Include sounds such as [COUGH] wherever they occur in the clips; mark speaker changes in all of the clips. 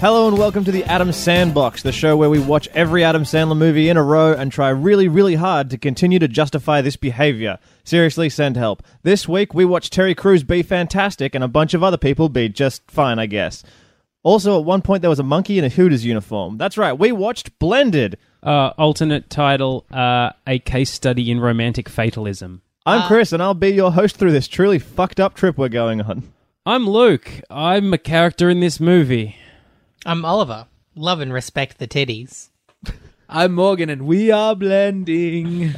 Speaker 1: Hello and welcome to the Adam Sandbox, the show where we watch every Adam Sandler movie in a row and try really, really hard to continue to justify this behavior. Seriously, send help. This week we watched Terry Crews be fantastic and a bunch of other people be just fine, I guess. Also, at one point there was a monkey in a Hooters uniform. That's right, we watched Blended.
Speaker 2: Uh, alternate title: uh, A Case Study in Romantic Fatalism.
Speaker 1: I'm Chris and I'll be your host through this truly fucked up trip we're going on.
Speaker 2: I'm Luke. I'm a character in this movie.
Speaker 3: I'm Oliver. Love and respect the titties.
Speaker 4: I'm Morgan, and we are blending.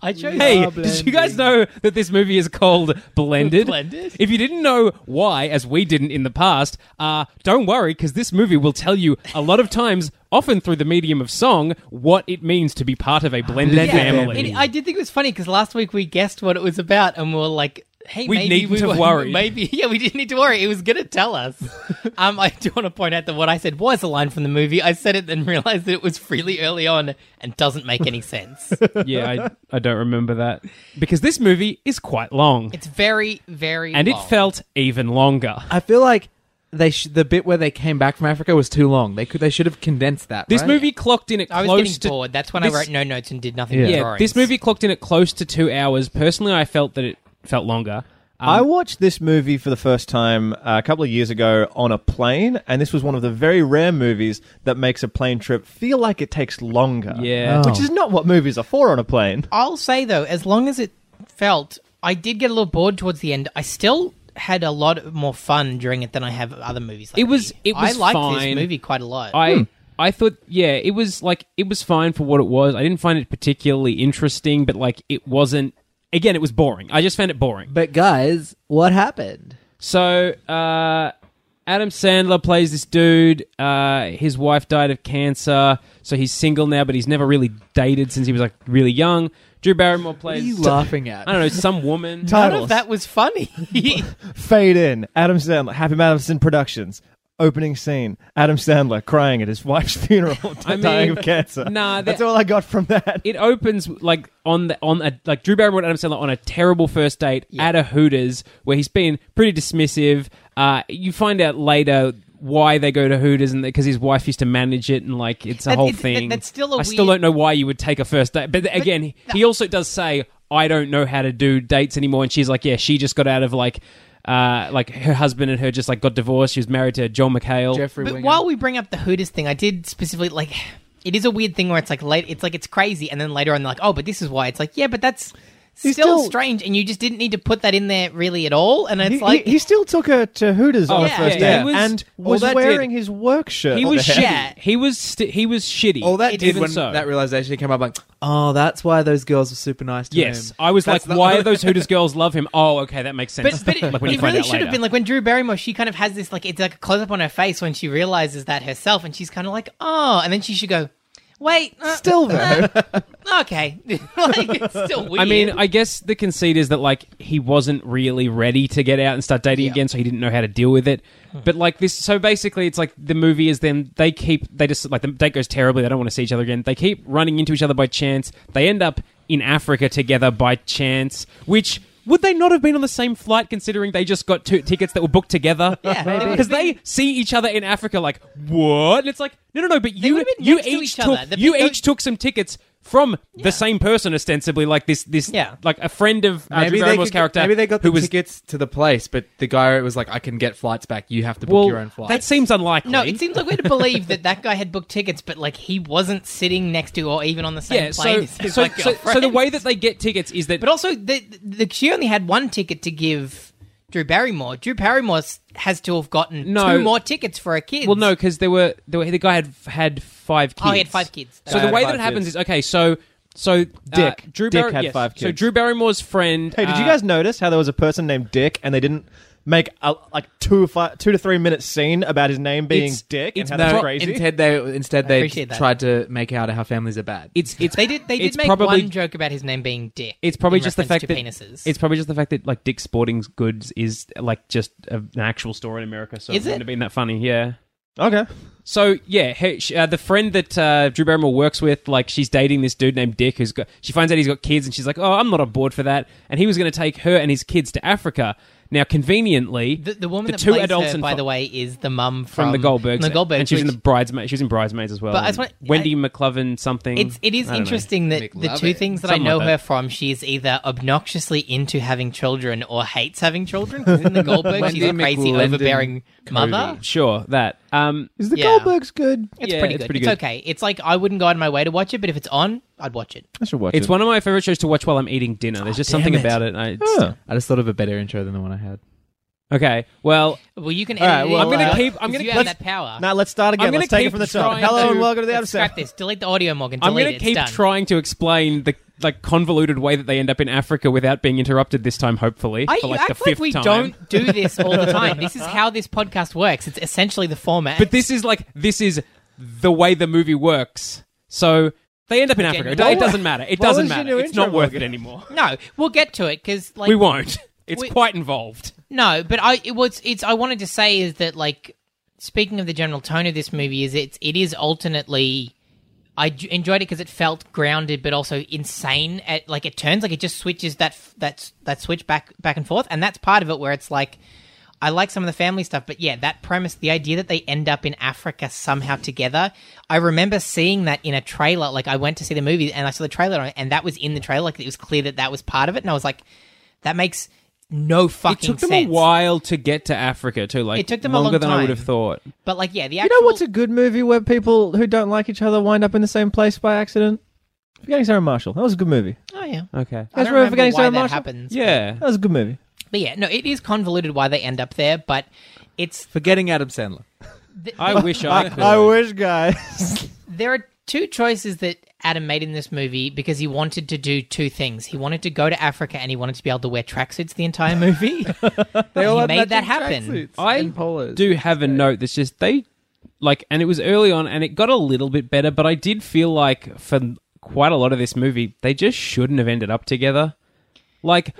Speaker 3: I chose.
Speaker 2: Hey, did you guys know that this movie is called Blended?
Speaker 3: Blended?
Speaker 2: If you didn't know why, as we didn't in the past, uh, don't worry, because this movie will tell you a lot of times, often through the medium of song, what it means to be part of a blended
Speaker 4: Blended
Speaker 2: family.
Speaker 4: family.
Speaker 3: It, I did think it was funny because last week we guessed what it was about, and we were like, "Hey,
Speaker 2: We
Speaker 3: maybe
Speaker 2: needn't
Speaker 3: we
Speaker 2: have
Speaker 3: were-
Speaker 2: worried.
Speaker 3: [LAUGHS] Maybe yeah, we didn't need to worry. It was going to
Speaker 2: [LAUGHS]
Speaker 3: tell us." um, I do want to point out that what I said was a line from the movie. I said it, then [LAUGHS] realized that it was freely early on and doesn't make
Speaker 2: [LAUGHS]
Speaker 3: any sense.
Speaker 2: [LAUGHS] yeah, I, I don't remember that because this movie is quite long,
Speaker 3: it's very, very,
Speaker 2: and it
Speaker 3: long.
Speaker 2: felt even longer.
Speaker 4: I feel like they sh- the bit where they came back from Africa was too long. They could they should have condensed that.
Speaker 2: This
Speaker 4: right?
Speaker 2: movie clocked in at
Speaker 3: I was
Speaker 2: close
Speaker 3: getting
Speaker 2: to
Speaker 3: bored. That's when
Speaker 2: this-
Speaker 3: I wrote no notes and did nothing.
Speaker 4: Yeah.
Speaker 3: with
Speaker 2: Yeah,
Speaker 3: drawings.
Speaker 2: this movie clocked in at close to two hours. Personally, I felt that it felt longer. Um,
Speaker 1: I watched this movie for the first time uh, a couple of years ago on a plane, and this was one of the very rare movies that makes a plane trip feel like it takes longer.
Speaker 2: Yeah. Oh.
Speaker 1: Which is not what movies are for on a plane.
Speaker 3: I'll say though, as long as it felt, I did get a little bored towards the end. I still had a lot more fun during it than I have other movies. Like
Speaker 2: It was-
Speaker 3: me.
Speaker 2: it was
Speaker 3: I liked
Speaker 2: fine.
Speaker 3: this movie quite a lot.
Speaker 4: Hmm.
Speaker 2: I I thought yeah, it was like it was fine for what it was. I didn't find it particularly interesting, but like it wasn't. Again, it was boring. I just found it boring.
Speaker 4: But guys, what happened?
Speaker 2: So uh, Adam Sandler plays this dude. Uh, his wife died of cancer, so he's single now, but he's never really dated since he was like really young. Drew Barrymore
Speaker 4: What are
Speaker 2: plays.
Speaker 4: you laughing at?
Speaker 2: I don't know some woman.
Speaker 3: None
Speaker 1: Titles.
Speaker 3: of that
Speaker 2: [LAUGHS]
Speaker 3: was funny.
Speaker 1: Fade in. Adam Sandler, Happy Madison Productions. Opening scene: Adam Sandler crying at his wife's [LAUGHS] funeral,
Speaker 2: I
Speaker 1: dying
Speaker 2: mean,
Speaker 1: of cancer.
Speaker 2: nah,
Speaker 1: that's
Speaker 2: that-
Speaker 1: all I got from that.
Speaker 2: it opens like on the on a like Drew Barrymore and Adam Sandler on a terrible first date at a Hooters where he's been pretty dismissive. Uh, you find out later why they go to Hooters and because his wife used to manage it and like it's a
Speaker 3: That-
Speaker 2: whole
Speaker 3: it's- that-
Speaker 2: thing.
Speaker 3: that's still a
Speaker 2: I still don't
Speaker 3: weird-
Speaker 2: know why you would take a first date, but again, he- he also does say I don't know how to do dates anymore, and she's like, yeah, she just got out of like. Uh, like her husband and her just like got divorced. She was married to John McHale.
Speaker 4: Jeffrey.
Speaker 3: but
Speaker 4: Winger.
Speaker 3: while we bring up the Hooters thing, I did specifically like. It is a weird thing where it's like late. It's like it's crazy, and then later on, they're like, "Oh, but this is why." It's like, yeah, but that's still,
Speaker 1: still-
Speaker 3: strange, and you just didn't need to put that in there really at all. And it's
Speaker 1: He,
Speaker 3: like
Speaker 1: he, he still took her to Hooters on
Speaker 2: Oh,
Speaker 1: the
Speaker 2: yeah,
Speaker 1: first
Speaker 2: yeah,
Speaker 1: day
Speaker 2: he was-
Speaker 1: and
Speaker 2: all
Speaker 1: was
Speaker 2: that did-
Speaker 1: wearing his work shirt.
Speaker 2: he was
Speaker 4: [LAUGHS]
Speaker 1: there.
Speaker 2: shitty.
Speaker 3: Yeah.
Speaker 2: He was sti he was shitty.
Speaker 4: all that
Speaker 3: It
Speaker 4: did
Speaker 2: even
Speaker 4: when
Speaker 2: so.
Speaker 4: that realization came up, like, oh, that's why those girls were super nice to
Speaker 2: Yes,
Speaker 4: him.
Speaker 2: I was
Speaker 4: That's
Speaker 2: like,
Speaker 4: the-
Speaker 2: why are those
Speaker 3: [LAUGHS]
Speaker 2: Hooters girls love him? Oh, okay, that makes sense.
Speaker 3: But, but it,
Speaker 2: Like, when you
Speaker 3: it
Speaker 2: find
Speaker 3: really
Speaker 2: out
Speaker 3: should have
Speaker 2: later.
Speaker 3: been like when Drew Barrymore, she kind of has this like it's like a close up on her face when she realizes that herself, and she's kind of like, oh, and then she should go, wait, uh,
Speaker 1: Still though,
Speaker 3: [LAUGHS] okay, like it's still weird.
Speaker 2: I mean, I guess the conceit is that like he wasn't really ready to get out and start dating again, so he didn't know how to deal with it.
Speaker 3: Hmm.
Speaker 2: But like this, so basically, it's like the movie is then they keep they just like the date goes terribly. They don't want to see each other again. They keep running into each other by chance. They end up in Africa together by chance, which. Would they not have been on the same flight considering they just got two tickets that were booked together?
Speaker 3: [LAUGHS] Yeah, they would've
Speaker 2: because they see each other in Africa like what? And it's like no, no, no. But you,
Speaker 3: would've been
Speaker 2: you
Speaker 3: next to
Speaker 2: each
Speaker 3: each other.
Speaker 2: took
Speaker 3: The-
Speaker 2: you
Speaker 3: the-
Speaker 2: each took some tickets from the same person ostensibly like this this
Speaker 3: Yeah.
Speaker 2: like a friend of uh, Drew
Speaker 4: Maybe they,
Speaker 2: Barrymore's
Speaker 4: could,
Speaker 2: character
Speaker 4: maybe they got
Speaker 2: who
Speaker 4: the
Speaker 2: was
Speaker 4: tickets to the place, but the guy was like, "I can get flights back. You have to book
Speaker 2: well,
Speaker 4: your own flight."
Speaker 2: that seems unlikely
Speaker 3: no, it seems like we're to believe that that guy had booked tickets, but like he wasn't sitting next to or even on the same
Speaker 2: yeah so
Speaker 3: plane.
Speaker 2: so, so, so the way that they get tickets is that
Speaker 3: [LAUGHS] but also the, the she only had one ticket to give Drew Barrymore. Drew Barrymore s- has to have gotten
Speaker 2: No.
Speaker 3: two more tickets for her kids.
Speaker 2: well no because there were, there were the guy had had five kids
Speaker 3: Oh, he had five kids.
Speaker 2: so
Speaker 4: Guy
Speaker 2: the
Speaker 4: had
Speaker 2: way that
Speaker 4: five
Speaker 2: it happens
Speaker 4: kids.
Speaker 2: is okay so so uh,
Speaker 1: Dick.
Speaker 2: Drew
Speaker 1: Dick
Speaker 2: Barry-
Speaker 1: had
Speaker 2: yes.
Speaker 1: five
Speaker 2: so
Speaker 1: kids.
Speaker 2: Drew Barrymore's friend
Speaker 1: Hey, did you
Speaker 2: uh,
Speaker 1: guys notice how there was a person named Dick, and they didn't make a, like two fi- two to three minute scene about his name being
Speaker 2: It's-
Speaker 1: Dick
Speaker 2: it's
Speaker 1: and how
Speaker 2: not-
Speaker 1: that's
Speaker 4: no,
Speaker 1: crazy?
Speaker 4: instead they instead they
Speaker 3: appreciate that.
Speaker 4: tried to make out how families are bad.
Speaker 2: it's it's
Speaker 3: They did. They did
Speaker 2: it's
Speaker 3: make
Speaker 2: probably
Speaker 3: one joke about his name being Dick.
Speaker 2: It's probably
Speaker 3: in
Speaker 2: just the
Speaker 3: reference
Speaker 2: fact
Speaker 3: to
Speaker 2: that
Speaker 3: penises.
Speaker 2: it's probably just the fact that like Dick's Sporting Goods is like just a, an actual store in America, so
Speaker 3: Is
Speaker 2: it wouldn't
Speaker 3: it?
Speaker 2: have been that funny. Yeah.
Speaker 1: okay.
Speaker 2: So yeah, her, sh uh, the friend that uh, Drew Barrymore works with, like she's dating this dude named Dick, who's got. She finds out he's got kids, and she's like, "Oh, I'm not on board for that." And he was going to take her and his kids to Africa. Now, conveniently,
Speaker 3: The, the woman
Speaker 2: The
Speaker 3: that
Speaker 2: two
Speaker 3: plays
Speaker 2: adults
Speaker 3: her,
Speaker 2: and
Speaker 3: by
Speaker 2: fi-
Speaker 3: the way, is the mum
Speaker 2: from
Speaker 3: from,
Speaker 2: the Goldbergs,
Speaker 3: The Goldbergs,
Speaker 2: and she was in
Speaker 3: which-
Speaker 2: the bridesmaids. She was in bridesmaids as well.
Speaker 3: But I
Speaker 2: and
Speaker 3: just want-
Speaker 2: Wendy McLovin something.
Speaker 3: It's it is
Speaker 2: I don't know.
Speaker 3: interesting that the two
Speaker 5: McLovin.
Speaker 3: things that
Speaker 2: Something
Speaker 3: I know
Speaker 2: like
Speaker 3: her
Speaker 2: that.
Speaker 3: from, she is either obnoxiously into having children or hates having children. 'cause in the
Speaker 2: [LAUGHS]
Speaker 3: Goldberg, she's a
Speaker 4: Wendy
Speaker 3: crazy,
Speaker 4: McLendon
Speaker 3: overbearing mother.
Speaker 2: Sure, that. Um,
Speaker 1: Is the
Speaker 3: Yeah.
Speaker 1: Goldberg's good?
Speaker 3: It's
Speaker 2: Yeah,
Speaker 3: pretty
Speaker 2: it's
Speaker 3: good.
Speaker 2: pretty
Speaker 3: It's
Speaker 2: good.
Speaker 3: okay. It's like I wouldn't go out of my way to watch it, but if it's on, I'd watch it.
Speaker 1: I should watch
Speaker 2: it's
Speaker 1: it.
Speaker 2: one of my favorite shows to watch while I'm eating dinner.
Speaker 3: Oh,
Speaker 2: There's just something
Speaker 4: damn it.
Speaker 2: about it. I, it's-
Speaker 1: Huh.
Speaker 4: I just thought of a better intro than the one I had.
Speaker 2: Okay, well,
Speaker 3: Well, you can.
Speaker 1: All
Speaker 3: Edit
Speaker 1: right,
Speaker 3: it
Speaker 1: well,
Speaker 3: in
Speaker 1: I'm gonna
Speaker 3: now,
Speaker 2: keep- I'm
Speaker 3: 'cause
Speaker 2: gonna-
Speaker 3: You have
Speaker 2: let's-
Speaker 3: that power.
Speaker 1: Now let's start
Speaker 2: I'm
Speaker 1: again.
Speaker 2: gonna
Speaker 1: Let's take
Speaker 2: keep
Speaker 1: it from the top.
Speaker 2: trying
Speaker 1: Hello
Speaker 2: to-
Speaker 1: and welcome to the
Speaker 3: Let's
Speaker 1: episode.
Speaker 3: Scrap this. Delete the audio, Morgan.
Speaker 2: I'm
Speaker 3: Delete
Speaker 2: going
Speaker 3: it.
Speaker 2: to
Speaker 3: It's
Speaker 2: keep
Speaker 3: done.
Speaker 2: trying to explain the like convoluted way that they end up in Africa without being interrupted this time. Hopefully,
Speaker 3: I,
Speaker 2: for
Speaker 3: you
Speaker 2: like
Speaker 3: act
Speaker 2: the
Speaker 3: like
Speaker 2: fifth
Speaker 3: we
Speaker 2: time.
Speaker 3: don't do this all
Speaker 2: [LAUGHS]
Speaker 3: the time. This is how this podcast works. It's essentially the format.
Speaker 2: But this is like this is the way the movie works. So they end up in Africa. It,
Speaker 3: What
Speaker 2: it
Speaker 3: wa-
Speaker 2: doesn't matter. It
Speaker 1: what
Speaker 2: doesn't
Speaker 1: was your
Speaker 2: matter.
Speaker 1: new
Speaker 2: It's
Speaker 1: intro
Speaker 2: not worth
Speaker 1: Morgan?
Speaker 2: it anymore.
Speaker 3: no, we'll get to it because like
Speaker 2: We won't. It's
Speaker 3: We-
Speaker 2: quite involved.
Speaker 3: No, but I it was it's I wanted to say is that like speaking of the general tone of this movie is it's it is alternately I j- enjoyed it because it felt grounded but also insane at like it turns like it just switches that f- that s- that switch back back and forth and that's part of it where it's like I like some of the family stuff but yeah that premise the idea that they end up in Africa somehow together I remember seeing that in a trailer like I went to see the movie and I saw the trailer on it, and that was in the trailer like it was clear that that was part of it and I was like that makes no
Speaker 2: It
Speaker 3: fucking
Speaker 2: took them
Speaker 3: sense.
Speaker 2: a while to get to Africa too. Like
Speaker 3: It took them a
Speaker 2: longer
Speaker 3: long
Speaker 2: than I would have
Speaker 3: time.
Speaker 2: thought.
Speaker 3: But like, yeah, the
Speaker 1: You
Speaker 3: actual.
Speaker 1: know what's a good movie where people who don't like each other wind up in the same place by accident? Forgetting Sarah Marshall. That was a good movie.
Speaker 3: Oh yeah,
Speaker 2: Okay.
Speaker 3: I
Speaker 1: That's
Speaker 3: don't
Speaker 1: where
Speaker 3: remember
Speaker 1: Forgetting
Speaker 3: why
Speaker 1: Sarah
Speaker 3: that
Speaker 1: Marshall-
Speaker 3: happens.
Speaker 2: Yeah.
Speaker 1: That was a good movie.
Speaker 3: but yeah, no, it is convoluted why they end up there, but it's
Speaker 4: Forgetting Adam Sandler.
Speaker 3: th-
Speaker 2: I wish [LAUGHS] I could.
Speaker 1: wish, guys.
Speaker 3: there are two choices that Adam made in this movie because he wanted to do two things. He wanted to go to Africa and he wanted to be able to wear tracksuits the entire movie. [LAUGHS] they all he made that happen.
Speaker 2: I do have a note that's just they like and it was early on and it got a little bit better but i did feel like for quite a lot of this movie they just shouldn't have ended up together like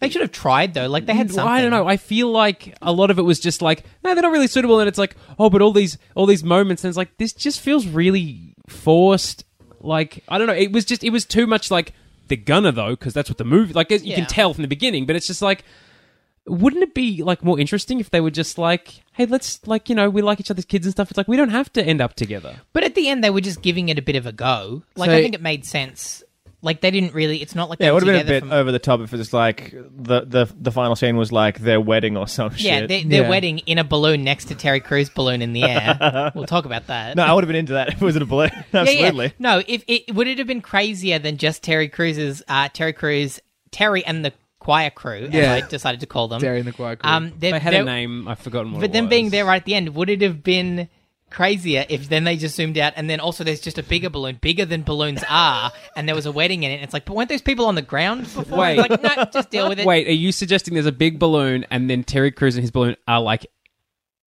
Speaker 3: They should have tried though. Like they had
Speaker 2: well,
Speaker 3: something.
Speaker 2: i don't know i feel like a lot of it was just like no they're not really suitable and it's like oh but all these all these moments and it's like this just feels really forced like i don't know it was just it was too much like the gunner though because that's what the movie like as you
Speaker 3: Yeah.
Speaker 2: can tell from the beginning but it's just like wouldn't it be like more interesting if they were just like hey let's like you know we like each other's kids and stuff it's like we don't have to end up together
Speaker 3: But at the end, they were just giving it a bit of a go. Like
Speaker 4: So-
Speaker 3: I think it made sense. Like they didn't really. It's not like
Speaker 1: Yeah,
Speaker 3: they
Speaker 1: it
Speaker 3: were
Speaker 1: would have been a
Speaker 3: together
Speaker 1: bit
Speaker 3: from-
Speaker 1: over the top if it was like the, the the final scene was like their wedding or some
Speaker 3: yeah,
Speaker 1: shit.
Speaker 3: their, their
Speaker 4: Yeah.
Speaker 3: wedding in a balloon next to Terry Crews' balloon in the air. we'll talk about that.
Speaker 1: no, I would have been into that if it was in a balloon. [LAUGHS]
Speaker 3: Yeah, yeah.
Speaker 1: Absolutely.
Speaker 3: No, if it would it have been crazier than just Terry Cruz's uh, Terry Cruz, Terry and the choir crew,
Speaker 4: Yeah.
Speaker 3: as I decided to call them.
Speaker 4: Terry and the choir crew.
Speaker 3: Um,
Speaker 2: they had a name i've forgotten what
Speaker 3: but
Speaker 2: it
Speaker 3: them
Speaker 2: was.
Speaker 3: being there right at the end, would it have been crazier if then they just zoomed out and then also there's just a bigger balloon, bigger than balloons are, and there was a wedding in it? And it's like, but weren't those people on the ground before?
Speaker 2: Wait.
Speaker 3: It's like, no, just deal with it.
Speaker 2: Wait, are you suggesting there's a big balloon and then Terry Crews and his balloon are like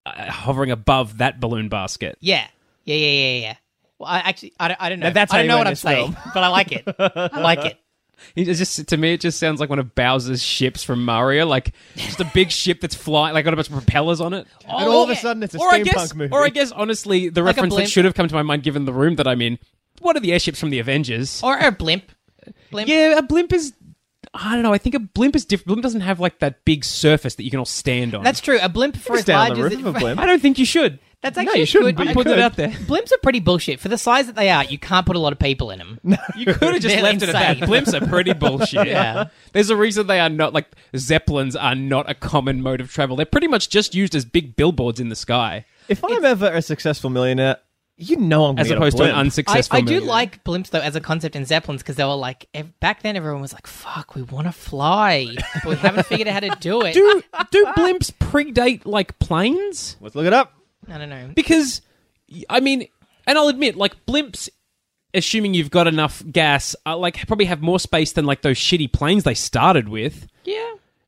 Speaker 2: uh, hovering above that balloon basket?
Speaker 3: Yeah, yeah, yeah, yeah, yeah. Well, I actually, I don't, I don't know.
Speaker 1: that's
Speaker 3: I
Speaker 1: how
Speaker 3: don't
Speaker 1: you
Speaker 3: know
Speaker 1: win
Speaker 3: what I'm
Speaker 1: this
Speaker 3: saying, but I like it. I like it.
Speaker 2: It just to me, it just sounds like one of Bowser's ships from Mario, like just a big ship that's flying, like got a bunch of propellers on it.
Speaker 1: And all of a sudden, it's a
Speaker 2: or I
Speaker 1: steampunk
Speaker 2: guess,
Speaker 1: movie.
Speaker 2: or I guess honestly, the
Speaker 3: Like a
Speaker 2: reference that
Speaker 3: blimp.
Speaker 2: should have come to my mind, given the room that I'm in, what are the airships from the Avengers?
Speaker 3: Or a blimp. Blimp.
Speaker 2: Oh, yeah, a blimp is. I don't know. I think a blimp is different. Blimp doesn't have like that big surface that you can all stand on.
Speaker 3: That's true. A blimp for as
Speaker 1: Stay on
Speaker 3: large
Speaker 1: the
Speaker 3: as
Speaker 1: roof
Speaker 3: it, [LAUGHS]
Speaker 1: of a blimp.
Speaker 2: I don't think you should.
Speaker 3: That's
Speaker 1: No,
Speaker 3: actually
Speaker 1: you
Speaker 3: a
Speaker 1: shouldn't,
Speaker 3: good.
Speaker 1: but
Speaker 2: I'm
Speaker 1: you
Speaker 2: putting it
Speaker 1: could.
Speaker 2: out there.
Speaker 3: Blimps are pretty bullshit for the size that they are. You can't put a lot of people in them.
Speaker 2: You could have just
Speaker 3: They're
Speaker 2: left it at that.
Speaker 3: insane.
Speaker 2: Blimps are pretty bullshit.
Speaker 3: Yeah.
Speaker 2: There's a reason they are not like zeppelins are not a common mode of travel. They're pretty much just used as big billboards in the sky,
Speaker 1: If I'm ever a successful millionaire, you know I'm
Speaker 2: as
Speaker 1: gonna
Speaker 2: opposed
Speaker 1: get a
Speaker 2: to an
Speaker 1: blimp.
Speaker 3: I,
Speaker 2: unsuccessful.
Speaker 3: I do
Speaker 2: millionaire.
Speaker 3: like blimps though as a concept in zeppelins because they were like ev- back then everyone was like fuck we want to fly but we haven't figured out how to do it. [LAUGHS]
Speaker 2: Do do blimps predate like planes?
Speaker 1: Let's look it up.
Speaker 3: I don't know.
Speaker 2: Because I mean, and I'll admit, like blimps, assuming you've got enough gas, are, like probably have more space than like those shitty planes they started with.
Speaker 3: Yeah.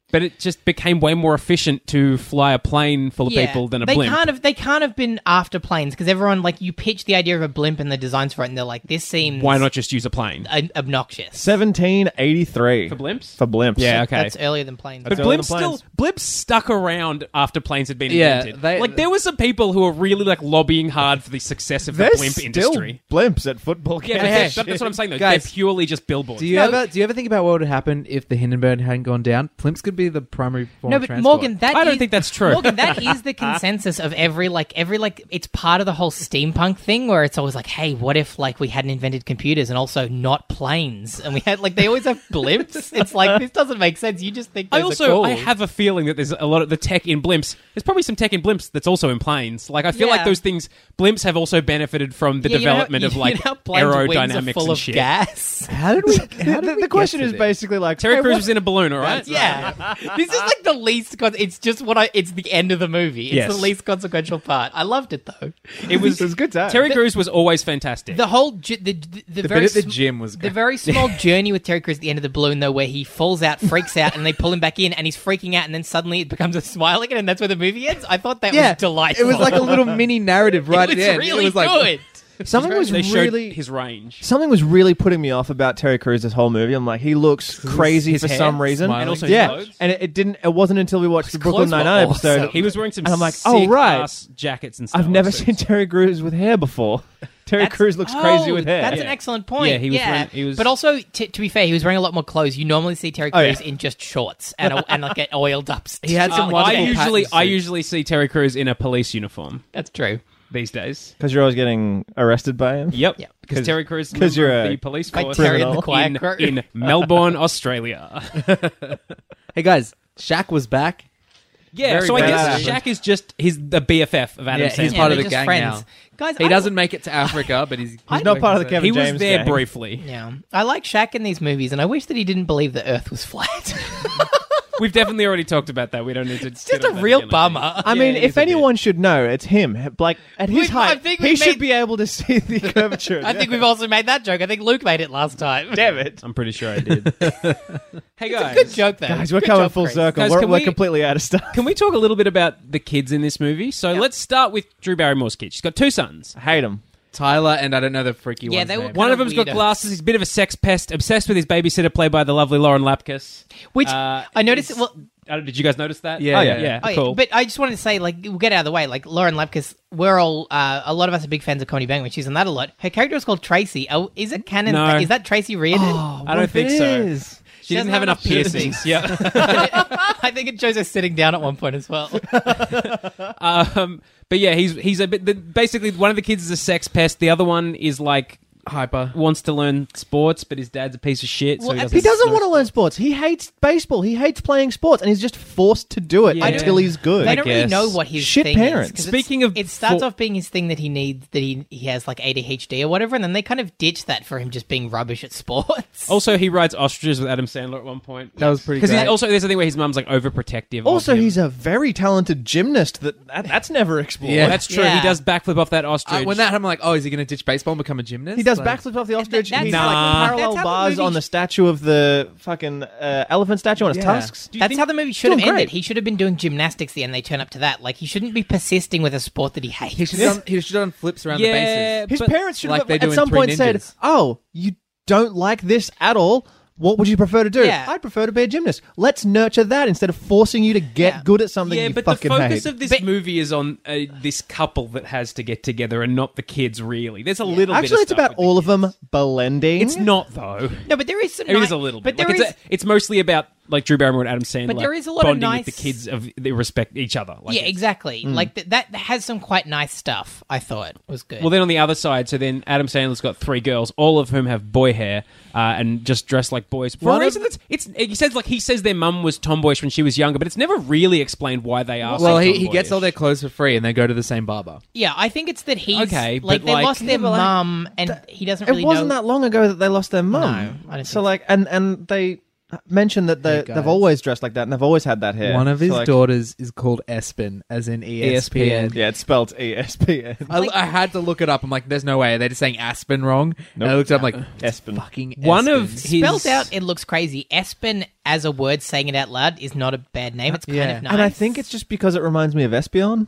Speaker 2: But it just became way more efficient to fly a plane full of
Speaker 3: Yeah.
Speaker 2: people than a
Speaker 3: they
Speaker 2: blimp.
Speaker 3: can't have they can't have been after planes because everyone like you pitch the idea of a blimp and the designs for it and they're like this seems
Speaker 2: Why not just use a plane?
Speaker 3: ob- obnoxious.
Speaker 1: 1783
Speaker 2: For blimps?
Speaker 1: For blimps.
Speaker 2: Yeah, okay.
Speaker 3: That's earlier than planes.
Speaker 2: but
Speaker 1: That's earlier
Speaker 2: blimps
Speaker 1: than
Speaker 2: still
Speaker 1: planes.
Speaker 2: blimps stuck around after planes had been
Speaker 4: Yeah,
Speaker 2: invented.
Speaker 4: they-
Speaker 2: like there were some people who were really like lobbying hard for the success of the
Speaker 1: There's
Speaker 2: blimp
Speaker 1: still
Speaker 2: industry.
Speaker 1: blimps at football
Speaker 2: Yeah,
Speaker 1: games.
Speaker 2: but that's, that's what I'm saying though.
Speaker 4: Guys,
Speaker 2: They're purely just billboards.
Speaker 4: Do you ever do you ever think about what would have happened if the Hindenburg hadn't gone down? Blimps could be the primary form.
Speaker 3: No,
Speaker 4: of
Speaker 3: but
Speaker 4: transport.
Speaker 3: Morgan, that
Speaker 2: I don't
Speaker 3: is-
Speaker 2: think that's true.
Speaker 3: Morgan, that is the consensus of every like every like it's part of the whole steampunk thing where it's always like, hey, what if like we hadn't invented computers and also not planes and we had like they
Speaker 2: [LAUGHS]
Speaker 3: always have blimps. it's like this doesn't make sense. You just think
Speaker 2: I
Speaker 3: those are
Speaker 2: also
Speaker 3: cool.
Speaker 2: I have a feeling that there's a lot of the tech in blimps. There's probably some tech in blimps that's also in planes. Like I feel like
Speaker 3: Yeah.
Speaker 2: those things blimps have also benefited from the
Speaker 3: Yeah, you know how-
Speaker 2: development
Speaker 3: you know how
Speaker 2: of like
Speaker 3: planes' wings are
Speaker 2: aerodynamics
Speaker 3: full
Speaker 2: and
Speaker 3: of
Speaker 2: shit.
Speaker 3: gas.
Speaker 4: [LAUGHS] how did we? How did
Speaker 1: the,
Speaker 4: we
Speaker 1: the
Speaker 4: get
Speaker 1: question
Speaker 4: to
Speaker 1: is
Speaker 4: this?
Speaker 1: basically like
Speaker 2: Terry
Speaker 1: hey,
Speaker 2: Crews
Speaker 1: what-
Speaker 2: was in a balloon, all [LAUGHS] right?
Speaker 3: Yeah, this is like the least. Con- it's just what I. It's the end of the movie. It's
Speaker 2: Yes.
Speaker 3: the least consequential part. I loved it though.
Speaker 2: It was,
Speaker 1: It was a good time.
Speaker 2: Terry Crews was always fantastic.
Speaker 3: The whole ju- the the, the,
Speaker 4: The
Speaker 3: very
Speaker 4: bit at the
Speaker 3: sm-
Speaker 4: gym [LAUGHS] was
Speaker 3: the
Speaker 4: great.
Speaker 3: very small journey with Terry Crews at the end of the balloon though, where he falls out, freaks out, and they pull him back in, and he's freaking out, and then suddenly it becomes a smile again, and that's where the movie ends. I thought that
Speaker 4: yeah,
Speaker 3: was delightful.
Speaker 4: It was like a [LAUGHS] little mini narrative
Speaker 3: [LAUGHS]
Speaker 4: right
Speaker 3: it was
Speaker 4: at the end.
Speaker 3: really
Speaker 4: it was like, [LAUGHS]
Speaker 3: good.
Speaker 1: something was
Speaker 2: they showed
Speaker 1: really
Speaker 2: his range.
Speaker 1: something was really putting me off about Terry Crews this whole movie. I'm like, he looks crazy
Speaker 4: his
Speaker 1: for
Speaker 4: hair,
Speaker 1: some reason,
Speaker 4: smiling.
Speaker 2: And also his
Speaker 1: yeah.
Speaker 2: clothes.
Speaker 1: And it, it didn't. It wasn't until we watched the Brooklyn
Speaker 3: clothes were
Speaker 1: Nine Nine
Speaker 3: awesome.
Speaker 1: episode.
Speaker 2: He was wearing some
Speaker 1: And I'm like,
Speaker 2: sick
Speaker 1: oh, right.
Speaker 2: ass jackets and stuff.
Speaker 1: I've never
Speaker 2: So-
Speaker 1: seen Terry Crews with hair before. [LAUGHS] Terry
Speaker 3: That's-
Speaker 1: Crews looks
Speaker 3: oh,
Speaker 1: crazy with hair.
Speaker 3: That's an
Speaker 2: Yeah.
Speaker 3: excellent point.
Speaker 2: Yeah, he was wearing- he was-
Speaker 3: But also, t- to be fair, he was wearing a lot more clothes. You normally see Terry
Speaker 1: Oh, yeah.
Speaker 3: Crews in just shorts and a, and like an oiled up.
Speaker 4: [LAUGHS] He had some
Speaker 2: Uh, I
Speaker 4: wonderful
Speaker 2: usually
Speaker 4: pattern
Speaker 2: I
Speaker 4: suit.
Speaker 2: usually see Terry Crews in a police uniform
Speaker 3: That's true.
Speaker 2: these days.
Speaker 1: Because you're always getting arrested by him.
Speaker 2: Yep,
Speaker 3: Yeah.
Speaker 2: because Terry Crews
Speaker 1: 'cause
Speaker 2: member
Speaker 1: you're
Speaker 2: of
Speaker 1: a
Speaker 2: the police
Speaker 3: By
Speaker 2: force
Speaker 3: Terry
Speaker 1: and the
Speaker 3: Quiet
Speaker 2: in,
Speaker 3: Crew.
Speaker 2: in Melbourne, Australia.
Speaker 4: hey guys, Shaq was back.
Speaker 2: Yeah,
Speaker 4: Very
Speaker 2: so I guess
Speaker 4: bad.
Speaker 2: Shaq is just he's the BFF of Adam
Speaker 4: Yeah, he's
Speaker 2: Sandler.
Speaker 4: part of
Speaker 3: they're
Speaker 4: the
Speaker 3: just
Speaker 4: gang
Speaker 3: friends.
Speaker 4: now.
Speaker 3: Guys,
Speaker 4: He
Speaker 3: I-
Speaker 4: doesn't make it to Africa, but he's,
Speaker 1: He's not part of the Kevin
Speaker 2: he was
Speaker 1: James
Speaker 2: there
Speaker 1: gang.
Speaker 3: [LAUGHS]
Speaker 2: briefly.
Speaker 3: Yeah, I like Shaq in these movies, and I wish that he didn't believe the Earth was flat. [LAUGHS]
Speaker 2: We've definitely already talked about that. We don't need to.
Speaker 3: it's just a real bummer.
Speaker 1: I mean, if anyone should know, it's him. Like at his
Speaker 3: We've- I
Speaker 1: height,
Speaker 3: think
Speaker 1: he
Speaker 3: we made-
Speaker 1: should be able to [LAUGHS] see the curvature.
Speaker 3: I think we've also made that joke. I think Luke made it last time. Damn it!
Speaker 2: I'm pretty sure I did. hey guys,
Speaker 3: Good joke though.
Speaker 1: Guys, we're
Speaker 3: Good
Speaker 1: coming
Speaker 3: job,
Speaker 1: full
Speaker 3: Chris.
Speaker 1: circle.
Speaker 2: Guys,
Speaker 1: we're
Speaker 2: can
Speaker 1: we're
Speaker 2: we-
Speaker 1: completely out of stuff.
Speaker 2: can we talk a little bit about the kids in this movie? So let's start with Drew Barrymore's kid. She's got two sons.
Speaker 1: I hate him.
Speaker 4: Tyler and I don't know the freaky
Speaker 3: Yeah,
Speaker 4: one's
Speaker 3: they were
Speaker 4: name.
Speaker 3: kind
Speaker 2: One of
Speaker 3: of
Speaker 2: them's got
Speaker 3: weirdos.
Speaker 2: glasses. He's a bit of a sex pest, obsessed with his babysitter, played by the lovely Lauren Lapkus.
Speaker 3: Which
Speaker 2: Uh,
Speaker 3: I noticed.
Speaker 2: is-
Speaker 3: Well,
Speaker 2: I don't- did you guys notice that?
Speaker 4: Yeah,
Speaker 2: Oh,
Speaker 4: yeah.
Speaker 2: yeah,
Speaker 3: oh, yeah,
Speaker 2: cool.
Speaker 3: but I just wanted to say, like, we'll get out of the way. Like Lauren Lapkus, we're all uh, a lot of us are big fans of Comedy Bang, which she's in that a lot. Her character is called Tracy. Oh, is it canon?
Speaker 2: No.
Speaker 3: Is that Tracy Reardon?
Speaker 1: Oh.
Speaker 2: I don't think so. She doesn't have enough piercings. yeah.
Speaker 3: [LAUGHS] I think it shows her sitting down at one point as well.
Speaker 2: [LAUGHS] Um, but yeah, he's he's a bit. The, basically, one of the kids is a sex pest. The other one is like
Speaker 4: hyper.
Speaker 2: wants to learn sports, but his dad's a piece of shit. so
Speaker 3: Well,
Speaker 2: he doesn't.
Speaker 1: He doesn't want to learn sports. He hates baseball. He hates playing sports, and he's just forced to do it
Speaker 2: Yeah.
Speaker 1: until he's good.
Speaker 3: They don't really
Speaker 2: guess.
Speaker 3: know what his
Speaker 1: Shit
Speaker 3: thing
Speaker 1: parents.
Speaker 3: is. 'cause
Speaker 2: Speaking
Speaker 3: it's-
Speaker 2: of
Speaker 3: it starts
Speaker 2: fo-
Speaker 3: off being his thing that he needs that he he has like ADHD or whatever, and then they kind of ditch that for him just being rubbish at sports.
Speaker 1: Oh,
Speaker 2: Also, he rides ostriches with Adam Sandler at one point.
Speaker 4: That was pretty
Speaker 2: Because
Speaker 4: great.
Speaker 2: also there's a thing where his mum's like overprotective. of
Speaker 1: oh, Also,
Speaker 2: him.
Speaker 1: he's a very talented gymnast. That, that that's never explored.
Speaker 4: Yeah.
Speaker 2: that's true.
Speaker 3: Yeah.
Speaker 2: He does backflip off that ostrich.
Speaker 4: Uh, when that happened, I'm like, oh, is he going to ditch baseball and become a gymnast?
Speaker 1: He does
Speaker 4: Like-
Speaker 1: backflips off the ostrich.
Speaker 3: that's
Speaker 1: he's
Speaker 3: how-
Speaker 2: Nah.
Speaker 1: like
Speaker 3: that's
Speaker 1: parallel
Speaker 3: how the
Speaker 1: bars
Speaker 3: movie
Speaker 1: on
Speaker 3: sh-
Speaker 1: the statue of the fucking uh, elephant statue on its
Speaker 4: Yeah.
Speaker 1: tusks.
Speaker 2: Do you
Speaker 3: That's
Speaker 2: think-
Speaker 3: how the movie should have
Speaker 1: Doing
Speaker 3: ended.
Speaker 1: great.
Speaker 3: He should have been doing gymnastics the end. They turn up to that. Like he shouldn't be persisting with a sport that he hates.
Speaker 4: He should have done, he should have done flips around
Speaker 2: yeah,
Speaker 4: the bases.
Speaker 1: His
Speaker 2: but-
Speaker 1: parents should
Speaker 4: like
Speaker 1: have
Speaker 4: they do
Speaker 1: at
Speaker 4: in
Speaker 1: some
Speaker 4: Three
Speaker 1: point said,
Speaker 4: Ninjas.
Speaker 1: "Oh, you don't like this at all." What would you prefer to do?
Speaker 3: Yeah.
Speaker 1: I'd prefer to be a gymnast. Let's nurture that instead of forcing you to get
Speaker 3: Yeah.
Speaker 1: good at something
Speaker 2: Yeah,
Speaker 1: you
Speaker 2: but the
Speaker 1: fucking
Speaker 2: focus
Speaker 1: hate.
Speaker 2: of this
Speaker 3: But-
Speaker 2: movie is on uh, this couple that has to get together and not the kids. Really, there's a little. bit
Speaker 1: Actually,
Speaker 2: of
Speaker 1: it's
Speaker 2: stuff
Speaker 1: about
Speaker 2: with the
Speaker 1: all of them blending.
Speaker 2: It's not though.
Speaker 3: [LAUGHS] no, but there is some.
Speaker 2: It is
Speaker 3: nice-
Speaker 2: a little
Speaker 3: But
Speaker 2: bit.
Speaker 3: there
Speaker 2: like, it's,
Speaker 3: is.
Speaker 2: a- it's mostly about like Drew Barrymore and Adam Sandler.
Speaker 3: there is a lot of
Speaker 2: bonding
Speaker 3: nice-
Speaker 2: with the kids of they respect each other. Like, mm.
Speaker 3: yeah,
Speaker 2: it's-
Speaker 3: exactly. Like th- that has some quite nice stuff. I thought was good.
Speaker 2: Well, then on the other side, so then Adam Sandler's got three girls, all of whom have boy hair uh, and just dress like boys for
Speaker 1: One
Speaker 2: a
Speaker 1: of
Speaker 2: reason
Speaker 1: the-
Speaker 2: that's it's. He says like he says their mum was tomboyish when she was younger, but it's never really explained why they are. so
Speaker 4: Well, he, he
Speaker 2: tomboyish.
Speaker 4: gets all their clothes for free and they go to the same barber.
Speaker 3: yeah, I think it's that he's
Speaker 2: Okay, but
Speaker 3: Like they
Speaker 2: like-
Speaker 3: lost their
Speaker 2: Yeah, but like-
Speaker 3: mum, and he doesn't
Speaker 1: it
Speaker 3: really.
Speaker 1: wasn't
Speaker 3: know-
Speaker 1: that long ago that they lost their mum.
Speaker 3: I don't
Speaker 1: so
Speaker 3: think
Speaker 1: like, and and they mentioned that they,
Speaker 4: Hey, guys.
Speaker 1: they've always dressed like that and they've always had that hair.
Speaker 4: One of
Speaker 1: So,
Speaker 4: his
Speaker 1: like- E
Speaker 4: daughters is called Espen, as in E ESPN.
Speaker 1: Yeah, it's spelled E ESPN.
Speaker 4: I, I had to look it up. I'm like, there's no way. They're just saying Aspen wrong. And I looked it up. I'm like,
Speaker 1: Espen.
Speaker 4: fucking
Speaker 2: One of
Speaker 4: Espen.
Speaker 2: his
Speaker 3: Spelled out, it looks crazy. Espen as a word, saying it out loud, is not a bad name. It's kind
Speaker 4: Yeah.
Speaker 3: of nice,
Speaker 1: And I think it's just because it reminds me of Espion.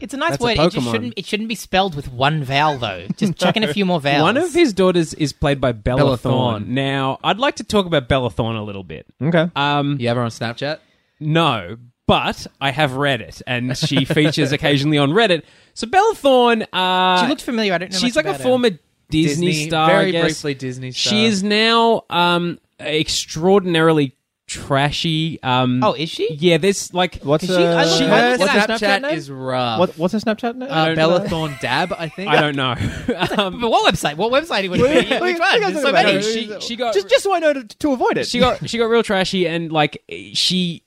Speaker 3: it's a nice
Speaker 1: that's a
Speaker 3: word. it just
Speaker 1: Pokemon.
Speaker 3: shouldn't. It shouldn't be spelled with one vowel though.
Speaker 2: [LAUGHS]
Speaker 3: Just chuck in a few more vowels.
Speaker 2: One of his daughters is played by Bella,
Speaker 4: Bella
Speaker 2: Thorne.
Speaker 4: Thorne.
Speaker 2: Now, I'd like to talk about Bella Thorne a little bit.
Speaker 1: Okay.
Speaker 2: Um,
Speaker 4: You have her on Snapchat?
Speaker 2: No, but I have read it, and [LAUGHS] she features occasionally on Reddit. So Bella Thorne, uh,
Speaker 3: she looked familiar. I don't know.
Speaker 2: she's like
Speaker 3: much
Speaker 2: a
Speaker 3: about her.
Speaker 2: former Disney,
Speaker 4: Disney,
Speaker 2: star. I
Speaker 4: very
Speaker 2: guess.
Speaker 4: briefly Disney star.
Speaker 2: She is now um, extraordinarily trashy. Um,
Speaker 3: Oh, is she?
Speaker 2: yeah, there's like
Speaker 1: What's
Speaker 3: Is she- I
Speaker 1: uh,
Speaker 3: looked-
Speaker 4: She,
Speaker 3: I
Speaker 4: her
Speaker 3: looked
Speaker 1: what's
Speaker 3: it
Speaker 1: her
Speaker 3: up.
Speaker 4: Snapchat,
Speaker 1: Snapchat name?
Speaker 4: is rough.
Speaker 1: What, what's her Snapchat name?
Speaker 4: uh,
Speaker 2: don't
Speaker 4: Bella
Speaker 2: know.
Speaker 4: Thorne Dab, I think.
Speaker 2: I don't know. [LAUGHS] um,
Speaker 3: But what website? What website would it be?
Speaker 1: [LAUGHS] Look,
Speaker 3: Which
Speaker 1: look, I'm
Speaker 3: one? There's
Speaker 1: talking
Speaker 3: so
Speaker 1: about
Speaker 3: many.
Speaker 1: her.
Speaker 2: She- she got-
Speaker 1: just, just so I know to, to avoid it.
Speaker 2: she got she got real trashy and like she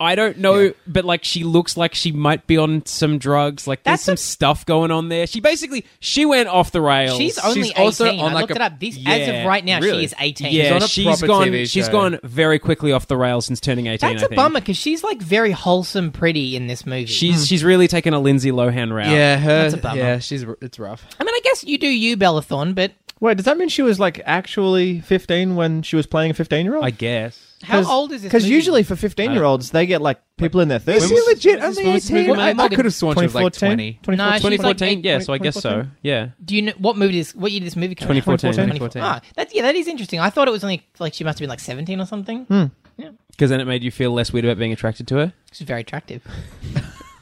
Speaker 2: I don't know, but like she looks like she might be on some drugs. Like there's
Speaker 3: That's
Speaker 2: some
Speaker 3: a-
Speaker 2: stuff going on there. She basically she went off the rails.
Speaker 3: She's only
Speaker 4: She's also
Speaker 3: 18.
Speaker 4: on
Speaker 3: I
Speaker 4: like
Speaker 3: looked
Speaker 4: a-
Speaker 3: it up. These, as
Speaker 2: Yeah,
Speaker 3: of right now,
Speaker 4: really?
Speaker 3: she is 18.
Speaker 2: yeah,
Speaker 4: on a
Speaker 2: she's
Speaker 4: proper
Speaker 2: gone.
Speaker 4: TV
Speaker 2: She's
Speaker 4: show.
Speaker 2: gone very quickly off the rails since turning eighteen.
Speaker 3: That's
Speaker 2: I
Speaker 3: a
Speaker 2: think.
Speaker 3: bummer because she's like very wholesome, pretty in this movie.
Speaker 2: She's she's really taken a Lindsay Lohan route.
Speaker 4: Yeah, her.
Speaker 3: That's a bummer.
Speaker 4: Yeah, she's. r- It's rough.
Speaker 3: I mean, I guess you do you, Bella Thorne, but
Speaker 1: Wait, does that mean she was like actually 15 when she was playing a 15 year old?
Speaker 2: I guess.
Speaker 3: how old is this?
Speaker 1: Because
Speaker 3: movie?
Speaker 1: usually for 15 year olds, they get like people in their 30s.
Speaker 4: Is she legit only
Speaker 2: when was this
Speaker 4: 18?
Speaker 2: movie
Speaker 4: I,
Speaker 2: made?
Speaker 4: I could have sworn she was like 20.
Speaker 1: 2014?
Speaker 3: No, she's
Speaker 2: Twenty
Speaker 3: like
Speaker 2: fourteen.
Speaker 3: eight-
Speaker 2: yeah, so I guess so.
Speaker 1: 2014?
Speaker 2: Yeah.
Speaker 3: do you know what movie is? What year did this movie come? out?
Speaker 2: 2014.
Speaker 4: 2014.
Speaker 3: Ah, that's yeah, that is interesting. I thought it was only like she must have been like 17 or something.
Speaker 2: Hmm. Because then it made you feel less weird about being attracted to her.
Speaker 3: She's
Speaker 2: [LAUGHS]
Speaker 3: very attractive.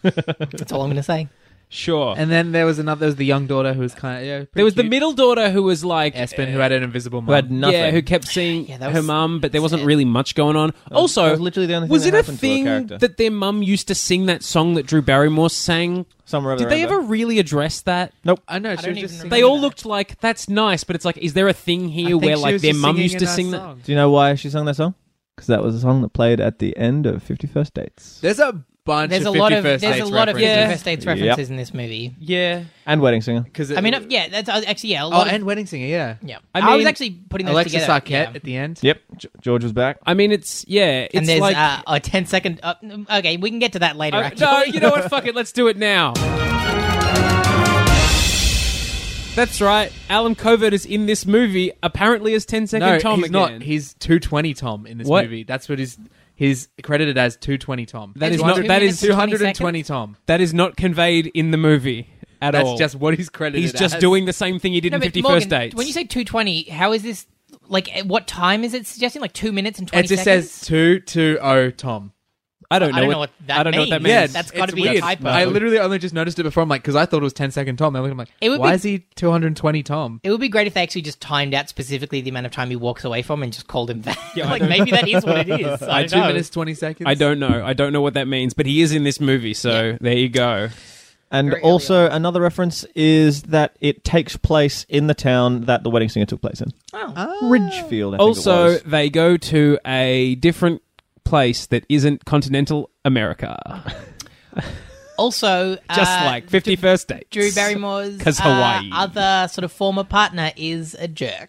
Speaker 3: that's all I'm going to say.
Speaker 2: Sure.
Speaker 4: And then there was another. There was the young daughter who was kind of. Yeah,
Speaker 2: there was the
Speaker 4: cute.
Speaker 2: middle daughter who was like
Speaker 4: Espen who had an invisible
Speaker 1: Who had
Speaker 4: mum.
Speaker 1: nothing.
Speaker 2: Yeah, who kept seeing
Speaker 3: Yeah, that
Speaker 2: her
Speaker 3: was
Speaker 2: mum, but there wasn't
Speaker 3: sad.
Speaker 2: really much going on. also,
Speaker 1: that was literally the only thing
Speaker 2: was
Speaker 1: that
Speaker 2: it a
Speaker 1: happened to her
Speaker 2: thing
Speaker 1: character.
Speaker 2: that their mum used to sing that song that Drew Barrymore sang?
Speaker 1: Somewhere over
Speaker 2: Did
Speaker 1: the
Speaker 2: they
Speaker 1: rainbow.
Speaker 2: ever really address that?
Speaker 1: Nope.
Speaker 4: I know. She
Speaker 3: don't
Speaker 4: was
Speaker 3: even
Speaker 4: just.
Speaker 3: remember
Speaker 2: They all
Speaker 3: that.
Speaker 2: looked like that's nice, but it's like, is there a thing here where like their mum used to sing that?
Speaker 1: Do you know why she sung that song? Because that was a song that played at the end of 51st Dates
Speaker 4: There's a bunch.
Speaker 3: There's a
Speaker 4: of
Speaker 3: lot of
Speaker 4: 51st
Speaker 3: there's a
Speaker 4: Dates
Speaker 3: lot of
Speaker 4: references.
Speaker 2: Yeah.
Speaker 3: First Dates
Speaker 1: Yep.
Speaker 3: references in this movie.
Speaker 2: Yeah,
Speaker 1: and Wedding Singer.
Speaker 4: Because
Speaker 3: I mean, uh, yeah, that's uh, actually yeah. A
Speaker 4: oh,
Speaker 3: lot of-
Speaker 4: and wedding singer. Yeah.
Speaker 3: yeah,
Speaker 2: I
Speaker 3: I, was
Speaker 2: mean,
Speaker 3: actually putting those
Speaker 4: Alexis
Speaker 3: together.
Speaker 4: Arquette
Speaker 3: yeah.
Speaker 4: at the end.
Speaker 1: Yep, G- George was back.
Speaker 2: I mean, it's yeah, it's
Speaker 3: And there's
Speaker 2: like.
Speaker 3: uh, a 10 second. Uh, okay, we can get to that later.
Speaker 2: Uh,
Speaker 3: actually. [LAUGHS]
Speaker 2: no, you know what? Fuck it. Let's do it now. That's right. Alan Covert is in this movie, apparently as 10 Second
Speaker 4: No,
Speaker 2: Tom
Speaker 4: he's
Speaker 2: again.
Speaker 4: not. He's 220 Tom in this
Speaker 2: What?
Speaker 4: movie. That's what he's he's credited as 220 Tom.
Speaker 2: That is
Speaker 3: It's
Speaker 2: not.
Speaker 3: two
Speaker 2: That is
Speaker 3: minutes and 20
Speaker 4: 220 Tom.
Speaker 2: That is not conveyed in the movie at
Speaker 4: That's
Speaker 2: all.
Speaker 4: just what he's credited.
Speaker 2: he's just
Speaker 4: as.
Speaker 2: doing the same thing he did
Speaker 3: No,
Speaker 2: in
Speaker 3: but
Speaker 2: Fifty First
Speaker 3: Morgan,
Speaker 2: Dates.
Speaker 3: When you say 220, how is this? Like, at what time is it suggesting? Like two minutes and
Speaker 4: It
Speaker 3: 20
Speaker 4: just
Speaker 3: seconds?
Speaker 4: says 220 Tom.
Speaker 2: I don't know.
Speaker 3: I don't know what that
Speaker 2: I don't know what that
Speaker 3: means.
Speaker 2: means.
Speaker 3: Yeah, that's gotta
Speaker 4: it's
Speaker 3: be a
Speaker 4: weird.
Speaker 3: typo.
Speaker 4: I literally only just noticed it before. I'm like, because I thought it was 10 second Tom. I looked, I'm like,
Speaker 3: It would
Speaker 4: why
Speaker 3: be-
Speaker 4: is he 220 Tom?
Speaker 3: It would be great if they actually just timed out specifically the amount of time he walks away from and just called him back. [LAUGHS] like maybe that is what it is. I,
Speaker 4: Two
Speaker 3: don't know.
Speaker 4: minutes, 20 seconds.
Speaker 2: I don't know. I don't know what that means. But he is in this movie, so
Speaker 3: Yeah.
Speaker 2: there you go.
Speaker 1: And
Speaker 3: Very early
Speaker 1: also another reference is that it takes place in the town that the Wedding Singer took place in,
Speaker 3: Oh.
Speaker 1: Ah. Ridgefield. I think it
Speaker 2: Also,
Speaker 1: was.
Speaker 2: they go to a different place that isn't continental
Speaker 3: [LAUGHS]
Speaker 2: America,
Speaker 3: Also,
Speaker 2: just
Speaker 3: uh,
Speaker 2: like Fifty First Dates.
Speaker 3: Drew Barrymore's
Speaker 2: 'Cause
Speaker 3: uh,
Speaker 2: Hawaii.
Speaker 3: other sort of former partner is a jerk.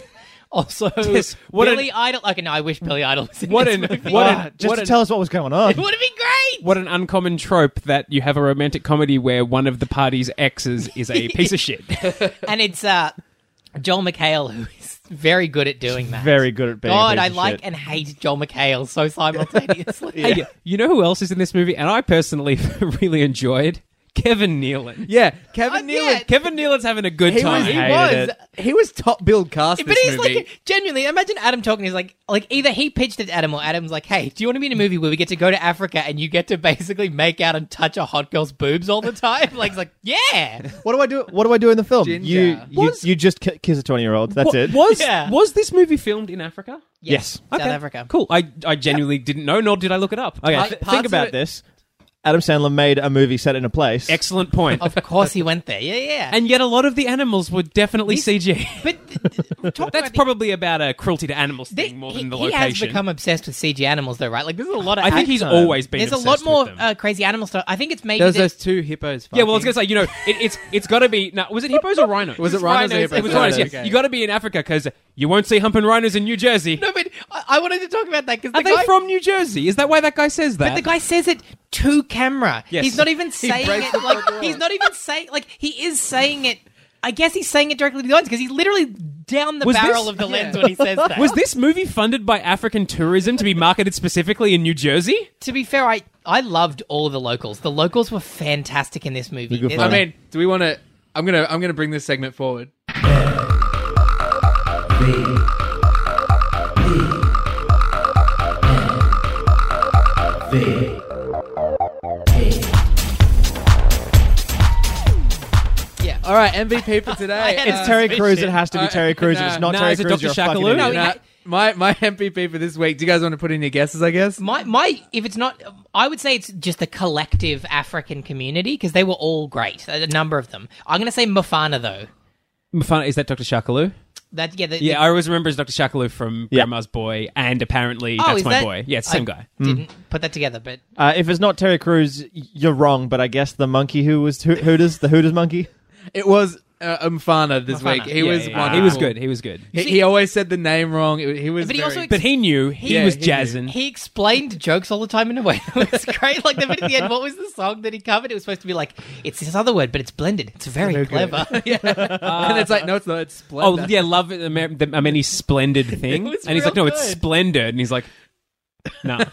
Speaker 2: [LAUGHS]
Speaker 3: also,
Speaker 2: Yes, what
Speaker 3: Billy
Speaker 2: an-
Speaker 3: Idol. Okay, no, I wish Billy Idol was in
Speaker 2: What
Speaker 3: this
Speaker 2: an-
Speaker 3: movie.
Speaker 2: what an-
Speaker 1: Ah,
Speaker 3: [LAUGHS]
Speaker 1: just
Speaker 2: what
Speaker 1: to
Speaker 2: an-
Speaker 1: tell us what was going on.
Speaker 3: It would have been great.
Speaker 2: What an uncommon trope that you have a romantic comedy where one of the party's exes is
Speaker 3: [LAUGHS]
Speaker 2: a piece of shit.
Speaker 3: And it's uh, Joel McHale who is very good at doing that.
Speaker 1: Very good at being. a
Speaker 3: God,
Speaker 1: piece
Speaker 3: I
Speaker 1: of
Speaker 3: like
Speaker 1: shit.
Speaker 3: and hate Joel McHale
Speaker 2: [LAUGHS]
Speaker 3: so simultaneously.
Speaker 2: Hey, you know who else is in this movie? And I personally [LAUGHS] really enjoyed Kevin Nealon.
Speaker 4: Yeah,
Speaker 3: Uh,
Speaker 4: Kevin Nealon.
Speaker 3: yeah.
Speaker 2: Kevin Nealon's having a good
Speaker 4: He
Speaker 2: time.
Speaker 4: was, he
Speaker 1: hated
Speaker 4: was, he was top build cast.
Speaker 3: [LAUGHS] But
Speaker 4: this
Speaker 3: he's
Speaker 4: movie.
Speaker 3: like genuinely. Imagine Adam talking. He's like, like either he pitched it to Adam or Adam's like, hey, do you want to be in a movie where we get to go to Africa and you get to basically make out and touch a hot girl's boobs all the time? [LAUGHS] Like, he's like, yeah.
Speaker 1: What do I do? What do I do in the film?
Speaker 4: Ginger.
Speaker 1: You you,
Speaker 2: Was-
Speaker 1: you just ki- kiss a twenty year old. That's
Speaker 2: Wa-
Speaker 1: it.
Speaker 2: Was
Speaker 3: Yeah.
Speaker 2: was this movie filmed in Africa?
Speaker 1: Yes.
Speaker 3: South
Speaker 2: Okay.
Speaker 3: Africa.
Speaker 2: Cool. I, I genuinely didn't know, nor did I look it up.
Speaker 1: Okay,
Speaker 2: Uh,
Speaker 1: th-
Speaker 4: parts
Speaker 1: think
Speaker 4: of
Speaker 1: about
Speaker 4: it-
Speaker 1: this. Adam Sandler made a movie set in a place.
Speaker 2: excellent point.
Speaker 3: Of
Speaker 2: [LAUGHS]
Speaker 3: course he went there. Yeah, yeah.
Speaker 2: and yet, a lot of the animals were definitely
Speaker 3: This-
Speaker 2: CG.
Speaker 3: [LAUGHS] but th- th- talk
Speaker 2: [LAUGHS] That's
Speaker 3: about the-
Speaker 2: probably about a cruelty to animals
Speaker 3: the-
Speaker 2: thing more
Speaker 3: he,
Speaker 2: than the
Speaker 3: he
Speaker 2: location.
Speaker 3: has become obsessed with CG animals, though, right? Like, there's a lot of.
Speaker 2: I think he's
Speaker 1: Time.
Speaker 2: always been.
Speaker 3: There's a lot
Speaker 2: obsessed
Speaker 3: more
Speaker 2: with them.
Speaker 3: uh, crazy animal stuff. I think it's maybe.
Speaker 4: there was
Speaker 3: that-
Speaker 4: those two hippos.
Speaker 2: yeah, well, I was gonna say,
Speaker 3: [LAUGHS]
Speaker 4: fucking.
Speaker 2: you know, it, it's it's got to be. Now, was it hippos or rhinos?
Speaker 4: Was it rhinos or hippos?
Speaker 2: It was rhinos. Yeah.
Speaker 4: Okay.
Speaker 2: You got to be in Africa because you won't see humping rhinos in New Jersey.
Speaker 3: [LAUGHS] no, but I, I wanted to talk about that because
Speaker 2: Are
Speaker 3: the
Speaker 2: they
Speaker 3: guy,
Speaker 2: from New Jersey? Is that why that guy says that?
Speaker 3: But the guy says it to camera.
Speaker 2: Yes.
Speaker 3: He's
Speaker 2: [LAUGHS]
Speaker 3: not even saying
Speaker 4: breaks
Speaker 3: it
Speaker 4: the
Speaker 3: like he's not even saying like he is saying it. I guess he's saying it directly to the lens because he's literally down the
Speaker 2: Was
Speaker 3: barrel
Speaker 2: this- [LAUGHS]
Speaker 3: of the lens when he says that.
Speaker 2: was this movie funded by African tourism to be marketed specifically in New Jersey?
Speaker 3: to be fair, I I loved all of the locals. The locals were fantastic in this movie.
Speaker 1: They're good
Speaker 3: There's-
Speaker 1: fun.
Speaker 4: I mean, do we want to? I'm gonna I'm gonna bring this segment forward.
Speaker 3: yeah.
Speaker 4: All right, MVP for
Speaker 3: [LAUGHS]
Speaker 4: today.
Speaker 3: I had
Speaker 4: Uh,
Speaker 3: a-
Speaker 1: It's Terry
Speaker 3: Shit.
Speaker 1: Crews. It has to be
Speaker 4: Uh,
Speaker 1: Terry Crews.
Speaker 4: nah.
Speaker 1: If it's not
Speaker 2: Nah,
Speaker 1: Terry
Speaker 2: is it
Speaker 1: Crews,
Speaker 2: Dr.
Speaker 1: you're a fucking
Speaker 2: Shakalu?
Speaker 1: idiot.
Speaker 3: No,
Speaker 4: Nah.
Speaker 3: he-
Speaker 4: my my MVP for this week. Do you guys want to put in your guesses? I guess.
Speaker 3: My my, if it's not, I would say it's just the collective African community because they were all great. A number of them. I'm going to say Mufana though.
Speaker 2: Mufana, is that Dr. Shakaloo?
Speaker 3: That yeah, the,
Speaker 2: Yeah, I always remember as Dr. Shakaloo from
Speaker 1: Yeah.
Speaker 2: Grandma's Boy, and apparently
Speaker 3: Oh,
Speaker 2: that's
Speaker 3: is
Speaker 2: my
Speaker 3: that-
Speaker 2: boy. Yeah, it's the same
Speaker 3: I
Speaker 2: guy.
Speaker 4: hmm.
Speaker 3: Didn't put that together, but
Speaker 1: Uh, if it's not Terry Crews, y- you're wrong. But I guess the monkey who was Ho- Hooters, the Hooters monkey.
Speaker 4: It was uh, Umfana this
Speaker 3: Umfana.
Speaker 4: week. He
Speaker 2: Yeah,
Speaker 4: was
Speaker 2: yeah, yeah.
Speaker 4: wonderful.
Speaker 2: he was good. He was good.
Speaker 4: He, he always said the name wrong. It- he was.
Speaker 3: But he
Speaker 4: very- [LAUGHS]
Speaker 3: also-
Speaker 2: But he knew he
Speaker 4: Yeah,
Speaker 2: was
Speaker 4: he knew.
Speaker 2: jazzing.
Speaker 3: he explained jokes all the time in a way that
Speaker 4: [LAUGHS]
Speaker 3: was great. Like the bit at the end, what was the song that he covered? It was supposed to be like it's this other word, but it's blended. It's very,
Speaker 4: Very good.
Speaker 3: clever.
Speaker 4: [LAUGHS]
Speaker 3: [LAUGHS] uh,
Speaker 4: and it's like no, it's not. It's
Speaker 2: Oh
Speaker 4: splendid.
Speaker 2: yeah, love it, the, Amer- the many splendid
Speaker 4: [LAUGHS]
Speaker 2: thing.
Speaker 4: was
Speaker 2: and he's like,
Speaker 4: real
Speaker 2: no, it's
Speaker 4: good.
Speaker 2: splendid. And he's like, no.
Speaker 4: [LAUGHS]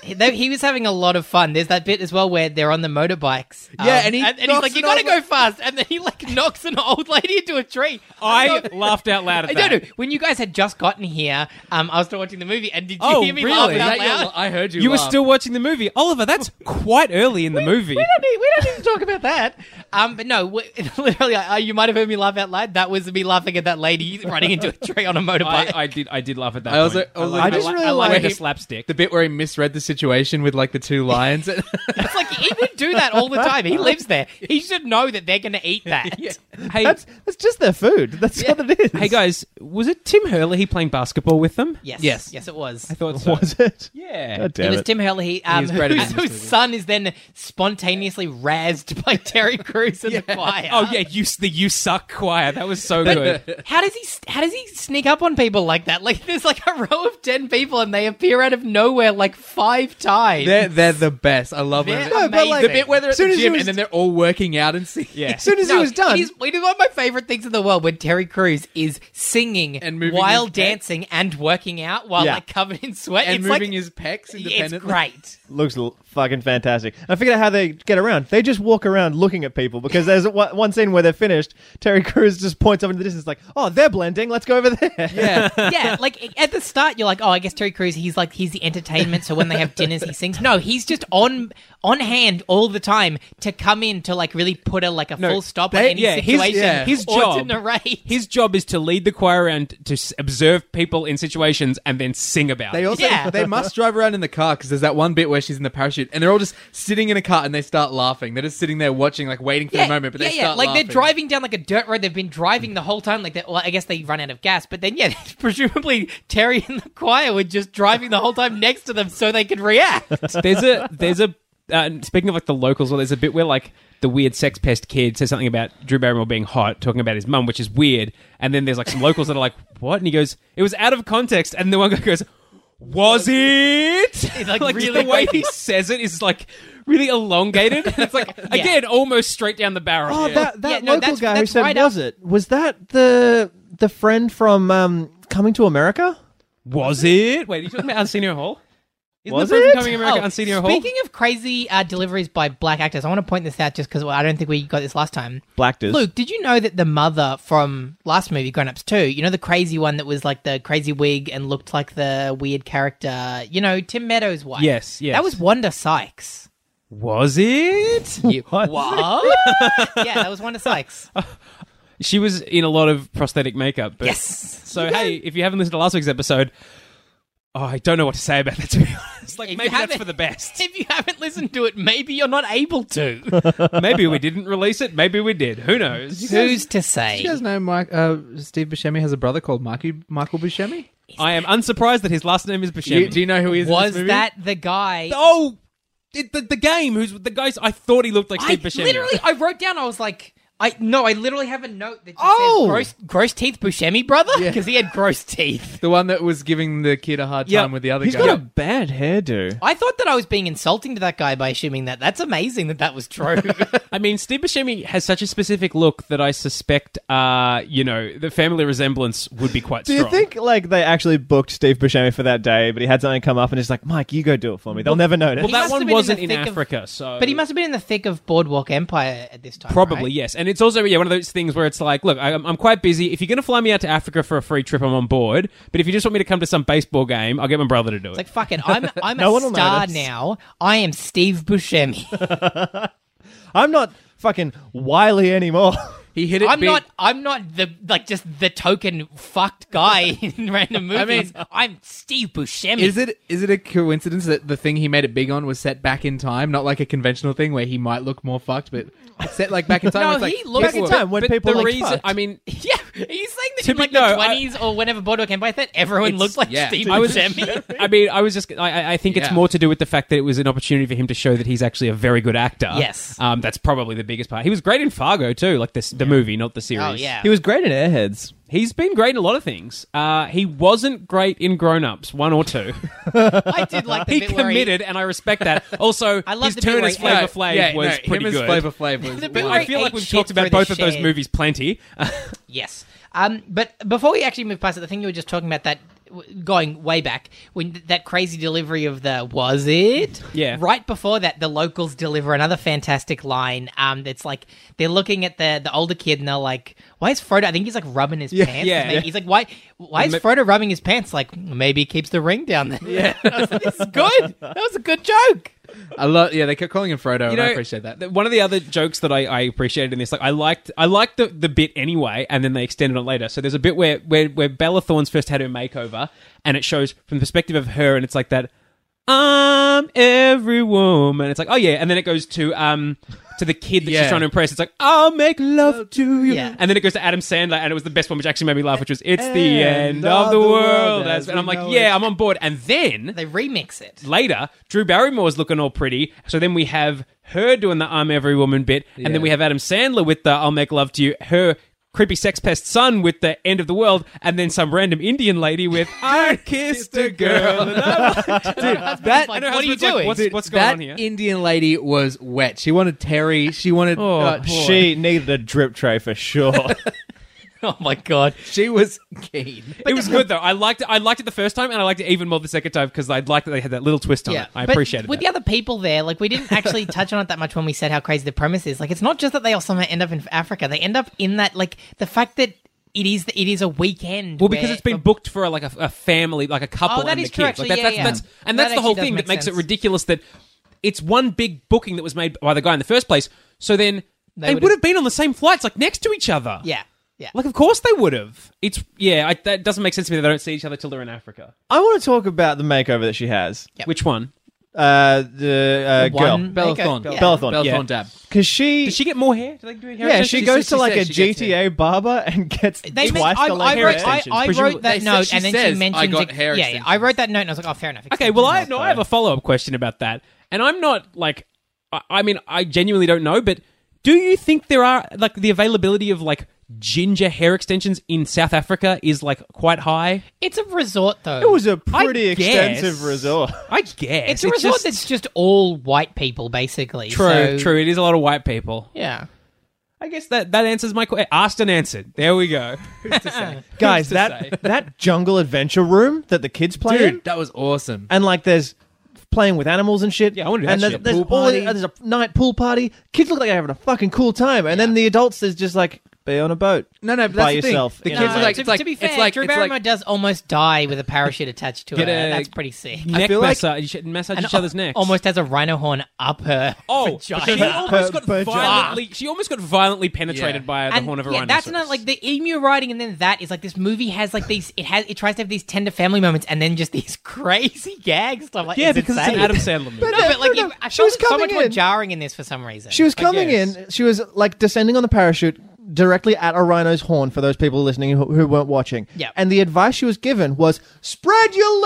Speaker 3: He- though he was having a lot of fun. There's that bit as well where they're on the motorbikes. Um,
Speaker 4: Yeah, and he
Speaker 3: he's
Speaker 4: knocks
Speaker 3: like,
Speaker 4: an
Speaker 3: "You gotta
Speaker 4: old
Speaker 3: go
Speaker 4: la-
Speaker 3: fast," and then he like knocks an old lady into a tree.
Speaker 2: I laughed out loud at
Speaker 3: I
Speaker 2: that.
Speaker 3: don't know. When you guys had just gotten here, um, I was still watching the movie, and did you
Speaker 2: Oh,
Speaker 3: hear me
Speaker 2: really?
Speaker 3: laugh
Speaker 4: Was
Speaker 3: out
Speaker 4: that your-
Speaker 3: loud? [LAUGHS]
Speaker 4: I heard you.
Speaker 2: You were
Speaker 4: laugh.
Speaker 2: still watching the movie, Oliver. That's quite early in the movie.
Speaker 3: We don't need, we don't need to talk about that. Um, but no, [LAUGHS] we, literally, uh, you might have heard me laugh out loud. That was me laughing at that lady running into a tree on a motorbike.
Speaker 2: I,
Speaker 4: [LAUGHS]
Speaker 2: I did. I did laugh at that.
Speaker 4: I also-
Speaker 2: point.
Speaker 4: also-
Speaker 2: like-
Speaker 4: I
Speaker 1: just
Speaker 2: like-
Speaker 1: really
Speaker 2: I like
Speaker 1: like-
Speaker 2: the slapstick.
Speaker 4: the bit where he misread the situation with like the two lions.
Speaker 3: it's like he would do that all the time. [LAUGHS] He lives there. He should know that they're going to eat [LAUGHS] that.
Speaker 2: [LAUGHS] hey,
Speaker 1: That's that's just their food. That's what it is.
Speaker 2: hey, guys, was it Tim Hurley playing basketball with them?
Speaker 3: Yes,
Speaker 4: Yes.
Speaker 3: yes, it was.
Speaker 1: [LAUGHS]
Speaker 2: I thought so.
Speaker 1: was it?
Speaker 2: Yeah.
Speaker 1: God damn
Speaker 3: it
Speaker 1: it.
Speaker 3: was Tim Hurley, um,
Speaker 4: was great
Speaker 3: [LAUGHS]
Speaker 4: in
Speaker 3: whose,
Speaker 4: this
Speaker 3: whose son is then spontaneously razzed by Terry Crews [LAUGHS] in the choir.
Speaker 2: Oh [LAUGHS] yeah, you the you suck choir. That was so good.
Speaker 3: [LAUGHS] How does he? How does he sneak up on people like that? Like there's like a row of ten people, and they appear out of nowhere like five times.
Speaker 4: they're they're the best. I love
Speaker 3: They're
Speaker 4: it.
Speaker 3: No, but, like,
Speaker 4: the bit where they're at
Speaker 1: soon
Speaker 4: the
Speaker 1: as he
Speaker 4: gym
Speaker 1: was-
Speaker 4: and then they're all working out and singing.
Speaker 2: Yeah.
Speaker 1: As soon as he was done,
Speaker 3: It is, it is one of my favorite things in the world when Terry Crews is singing
Speaker 4: And moving
Speaker 3: while
Speaker 4: his head.
Speaker 3: dancing and working out while
Speaker 1: Yeah.
Speaker 3: like covered in sweat.
Speaker 4: and
Speaker 3: it's
Speaker 4: moving
Speaker 3: like,
Speaker 4: his
Speaker 3: it's
Speaker 4: pecs independently.
Speaker 3: great.
Speaker 1: looks l- fucking fantastic. I figured out how they get around. They just walk around looking at people because there's [LAUGHS] one one scene where they're finished. Terry Crews just points up into the distance, like, "Oh, they're blending. Let's go over there."
Speaker 4: Yeah.
Speaker 3: yeah, like at the start, you're like, oh, I guess Terry Crews, he's like, he's the entertainment. So when they have dinners, he sings. No, he's just on on hand all the time to come in to like really put a like a full stop on
Speaker 2: they-
Speaker 3: any
Speaker 2: yeah, his-
Speaker 3: situation.
Speaker 4: yeah,
Speaker 2: his
Speaker 3: or to
Speaker 2: job-
Speaker 3: narrate.
Speaker 2: His job is to lead the choir around to s- observe people in situations and then sing about.
Speaker 4: They
Speaker 2: it.
Speaker 4: also
Speaker 3: Yeah.
Speaker 4: they must drive around in the car because there's that one bit where she's in the parachute and they're all just sitting in a car and they start laughing. They're just sitting there watching, like waiting for the moment. But
Speaker 3: yeah,
Speaker 4: they
Speaker 3: yeah.
Speaker 4: start
Speaker 3: like
Speaker 4: laughing.
Speaker 3: they're driving down like a dirt road. They've been driving the whole time. Like, they, well, I guess they run out of gas. But then, yeah, [LAUGHS] presumably Terry and the choir were just driving the whole time next to them so they could react.
Speaker 2: there's a there's a uh, and speaking of like the locals, well, there's a bit where like the weird sex pest kid says something about Drew Barrymore being hot, talking about his mum, which is weird. And then there's like some locals that are like, "What?" And he goes, "It was out of context." And the one guy goes, "Was it?" [LAUGHS]
Speaker 3: like,
Speaker 2: just
Speaker 3: really
Speaker 2: the way he says it is like really elongated. It's like again almost straight down the
Speaker 1: [LAUGHS]
Speaker 2: barrel.
Speaker 1: Oh, that that
Speaker 3: Yeah, no,
Speaker 1: local
Speaker 3: that's-
Speaker 1: guy
Speaker 3: that's
Speaker 1: who said,
Speaker 3: right
Speaker 1: "Was
Speaker 3: up-
Speaker 1: it? Was that the the friend from um, Coming to America?"
Speaker 2: was it? Wait, are you talking about Arsenio Hall? Isn't
Speaker 1: Was
Speaker 2: the person
Speaker 1: it?
Speaker 2: [LAUGHS] coming to America
Speaker 3: Oh,
Speaker 2: Arsenio Hall?
Speaker 3: speaking of crazy uh, deliveries by black actors, I want to point this out just because well, I don't think we got this last time.
Speaker 1: Blackders.
Speaker 3: Luke, did you know that the mother from last movie, Grown Ups 2, you know the crazy one that was like the crazy wig and looked like the weird character, you know, Tim Meadows' wife?
Speaker 2: Yes, yes.
Speaker 3: That was Wanda Sykes.
Speaker 2: was it?
Speaker 3: [LAUGHS] You,
Speaker 1: What?
Speaker 3: yeah, that was Wanda Sykes.
Speaker 2: She was in a lot of prosthetic makeup. But
Speaker 3: Yes. [LAUGHS]
Speaker 2: So hey, if you haven't listened to last week's episode, oh, I don't know what to say about that. To be honest, like
Speaker 3: If you
Speaker 2: maybe that's
Speaker 3: haven't-
Speaker 2: for the best.
Speaker 3: If you haven't listened to it, maybe you're not able to.
Speaker 2: [LAUGHS] maybe we didn't release it. Maybe we did. Who knows?
Speaker 3: Who's to say?
Speaker 4: Do you guys know Mike, uh, Steve Buscemi has a brother called Michael, Michael Buscemi?
Speaker 2: I am unsurprised that his last name is
Speaker 4: Do you,
Speaker 2: Buscemi.
Speaker 4: do you know who he is? in
Speaker 3: Was
Speaker 4: this movie?
Speaker 3: that the guy?
Speaker 2: oh, it, the, the game. Who's the guys? I thought he looked like
Speaker 3: I
Speaker 2: Steve Buscemi.
Speaker 3: literally, I wrote down. I was like, I no, I literally have a note that just
Speaker 1: Oh!
Speaker 3: says gross, gross teeth, Buscemi brother, because he had gross teeth.
Speaker 4: the one that was giving the kid a hard time
Speaker 2: Yeah.
Speaker 4: with the other
Speaker 1: He's
Speaker 4: guy?
Speaker 1: got a bad hairdo.
Speaker 3: I thought that I was being insulting to that guy by assuming that. That's amazing that that was true.
Speaker 2: I mean, Steve Buscemi has such a specific look that I suspect, uh, you know, the family resemblance would be quite
Speaker 1: Do you
Speaker 2: strong.
Speaker 1: think like they actually booked Steve Buscemi for that day, but he had something come up and it's like, Mike, you go do it for me. They'll never notice.
Speaker 2: Well,
Speaker 3: He
Speaker 2: that
Speaker 3: must have
Speaker 2: one
Speaker 3: been in
Speaker 2: wasn't
Speaker 3: the
Speaker 2: in
Speaker 3: thick of-
Speaker 2: Africa, so.
Speaker 3: but he must have been in the thick of Boardwalk Empire at this time.
Speaker 2: Probably
Speaker 3: right?
Speaker 2: yes, and it's also yeah one of those things where it's like, look, I, I'm quite busy. If you're going to fly me out to Africa for a free trip, I'm on board. But if you just want me to come to some baseball game, I'll get my brother to do it.
Speaker 3: It's like fuck it. I'm I'm
Speaker 1: No
Speaker 3: a
Speaker 1: one will
Speaker 3: star
Speaker 1: notice.
Speaker 3: now. I am Steve Buscemi.
Speaker 1: I'm not fucking wily anymore. [LAUGHS]
Speaker 4: He hit it
Speaker 3: I'm
Speaker 4: big.
Speaker 3: not. I'm not the like just the token fucked guy in random movies. I mean, I'm Steve Buscemi.
Speaker 4: Is it is it a coincidence that the thing he made it big on was set back in time, not like a conventional thing where he might look more fucked, but it's set like back in time?
Speaker 3: No,
Speaker 4: where it's like,
Speaker 3: he looks-
Speaker 4: people
Speaker 1: Back in
Speaker 4: were-
Speaker 1: time when
Speaker 2: but
Speaker 1: people
Speaker 2: the
Speaker 1: like
Speaker 2: reason,
Speaker 1: fucked.
Speaker 2: I
Speaker 3: [LAUGHS]
Speaker 2: mean,
Speaker 3: [LAUGHS] Yeah, are you saying that
Speaker 2: To
Speaker 3: in
Speaker 2: be-
Speaker 3: like
Speaker 2: no,
Speaker 3: the
Speaker 2: I-
Speaker 3: twenties or whenever Boardwalk Empire that everyone
Speaker 4: It's-
Speaker 3: looks like
Speaker 4: yeah.
Speaker 3: Steve
Speaker 2: I was. [LAUGHS]
Speaker 3: Buscemi?
Speaker 2: I mean, I was just. I, I think it's
Speaker 4: Yeah.
Speaker 2: more to do with the fact that it was an opportunity for him to show that he's actually a very good actor.
Speaker 3: Yes.
Speaker 2: um, that's probably the biggest part. He was great in Fargo too, like this the movie, not the series.
Speaker 3: oh yeah.
Speaker 1: He was great in Airheads.
Speaker 2: he's been great in a lot of things. Uh, he wasn't great in Grown Ups one or two.
Speaker 3: I did like the
Speaker 2: he
Speaker 3: bit where he-
Speaker 2: committed, and I respect
Speaker 3: [LAUGHS]
Speaker 2: that. Also,
Speaker 3: I love
Speaker 2: his
Speaker 3: the bit
Speaker 2: turn
Speaker 3: where
Speaker 2: as
Speaker 3: he-
Speaker 2: Flavor
Speaker 4: No,
Speaker 2: Flav
Speaker 4: yeah,
Speaker 2: was
Speaker 4: no,
Speaker 2: pretty
Speaker 4: him
Speaker 2: good.
Speaker 4: As Flavor Flav was
Speaker 3: The bit
Speaker 4: wild.
Speaker 3: where
Speaker 2: I
Speaker 3: he
Speaker 2: feel like
Speaker 3: ate
Speaker 2: we've
Speaker 3: shit
Speaker 2: talked about
Speaker 3: through the
Speaker 2: both of those
Speaker 3: shed.
Speaker 2: movies plenty.
Speaker 3: Yes. Um, but before we actually move past it, the thing you were just talking about that w- going way back when th- that crazy delivery of the was it
Speaker 2: Yeah.
Speaker 3: right before that the locals deliver another fantastic line um that's like they're looking at the the older kid and they're like why is frodo i think he's like rubbing his pants
Speaker 2: yeah,
Speaker 3: maybe.
Speaker 2: yeah.
Speaker 3: he's like why why is frodo rubbing his pants like maybe he keeps the ring down there yeah [LAUGHS] this is good that was a good joke
Speaker 4: I love. Yeah, they kept calling him Frodo, and I appreciate that.
Speaker 2: th- One of the other jokes that I, I appreciated in this, like I liked, I liked the, the bit anyway, and then they extended it later. So there's a bit where where where Bella Thorne's first had her makeover, and it shows from the perspective of her, and it's like that. I'm every woman. It's like, oh yeah, and then it goes to um to the kid that she's
Speaker 4: Yeah.
Speaker 2: trying to impress. It's like, I'll make love to you,
Speaker 3: Yeah.
Speaker 2: and then it goes to Adam Sandler, and it was the best one, which actually made me laugh, which was, it's the
Speaker 1: And
Speaker 2: end of the world,
Speaker 1: as
Speaker 2: as- and
Speaker 1: we
Speaker 2: I'm
Speaker 1: know
Speaker 2: like,
Speaker 1: it.
Speaker 2: yeah, I'm on board. And then
Speaker 3: they remix it
Speaker 2: later, Drew Barrymore's looking all pretty. So then we have her doing the I'm every woman bit, and then we have Adam Sandler with the I'll make love to you, her creepy sex pest son with the end of the world, and then some random Indian lady
Speaker 3: [LAUGHS]
Speaker 2: with I kissed a girl. And I'm like,
Speaker 4: That
Speaker 3: like,
Speaker 2: and her
Speaker 3: what are you
Speaker 2: husband's like,
Speaker 3: doing?
Speaker 2: what's,
Speaker 4: dude,
Speaker 2: what's going
Speaker 4: that
Speaker 2: on here?
Speaker 4: Indian lady was wet. She wanted Terry. She wanted.
Speaker 2: Oh,
Speaker 4: uh,
Speaker 2: boy.
Speaker 1: She needed a drip tray for sure.
Speaker 3: [LAUGHS] oh my god
Speaker 4: she was keen.
Speaker 2: it was good though. I liked it. I liked it the first time, and I liked it even more the second time because I liked that they had that little twist on it. I
Speaker 3: but
Speaker 2: appreciated
Speaker 3: With
Speaker 2: that.
Speaker 3: the other people there, like we didn't actually touch on it that much when we said how crazy the premise is. Like it's not just that they all somehow end up in Africa; they end up in that like the fact that it is it is a weekend.
Speaker 2: Well, because
Speaker 3: where-
Speaker 2: it's been booked for like a, a family, like a couple
Speaker 3: Oh, that
Speaker 2: and
Speaker 3: is
Speaker 2: the
Speaker 3: true,
Speaker 2: kids.
Speaker 3: actually.
Speaker 2: Like that's,
Speaker 3: Yeah,
Speaker 2: that's,
Speaker 3: yeah.
Speaker 2: that's and
Speaker 3: That
Speaker 2: that's the
Speaker 3: actually
Speaker 2: whole
Speaker 3: does
Speaker 2: thing
Speaker 3: make
Speaker 2: that makes
Speaker 3: sense.
Speaker 2: it ridiculous that it's one big booking that was made by the guy in the first place. So then
Speaker 3: They
Speaker 2: they,
Speaker 3: would've-
Speaker 2: would have been on the same flights, like next to each other.
Speaker 3: yeah, yeah.
Speaker 2: Like, of course they would have. It's yeah. I, that doesn't make sense to me. that They don't see each other till they're in Africa.
Speaker 1: [LAUGHS] I want to talk about the makeover that she has.
Speaker 2: Which one?
Speaker 1: Uh, the uh, girl.
Speaker 3: One
Speaker 4: Bella
Speaker 3: makeover-
Speaker 4: Thorne.
Speaker 3: yeah.
Speaker 1: Bella Thorne.
Speaker 4: Bella
Speaker 2: Yeah.
Speaker 4: Thorne dab.
Speaker 1: Because she,
Speaker 2: Did she get more hair? Do they do hair?
Speaker 1: yeah,
Speaker 2: extensions?
Speaker 1: she
Speaker 4: she
Speaker 1: goes to
Speaker 4: said- she
Speaker 1: like a
Speaker 4: said she gets
Speaker 1: GTA barber and gets
Speaker 3: They
Speaker 1: twice
Speaker 3: meant,
Speaker 1: the
Speaker 3: I,
Speaker 1: like
Speaker 3: I
Speaker 1: hair
Speaker 3: wrote, I,
Speaker 1: extensions.
Speaker 3: I
Speaker 2: Presumably-
Speaker 3: wrote that
Speaker 4: they
Speaker 3: note,
Speaker 4: said- she
Speaker 3: and then
Speaker 4: says,
Speaker 3: she mentions
Speaker 4: "I got
Speaker 3: it-
Speaker 4: hair
Speaker 3: yeah, yeah, I
Speaker 4: extensions."
Speaker 3: wrote that note, and I was like, "Oh, fair enough."
Speaker 2: Okay, well, I,
Speaker 3: extensions.
Speaker 2: no, I have a follow up question about that, and I'm not like, I, I mean, I genuinely don't know, but do you think there are like the availability of like ginger hair extensions in South Africa is like quite high?
Speaker 3: it's a resort though.
Speaker 1: it was a
Speaker 2: I
Speaker 1: pretty
Speaker 2: guess-
Speaker 1: extensive
Speaker 2: [LAUGHS]
Speaker 1: resort.
Speaker 2: I guess
Speaker 3: it's a resort
Speaker 2: just-
Speaker 3: that's just all white people,
Speaker 2: [LAUGHS]
Speaker 3: basically.
Speaker 2: true.
Speaker 3: so-
Speaker 2: True, it is a lot of white people.
Speaker 3: Yeah.
Speaker 2: I guess that that answers my question. Asked and answered. There we go.
Speaker 1: Guys,
Speaker 2: to say?
Speaker 1: that that jungle adventure room that the kids play in,
Speaker 4: Dude, that was awesome.
Speaker 1: and like there's playing with animals and shit.
Speaker 2: Yeah, I wanna do that
Speaker 1: and there's,
Speaker 2: shit.
Speaker 1: There's,
Speaker 4: Pool
Speaker 1: all- uh,
Speaker 4: party.
Speaker 1: there's a night pool party. Kids look like they're having a fucking cool time, and then the adults is just like be on a boat.
Speaker 4: No, no, but
Speaker 1: by
Speaker 4: that's the thing.
Speaker 1: yourself.
Speaker 4: The
Speaker 1: in a
Speaker 4: kids are
Speaker 1: lake.
Speaker 4: like-
Speaker 3: to,
Speaker 4: it's like-
Speaker 3: to be
Speaker 4: it's
Speaker 3: fair,
Speaker 4: like-
Speaker 3: Drew
Speaker 4: it's like-
Speaker 3: Barrymore does almost die with a parachute attached to her.
Speaker 4: Get a-
Speaker 3: That's pretty sick.
Speaker 2: Neck
Speaker 1: feel like-
Speaker 2: massager. you should massage
Speaker 3: And
Speaker 2: each other's necks.
Speaker 3: Almost has a rhino horn up her.
Speaker 2: Oh,
Speaker 3: vagina.
Speaker 2: she almost got
Speaker 1: Vagina.
Speaker 2: violently. She almost got violently penetrated
Speaker 4: Yeah.
Speaker 2: by the
Speaker 3: Ah. And,
Speaker 2: horn of a
Speaker 3: yeah,
Speaker 2: rhinoceros.
Speaker 3: that's not like the emu riding, and then that is like this movie has like these. It has it tries to have these tender family moments, and then just [LAUGHS] these crazy gag stuff. Like
Speaker 2: yeah,
Speaker 3: it's
Speaker 2: because it's an
Speaker 3: insane. [LAUGHS]
Speaker 2: Adam [LAUGHS] Sandler movie.
Speaker 3: But no, but like
Speaker 1: No, no,
Speaker 3: it, I
Speaker 1: she
Speaker 3: felt
Speaker 1: was
Speaker 3: it so
Speaker 1: coming
Speaker 3: much more
Speaker 1: in.
Speaker 3: jarring in this for some reason.
Speaker 1: She was coming
Speaker 2: guess.
Speaker 1: in. She was like descending on the parachute directly at a rhino's horn for those people listening who, who weren't watching.
Speaker 3: Yep.
Speaker 1: And the advice she was given was spread your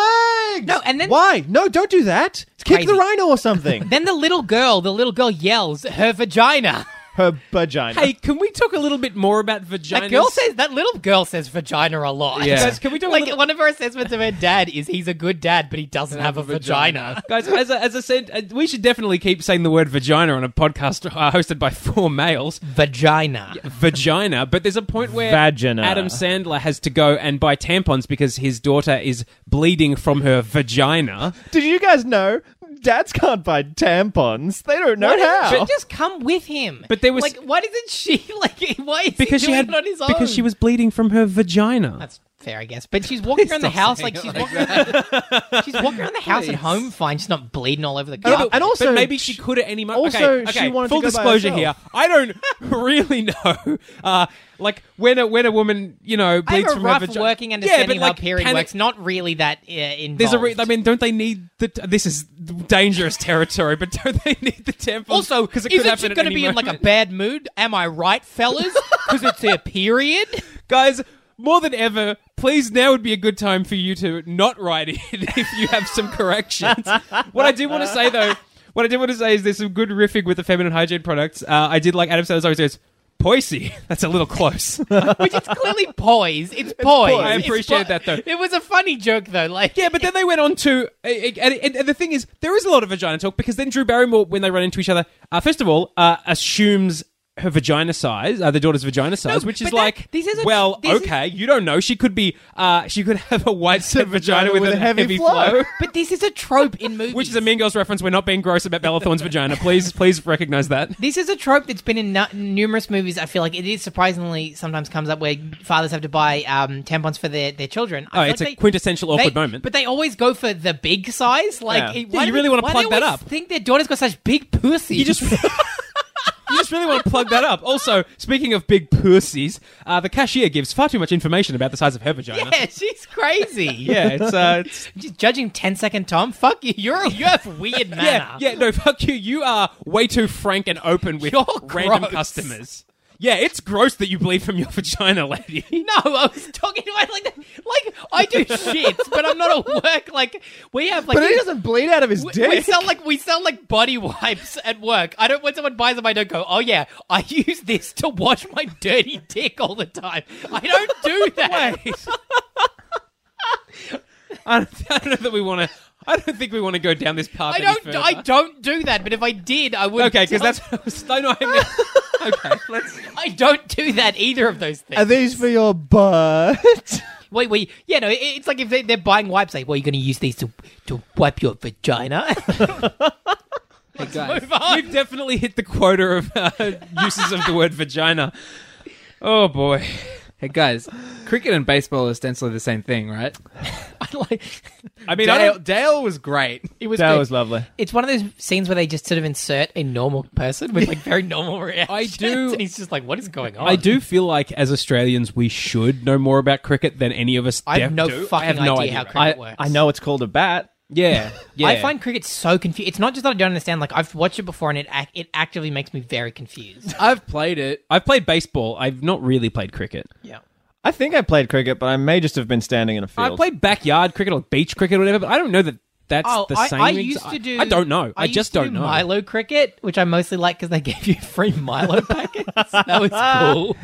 Speaker 1: legs.
Speaker 3: No, and then-
Speaker 1: why? No, don't do that. Kick
Speaker 3: crazy.
Speaker 1: the rhino or [LAUGHS] something.
Speaker 3: then the little girl, the little girl yells her vagina. [LAUGHS]
Speaker 1: Her vagina.
Speaker 2: Hey, can we talk a little bit more about vaginas?
Speaker 3: That girl says that little girl says vagina a lot.
Speaker 4: Yeah.
Speaker 2: Guys, can we do a
Speaker 3: like
Speaker 2: little-
Speaker 3: one of her assessments of her dad is he's a good dad, but he doesn't have, a vagina.
Speaker 2: Guys, as I, as I said, uh, we should definitely keep saying the word vagina on a podcast uh, hosted by four males.
Speaker 3: Vagina.
Speaker 2: Vagina, but there's a point where
Speaker 1: Vagina.
Speaker 2: Adam Sandler has to go and buy tampons because his daughter is bleeding from her vagina.
Speaker 1: Did you guys know dads can't buy tampons? They don't know
Speaker 3: Why
Speaker 1: how.
Speaker 3: didn't she just come with him?
Speaker 2: But there was-
Speaker 3: like, why doesn't she [LAUGHS] like? Why is
Speaker 2: Because
Speaker 3: he
Speaker 2: she
Speaker 3: doing
Speaker 2: had
Speaker 3: it on his own?
Speaker 2: because she was bleeding from her vagina.
Speaker 3: That's fair, I guess. But she's walking around the
Speaker 4: stop
Speaker 3: house
Speaker 4: saying
Speaker 3: like
Speaker 4: it
Speaker 3: she's walking.
Speaker 4: like
Speaker 3: Around, [LAUGHS] she's walking around the house at
Speaker 4: Please.
Speaker 3: home fine. She's not bleeding all over the
Speaker 1: know,
Speaker 3: carpet.
Speaker 1: but- and also-
Speaker 2: but maybe she could at any moment.
Speaker 1: also,
Speaker 2: okay,
Speaker 1: she
Speaker 2: okay,
Speaker 1: wanted to
Speaker 2: full
Speaker 1: go by
Speaker 2: disclosure here.
Speaker 1: herself.
Speaker 2: I don't [LAUGHS] really know. Uh, like when a when a woman you know
Speaker 3: I
Speaker 2: bleeds
Speaker 3: have a
Speaker 2: from
Speaker 3: rough
Speaker 2: her vagina.
Speaker 3: working
Speaker 2: yeah, but
Speaker 3: understanding
Speaker 2: like
Speaker 3: of how period
Speaker 2: can it-
Speaker 3: works. Not really that uh, involved.
Speaker 2: There's a re- I mean, don't they need the? T- this is dangerous territory, but don't they need the tampon?
Speaker 3: also,
Speaker 2: because it could
Speaker 3: isn't
Speaker 2: happen
Speaker 3: she
Speaker 2: at
Speaker 3: going to
Speaker 2: any
Speaker 3: be in like a
Speaker 2: moment.
Speaker 3: bad mood? Am I right, fellas? Because it's her period.
Speaker 2: guys. More than ever, please now would be a good time for you to not write in [LAUGHS] if you have some corrections. what I do want to say though, what I do want to say is there's some good riffing with the feminine hygiene products. Uh, I did like Adam Sandler's always goes, Poisey. [LAUGHS] That's a little close.
Speaker 3: Which is clearly poise. It's poise.
Speaker 2: I
Speaker 3: It's
Speaker 2: appreciate
Speaker 3: po-
Speaker 2: that, though.
Speaker 3: It was a funny joke though. Like
Speaker 2: Yeah, but then they went on to, and, and, and the thing is, there is a lot of vagina talk because then Drew Barrymore, when they run into each other, uh, first of all, uh, assumes her vagina size, uh, the daughter's vagina size, which
Speaker 3: but
Speaker 2: is
Speaker 3: that-
Speaker 2: like,
Speaker 3: this isn't-
Speaker 2: well,
Speaker 3: this is-
Speaker 2: okay, you don't know. She could be, uh, she could have a white set vagina with, a heavy, flow.
Speaker 3: But this is a trope in movies.
Speaker 2: Which is a Mean Girls reference. We're not being gross about Bella Thorne's vagina. Please, please recognize that.
Speaker 3: This is a trope that's been in nu- numerous movies. I feel like it is surprisingly sometimes comes up where fathers have to buy um, tampons for their, their children. I
Speaker 2: Oh,
Speaker 3: feel
Speaker 2: it's
Speaker 3: like
Speaker 2: a quintessential awkward
Speaker 3: they-
Speaker 2: moment.
Speaker 3: But they always go for the big size. Like,
Speaker 1: Yeah.
Speaker 3: it-
Speaker 2: Yeah,
Speaker 3: why
Speaker 2: you
Speaker 3: do
Speaker 2: really
Speaker 3: they-
Speaker 2: wanna
Speaker 3: why do
Speaker 2: plug
Speaker 3: they
Speaker 2: that
Speaker 3: always
Speaker 2: up.
Speaker 3: Think their daughter's got such big pussy.
Speaker 2: You just [LAUGHS] You just really want to plug that up. Also, speaking of big pussies, uh, the cashier gives far too much information about the size of her vagina.
Speaker 3: [LAUGHS] yeah, she's crazy.
Speaker 2: [LAUGHS] Yeah, it's, uh, it's
Speaker 3: [LAUGHS] just judging 10 second Tom. Fuck you. You're you have weird
Speaker 2: [LAUGHS]
Speaker 3: manner.
Speaker 2: yeah, yeah. No, fuck you. You are way too frank and open with
Speaker 3: You're
Speaker 2: random
Speaker 3: gross.
Speaker 2: customers. Yeah, it's gross that you bleed from your [LAUGHS] vagina, lady.
Speaker 3: [LAUGHS] No, I was talking to her like that. Like
Speaker 2: [LAUGHS]
Speaker 3: I do shit, but I'm not at work. Like we have like
Speaker 1: [LAUGHS] But he doesn't bleed out of his
Speaker 3: We,
Speaker 1: dick.
Speaker 3: we sell like we sell like body wipes at work. I don't when someone buys them, I don't go, oh yeah, I [LAUGHS] use this to wash my dirty dick all the time. I don't do that.
Speaker 2: I don't, I don't know that we want to. I don't think we want to go down this path.
Speaker 3: [LAUGHS] I
Speaker 2: any
Speaker 3: don't.
Speaker 2: further.
Speaker 3: I don't do that. But if I did, I would.
Speaker 2: Okay, because that's. What I was, no, no, I
Speaker 3: [LAUGHS]
Speaker 2: mean, okay, let's.
Speaker 3: I don't do that either of those things.
Speaker 1: Are these for your [LAUGHS] butt?
Speaker 3: Wait, wait. Yeah, no. it- It's like if they, they're buying wipes, like, well, you're going to use these to to wipe your vagina. [LAUGHS]
Speaker 4: Hey, guys.
Speaker 3: Move on.
Speaker 2: We've definitely hit the quota of uh, uses of the word vagina. Oh boy.
Speaker 4: Hey guys, cricket and baseball are ostensibly the same thing, right?
Speaker 3: I [LAUGHS] like.
Speaker 2: I mean, I
Speaker 4: Dale,
Speaker 2: don't,
Speaker 4: Dale was great.
Speaker 3: It was.
Speaker 1: that
Speaker 3: good.
Speaker 1: was lovely.
Speaker 3: It's one of those scenes where they just sort of insert a normal person with like very normal reactions.
Speaker 2: do-
Speaker 3: and he's just like, "What is going on?"
Speaker 2: I do feel like as Australians we should know more about cricket than any of us.
Speaker 3: I have
Speaker 2: def-
Speaker 3: no
Speaker 2: do.
Speaker 3: fucking
Speaker 2: I have no
Speaker 3: idea,
Speaker 2: idea
Speaker 3: how
Speaker 2: right?
Speaker 3: cricket
Speaker 1: I-
Speaker 3: works.
Speaker 1: I know it's called a bat.
Speaker 2: Yeah, yeah.
Speaker 3: [LAUGHS] I find cricket so confused. It's not just that I don't understand. Like I've watched it before, and it ac- it actively makes me very confused.
Speaker 2: Uh,
Speaker 4: I've played it.
Speaker 2: I've played baseball. I've not really played cricket.
Speaker 3: Yeah.
Speaker 1: I think I played cricket, but I may just have been standing in a field.
Speaker 2: I played backyard cricket or beach cricket or whatever, but I don't know that that's
Speaker 3: Oh,
Speaker 2: the
Speaker 3: I,
Speaker 2: same.
Speaker 3: I
Speaker 2: ex-
Speaker 3: used to do.
Speaker 2: I, don't know. I,
Speaker 3: used
Speaker 2: just
Speaker 3: to
Speaker 2: don't
Speaker 3: do
Speaker 2: know.
Speaker 3: Milo cricket, which I mostly like because they [LAUGHS] gave you free
Speaker 2: [LAUGHS]
Speaker 3: Milo packets. that was cool.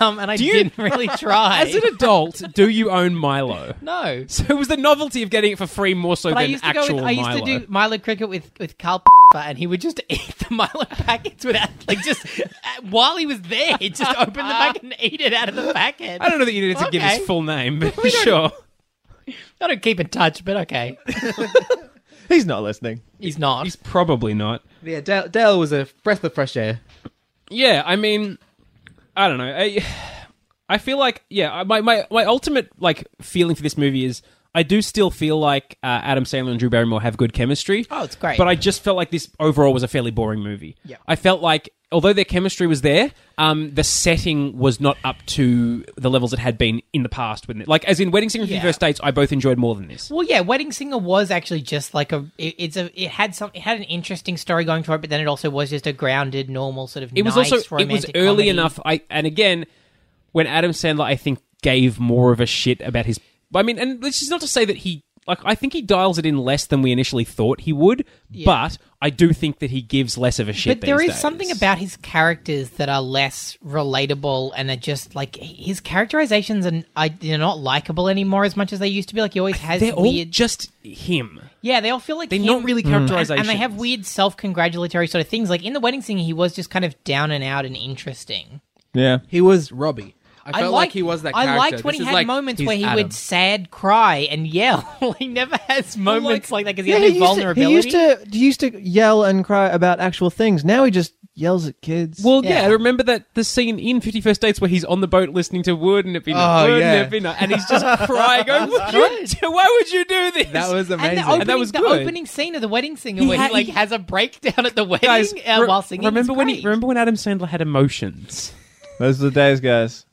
Speaker 3: Um, and I
Speaker 2: you- [LAUGHS]
Speaker 3: didn't really try.
Speaker 2: As an adult, do you own
Speaker 3: [LAUGHS]
Speaker 2: Milo?
Speaker 3: no.
Speaker 2: So it was the novelty of getting it for free more so
Speaker 3: But I
Speaker 2: than
Speaker 3: used to go
Speaker 2: actual
Speaker 3: with, I used
Speaker 2: Milo.
Speaker 3: to do Milo cricket with with Carl and he would just [LAUGHS] eat the Milo packets without like
Speaker 2: [LAUGHS]
Speaker 3: just uh, while he was there, he'd just open the packet and eat it out of the packet.
Speaker 2: I don't know that you needed to give
Speaker 3: Okay.
Speaker 2: his full name,
Speaker 3: [LAUGHS]
Speaker 2: but for sure.
Speaker 3: I don't keep in touch, but okay.
Speaker 1: He's not listening.
Speaker 3: He's not.
Speaker 2: He's probably not.
Speaker 4: Yeah, Dale, Dale was a breath of fresh air.
Speaker 2: Yeah, I mean, I don't know. I, I feel like yeah, I- my, my my ultimate like feeling for this movie is I do still feel like uh, Adam Sandler and Drew Barrymore have good chemistry.
Speaker 3: Oh, it's great.
Speaker 2: But I just felt like this overall was a fairly boring movie.
Speaker 3: Yeah.
Speaker 2: I felt like although their chemistry was there, um, the setting was not up to the levels it had been in the past. When like as in Wedding Singer and
Speaker 3: Yeah.
Speaker 2: First Dates, I both enjoyed more than this.
Speaker 3: well, yeah, Wedding Singer was actually just like a. It, it's a. It had some. It had an interesting story going for it, but then it also was just a grounded, normal sort of.
Speaker 2: it was
Speaker 3: nice
Speaker 2: also it was
Speaker 3: romantic
Speaker 2: early
Speaker 3: comedy.
Speaker 2: enough i and again when adam sandler i think gave more of a shit about his i mean and this is not to say that he like i think he dials it in less than we initially thought he would but i do think that he gives less of a shit
Speaker 3: But there
Speaker 2: these
Speaker 3: is
Speaker 2: days.
Speaker 3: something about his characters that are less relatable and are just like his characterizations and I they're not likable anymore as much as they used to be. Like he always has
Speaker 2: they're all
Speaker 3: weird.
Speaker 2: just him
Speaker 3: yeah, they all feel like
Speaker 2: they're
Speaker 3: him, Mm.
Speaker 2: not really characterizations
Speaker 3: and they have weird self-congratulatory sort of things. Like in the wedding singer, he was just kind of down and out and interesting.
Speaker 1: Yeah.
Speaker 4: He was Robbie. I felt like
Speaker 3: liked-
Speaker 4: he was that.
Speaker 3: I
Speaker 4: character.
Speaker 3: liked when
Speaker 4: This
Speaker 3: he
Speaker 4: is
Speaker 3: had
Speaker 4: like,
Speaker 3: moments
Speaker 4: he's
Speaker 3: where he
Speaker 4: Adam.
Speaker 3: would sad cry and yell. [LAUGHS] he never has moments like, that because he
Speaker 1: Yeah,
Speaker 3: has
Speaker 1: he
Speaker 3: no
Speaker 1: used to-
Speaker 3: vulnerability.
Speaker 1: he used to he used to yell and cry about actual things. Now he just yells at kids.
Speaker 2: Well, yeah.
Speaker 3: Yeah.
Speaker 2: I remember that the scene in Fifty First Dates where he's on the boat listening to "Wouldn't It Be Nice,"
Speaker 4: Oh,
Speaker 2: "Wouldn't
Speaker 4: yeah.
Speaker 2: It Be Nice," and he's
Speaker 3: [LAUGHS]
Speaker 2: just crying. Going, "Would you do- why would you do this?
Speaker 4: That was
Speaker 3: And
Speaker 4: amazing.
Speaker 3: the opening,
Speaker 2: And that was
Speaker 3: the
Speaker 2: good.
Speaker 3: opening scene of the wedding singer
Speaker 2: He
Speaker 3: where
Speaker 2: had-
Speaker 3: he like
Speaker 2: he-
Speaker 3: has a breakdown at the wedding
Speaker 2: guys.
Speaker 3: uh,
Speaker 2: re-
Speaker 3: while singing.
Speaker 2: remember
Speaker 3: It's
Speaker 2: when he,
Speaker 3: great.
Speaker 2: remember when Adam Sandler had emotions?
Speaker 1: Those are the days, guys.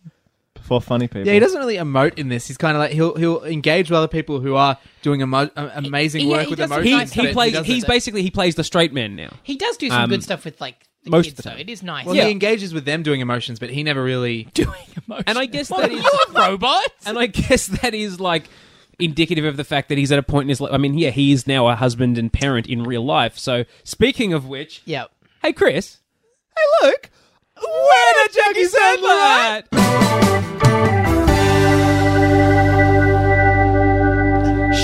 Speaker 1: Before funny people.
Speaker 4: yeah, he doesn't really emote in this. He's kind of like he'll he'll engage with other people who are doing amo- a- amazing
Speaker 3: Yeah,
Speaker 4: work
Speaker 3: he
Speaker 4: with
Speaker 3: does a
Speaker 4: emotions.
Speaker 2: He,
Speaker 3: nice
Speaker 4: but
Speaker 2: he plays.
Speaker 4: doesn't.
Speaker 2: He's basically he plays the straight man
Speaker 4: [LAUGHS]
Speaker 2: now.
Speaker 3: he does do some
Speaker 2: Um,
Speaker 3: good stuff with like the
Speaker 2: most
Speaker 3: kids,
Speaker 2: of the
Speaker 3: though.
Speaker 2: time.
Speaker 3: It is nice.
Speaker 4: Well,
Speaker 2: Yeah.
Speaker 4: he engages with them doing emotions, but he
Speaker 2: [LAUGHS]
Speaker 4: never really.
Speaker 3: doing emotion.
Speaker 2: And I guess
Speaker 3: well,
Speaker 2: that
Speaker 3: [LAUGHS] you
Speaker 2: is-
Speaker 3: are robots.
Speaker 2: And I guess that is like indicative of the fact that he's at a point in his life. I mean, yeah, he is now a husband and parent in real life. So, speaking of which,
Speaker 3: yeah.
Speaker 2: hey Chris,
Speaker 4: Hey, look, where did Jackie
Speaker 2: Sandler at?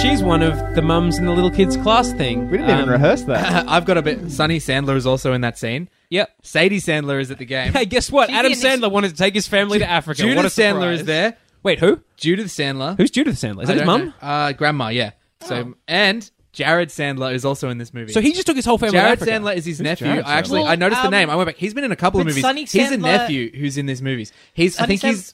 Speaker 2: She's one of the mums in the little kids class thing.
Speaker 1: We didn't even
Speaker 2: Um,
Speaker 1: rehearse
Speaker 4: [LAUGHS]
Speaker 1: that.
Speaker 4: [LAUGHS] I've got a bit. Sonny Sandler is also in that scene.
Speaker 2: Yep.
Speaker 4: Sadie Sandler is at the game.
Speaker 2: Hey, guess what?
Speaker 3: She's
Speaker 2: Adam
Speaker 3: in this-
Speaker 2: Sandler wanted to take his family to Africa.
Speaker 4: Judith
Speaker 2: what a
Speaker 4: Sandler
Speaker 2: surprise.
Speaker 4: is there.
Speaker 2: Wait, who?
Speaker 4: Judith Sandler.
Speaker 2: Who's Judith Sandler? Is
Speaker 4: I
Speaker 2: that his
Speaker 4: don't
Speaker 2: mum? Oh.
Speaker 4: know. Uh, grandma, yeah. So and Jared Sandler is also in this movie.
Speaker 2: So he just took his whole family
Speaker 4: Jared
Speaker 2: to Africa.
Speaker 4: Sandler is his nephew.
Speaker 1: Jared
Speaker 4: I actually
Speaker 3: Sandler?
Speaker 4: I noticed
Speaker 3: Well,
Speaker 4: the name.
Speaker 3: um,
Speaker 4: I went back. He's been in a couple of
Speaker 3: but
Speaker 4: movies.
Speaker 3: Sonny
Speaker 4: he's a
Speaker 3: Sandler-
Speaker 4: nephew who's in these movies. He's I
Speaker 3: Sonny
Speaker 4: think he's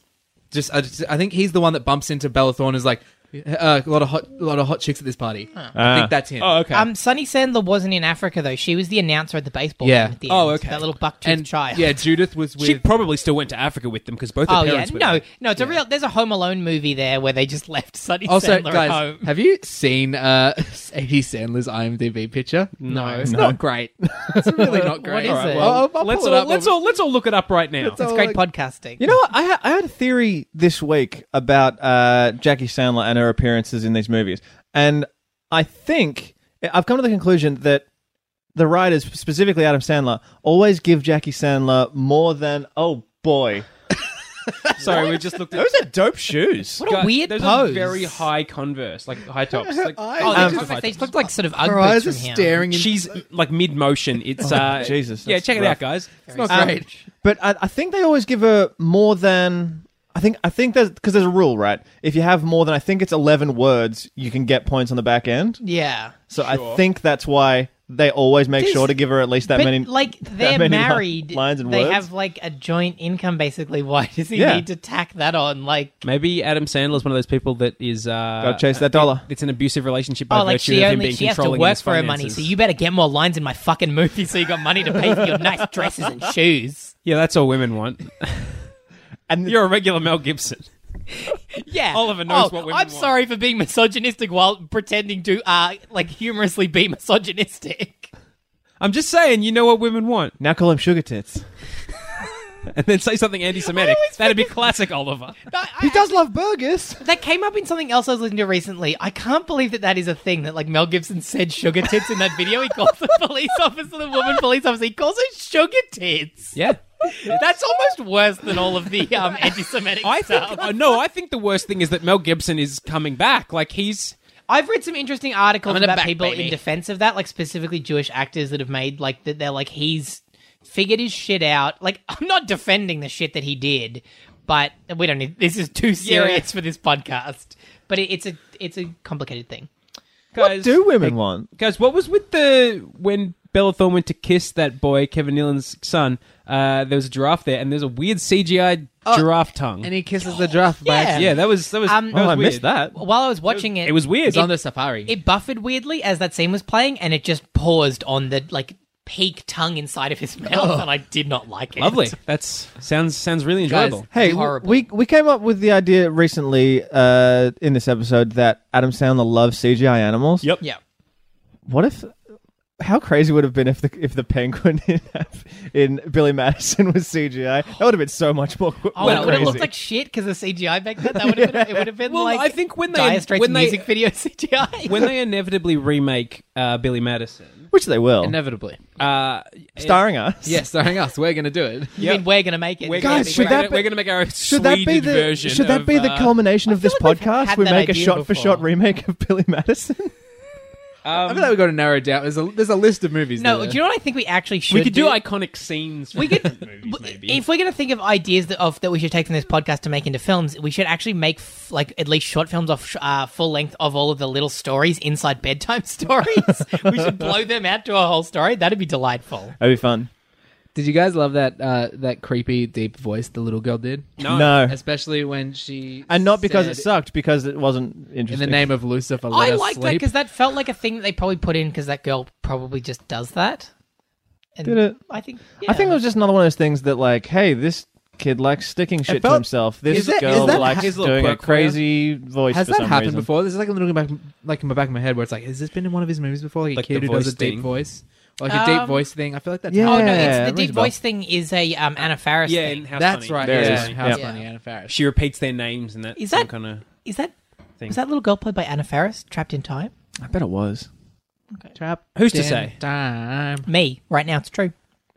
Speaker 4: just I, just I think he's the one that bumps into Bella Thorne is like uh, a lot of hot a lot of hot chicks at this party. I
Speaker 1: Ah.
Speaker 4: think that's him.
Speaker 2: Oh, okay.
Speaker 3: Um, Sunny Sandler wasn't in Africa though. She was the announcer at the baseball
Speaker 4: Yeah.
Speaker 3: game at the
Speaker 2: Oh,
Speaker 3: end.
Speaker 2: okay.
Speaker 3: That little buck
Speaker 4: and
Speaker 3: toothed child.
Speaker 4: yeah, Judith was with
Speaker 2: she probably still went to Africa with them because both her
Speaker 3: Oh yeah.
Speaker 2: parents were.
Speaker 3: No, no. It's a real. There's a Home Alone movie there where they just left Sunny
Speaker 4: also,
Speaker 3: Sandler
Speaker 4: guys,
Speaker 3: at home.
Speaker 4: have you seen uh, [LAUGHS] Sadie Sandler's IMDb picture? No, it's not great. It's really not
Speaker 3: [LAUGHS]
Speaker 4: great.
Speaker 3: What is it?
Speaker 4: I'll- I'll- I'll
Speaker 2: let's
Speaker 4: pull
Speaker 2: all
Speaker 4: it up.
Speaker 2: let's all let's all look it up right now.
Speaker 3: It's great podcasting.
Speaker 1: You know what? I, ha- I had a theory this week about uh, Jackie Sandler and her appearances in these movies. And I think I've come to the conclusion that the writers, specifically Adam Sandler, always give Jackie Sandler more than, oh boy,
Speaker 2: [LAUGHS] Sorry, we just looked at
Speaker 1: those are dope shoes.
Speaker 3: what a weird
Speaker 2: those
Speaker 3: pose.
Speaker 2: are very high converse, like high tops. Like,
Speaker 3: Oh,
Speaker 2: oh,
Speaker 3: they,
Speaker 2: they're
Speaker 1: Um,
Speaker 2: just
Speaker 3: just,
Speaker 2: high
Speaker 3: they
Speaker 2: tops.
Speaker 3: just look like sort of
Speaker 4: Her
Speaker 3: ugly
Speaker 4: eyes
Speaker 3: from
Speaker 4: are
Speaker 3: him.
Speaker 4: staring. in-
Speaker 2: She's like mid motion. It's uh,
Speaker 1: Jesus,
Speaker 2: Yeah,
Speaker 1: that's
Speaker 2: check it
Speaker 1: rough.
Speaker 2: out, guys.
Speaker 4: It's not
Speaker 1: Um,
Speaker 4: great.
Speaker 1: But I, I think they always give her more than. I think I think there's because there's a rule, right? If you have more than I think it's eleven words, you can get points on the back end.
Speaker 3: Yeah.
Speaker 1: So I think that's why they always make
Speaker 3: This-
Speaker 1: sure to give her at least [LAUGHS] that
Speaker 3: but
Speaker 1: many.
Speaker 3: like they're
Speaker 1: many li-
Speaker 3: married,
Speaker 1: lines and
Speaker 3: they
Speaker 1: words?
Speaker 3: have like a joint income basically. Why does he
Speaker 1: Yeah.
Speaker 3: need to tack that on? Like,
Speaker 2: Maybe Adam Sandler's one of those people that is. Uh, Gotta
Speaker 1: chase that dollar.
Speaker 2: It's an abusive relationship by
Speaker 3: oh, like
Speaker 2: virtue
Speaker 3: she
Speaker 2: of him
Speaker 3: only
Speaker 2: being
Speaker 3: she has to
Speaker 2: controlling
Speaker 3: work
Speaker 2: his
Speaker 3: for her money, so
Speaker 2: finances.
Speaker 3: you better get more lines in my fucking movie, so you got money to pay for your nice dresses and shoes.
Speaker 2: Yeah, that's all women want.
Speaker 1: and
Speaker 2: You're a regular Mel Gibson.
Speaker 3: Yeah,
Speaker 2: Oliver knows
Speaker 3: oh,
Speaker 2: what women
Speaker 3: I'm
Speaker 2: want.
Speaker 3: sorry for being misogynistic while pretending to uh like humorously be misogynistic.
Speaker 2: I'm just saying, you know what women want,
Speaker 1: now call him sugar tits.
Speaker 2: and then say something anti-Semitic. That'd be classic Oliver.
Speaker 3: I- I-
Speaker 1: He does love burgers.
Speaker 3: That came up in something else I was listening to recently. I can't believe that that is a thing that like Mel Gibson said sugar tits in that video. He calls the police officer, the woman police officer, he calls her sugar tits.
Speaker 2: Yeah.
Speaker 3: That's almost worse than all of the um, anti-Semitic
Speaker 2: I think
Speaker 3: stuff.
Speaker 2: uh, no. I think the worst thing is that Mel Gibson is coming back. Like he's
Speaker 3: I've read some interesting articles
Speaker 4: gonna
Speaker 3: about
Speaker 4: back,
Speaker 3: people
Speaker 4: baby.
Speaker 3: in defense of that, like specifically Jewish actors that have made like that. They're like he's figured his shit out. Like [LAUGHS] I'm not defending the shit that he did, but we don't need. This is too serious for this podcast. But it, it's a it's a complicated thing.
Speaker 1: [LAUGHS]
Speaker 2: guys.
Speaker 1: Do women want?
Speaker 2: Guys, what was with the when Bella Thorne went to kiss that boy Kevin Nealon's son? Uh, there was a giraffe there, and there's a weird CGI giraffe tongue.
Speaker 4: And he kisses the giraffe by
Speaker 3: Yeah.
Speaker 4: accident.
Speaker 2: yeah, that was that was.
Speaker 3: Um,
Speaker 2: that
Speaker 1: Oh,
Speaker 2: was
Speaker 1: I
Speaker 2: weird.
Speaker 1: missed that.
Speaker 3: While I was watching it,
Speaker 2: It was weird.
Speaker 4: He's on the safari.
Speaker 3: it buffered weirdly as that scene was playing and it just paused on the like peak tongue inside of his mouth and I did not like it.
Speaker 2: Oh. Lovely. That's sounds sounds really
Speaker 4: Guys,
Speaker 2: enjoyable.
Speaker 1: Hey,
Speaker 3: It's horrible.
Speaker 1: we we came up with the idea recently uh, in this episode that Adam Sandler loves CGI animals.
Speaker 2: Yep.
Speaker 3: Yeah.
Speaker 1: What if? How crazy would it have been if the if the penguin [LAUGHS] in, in Billy Madison was CGI? That would have been so much more.
Speaker 3: Oh,
Speaker 1: more
Speaker 3: it would have
Speaker 1: crazy.
Speaker 3: looked like shit because of CGI back then. That would have been, it would have been
Speaker 2: Well,
Speaker 3: like
Speaker 2: I think when they-
Speaker 3: Dire Straits
Speaker 2: when they-
Speaker 3: music video [LAUGHS]
Speaker 2: [LAUGHS]
Speaker 3: CGI.
Speaker 2: when they inevitably remake uh, Billy Madison, [LAUGHS]
Speaker 1: which they will,
Speaker 4: Inevitably.
Speaker 2: uh,
Speaker 1: starring us.
Speaker 4: Yeah, starring us. We're going to do it.
Speaker 3: you mean we're gonna make it?
Speaker 2: we're
Speaker 1: Guys,
Speaker 2: gonna,
Speaker 1: should
Speaker 2: we're,
Speaker 1: that
Speaker 2: gonna,
Speaker 1: be-
Speaker 2: we're gonna make our
Speaker 1: Should that
Speaker 2: Swedish
Speaker 1: be the
Speaker 2: version.
Speaker 1: should that
Speaker 2: of,
Speaker 1: be the
Speaker 2: uh,
Speaker 1: culmination of this
Speaker 3: like we've
Speaker 1: podcast?
Speaker 3: had
Speaker 1: We
Speaker 3: that
Speaker 1: make a
Speaker 3: idea
Speaker 1: shot for
Speaker 3: before.
Speaker 1: shot remake of Billy Madison.
Speaker 2: Um,
Speaker 4: I feel like we've got to narrow it down. There's a, there's a list of movies.
Speaker 3: No,
Speaker 4: there.
Speaker 3: do you know what I think we actually should?
Speaker 2: We could do iconic scenes.
Speaker 3: We could,
Speaker 2: [LAUGHS] movies, maybe.
Speaker 3: if we're going to think of ideas that, of that we should take from this podcast to make into films, we should actually make f- like at least short films off sh- uh, full length of all of the little stories inside [LAUGHS] bedtime stories. we should blow them out to a whole story. That'd be delightful.
Speaker 1: [LAUGHS] That'd be fun.
Speaker 4: Did you guys love that uh, that creepy deep voice the little girl did?
Speaker 2: No.
Speaker 1: no.
Speaker 4: Especially when she
Speaker 1: And not because
Speaker 4: said,
Speaker 1: it sucked, because it wasn't
Speaker 4: in
Speaker 1: interesting.
Speaker 4: the name of Lucifer. Let
Speaker 3: I
Speaker 4: us
Speaker 3: like that
Speaker 4: sleep.
Speaker 3: because that felt like a thing that they probably put in because that girl probably just does that. And
Speaker 1: Did it?
Speaker 3: I think.
Speaker 1: I think it was just another one of those things that, like, hey, this kid likes sticking shit to
Speaker 4: felt-
Speaker 1: himself. This
Speaker 4: Is that-
Speaker 1: girl
Speaker 4: is that-
Speaker 1: likes
Speaker 2: His little
Speaker 1: doing a
Speaker 2: quirk for you?
Speaker 1: crazy voice.
Speaker 4: Has
Speaker 1: for
Speaker 4: that
Speaker 1: some
Speaker 4: happened
Speaker 1: reason.
Speaker 4: before? This is like a little back, like in the back of my head, where it's like, has this been in one of his movies before? Like a
Speaker 2: Like
Speaker 4: kid
Speaker 2: the
Speaker 4: who does a
Speaker 2: voice
Speaker 4: deep
Speaker 2: thing.
Speaker 4: voice, or like a deep
Speaker 3: Um,
Speaker 4: voice thing. I feel like that's
Speaker 1: yeah.
Speaker 3: Oh
Speaker 4: happened.
Speaker 3: no! It's
Speaker 1: it
Speaker 3: the
Speaker 1: rings
Speaker 3: deep
Speaker 1: a bell.
Speaker 3: voice thing is a um, Anna Faris
Speaker 2: Yeah,
Speaker 3: thing.
Speaker 2: in House
Speaker 4: that's
Speaker 2: Funny.
Speaker 4: right.
Speaker 1: There it
Speaker 4: yeah,
Speaker 1: is.
Speaker 4: House
Speaker 1: Yeah.
Speaker 4: Money, Anna Faris.
Speaker 2: She repeats their names and that
Speaker 3: Is
Speaker 2: some
Speaker 3: that-
Speaker 2: kind of
Speaker 3: Is that
Speaker 2: thing.
Speaker 3: was that little girl played by Anna Faris? Trapped in time.
Speaker 1: I bet it was.
Speaker 4: Trap
Speaker 2: Who's to
Speaker 4: in
Speaker 2: say?
Speaker 4: Time.
Speaker 3: Me right now. It's true.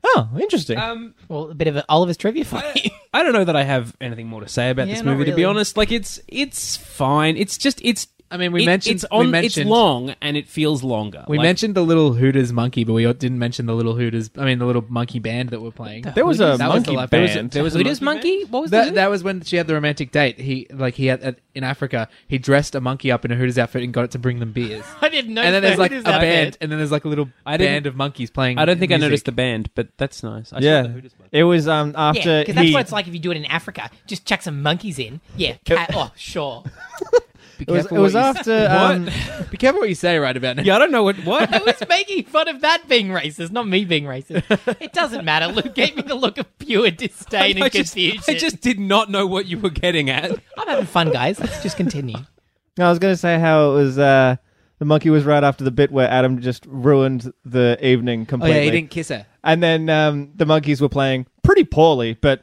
Speaker 1: Oh, interesting.
Speaker 2: Um,
Speaker 3: Well, a bit of an Oliver's trivia for you.
Speaker 2: I don't know that I have anything more to say about
Speaker 3: Yeah,
Speaker 2: this
Speaker 3: not
Speaker 2: movie. To be
Speaker 3: really.
Speaker 2: honest, like it's it's fine. It's just it's.
Speaker 4: I mean, we
Speaker 2: it-
Speaker 4: mentioned-
Speaker 2: it's
Speaker 4: we
Speaker 2: on.
Speaker 4: mentioned-
Speaker 2: it's long and it feels longer.
Speaker 4: We
Speaker 2: Like,
Speaker 4: mentioned the little Hooters monkey, but we didn't mention the little Hooters. I mean, the little monkey band that we're playing.
Speaker 1: there was a
Speaker 4: That was the
Speaker 1: monkey
Speaker 4: last- there was a-
Speaker 1: band.
Speaker 4: there was a
Speaker 3: Hooters monkey? What was
Speaker 4: that,
Speaker 3: that?
Speaker 4: that was when she had the romantic date. He like he had at, in Africa. He dressed a monkey up in a Hooters outfit and got it to bring them
Speaker 1: [LAUGHS]
Speaker 4: beers.
Speaker 3: I didn't know.
Speaker 4: and then
Speaker 3: that.
Speaker 4: there's like
Speaker 3: It
Speaker 4: a
Speaker 3: is that
Speaker 4: band,
Speaker 3: bad.
Speaker 4: and then there's like a little
Speaker 2: I didn't-
Speaker 4: band of monkeys playing.
Speaker 2: I don't think I
Speaker 4: music.
Speaker 2: noticed the band, but that's nice. I saw the
Speaker 1: yeah,
Speaker 2: Hooters one.
Speaker 1: it was um
Speaker 3: Yeah,
Speaker 1: after
Speaker 3: because that's
Speaker 1: he.
Speaker 3: what it's like if you do it in Africa. Just chuck some monkeys in. Yeah, cat. oh, sure. [LAUGHS]
Speaker 4: Be
Speaker 1: It was,
Speaker 4: careful
Speaker 1: it
Speaker 4: what
Speaker 1: was
Speaker 4: you-
Speaker 1: after. Um, [LAUGHS]
Speaker 4: Be careful what you say right about now.
Speaker 2: Yeah, I don't know what
Speaker 3: [LAUGHS]
Speaker 2: what.
Speaker 3: I was making fun of that being racist, not me being racist. It doesn't matter. Luke gave me the look of pure [LAUGHS] disdain
Speaker 2: I
Speaker 3: and
Speaker 2: just,
Speaker 3: confusion.
Speaker 2: I just did not know what you were getting at.
Speaker 3: I'm having fun, guys. Let's just continue.
Speaker 1: I was gonna say how it was. Uh, the monkey was right after the bit where Adam just ruined the evening
Speaker 4: Oh
Speaker 1: completely.
Speaker 4: yeah, he didn't kiss her.
Speaker 1: And then um, the monkeys were playing pretty poorly, but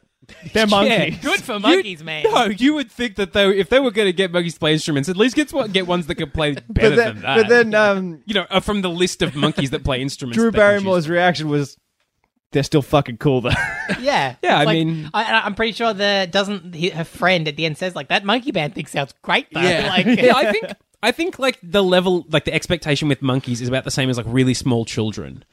Speaker 1: they're monkeys.
Speaker 3: [LAUGHS] Good for monkeys,
Speaker 2: you,
Speaker 3: man.
Speaker 2: No, you would think that they, if they were going to get monkeys to play instruments, at least get one- get ones that could play better
Speaker 1: But then,
Speaker 2: than that.
Speaker 1: but then um,
Speaker 2: you know, uh, from the list of monkeys that play instruments,
Speaker 1: Drew
Speaker 2: they can choose.
Speaker 1: Barrymore's reaction was, "They're still fucking cool though." [LAUGHS]
Speaker 3: Yeah,
Speaker 2: Yeah,
Speaker 3: It's
Speaker 2: I
Speaker 3: like-
Speaker 2: mean-
Speaker 3: I, and I'm pretty sure the doesn't he- her friend at the end says like that monkey band thing sounds great though.
Speaker 4: [LAUGHS] Yeah.
Speaker 2: [LAUGHS]
Speaker 3: like,
Speaker 2: yeah,
Speaker 3: [LAUGHS]
Speaker 2: I think I think like the level, like the expectation with monkeys is about the same as like really small children.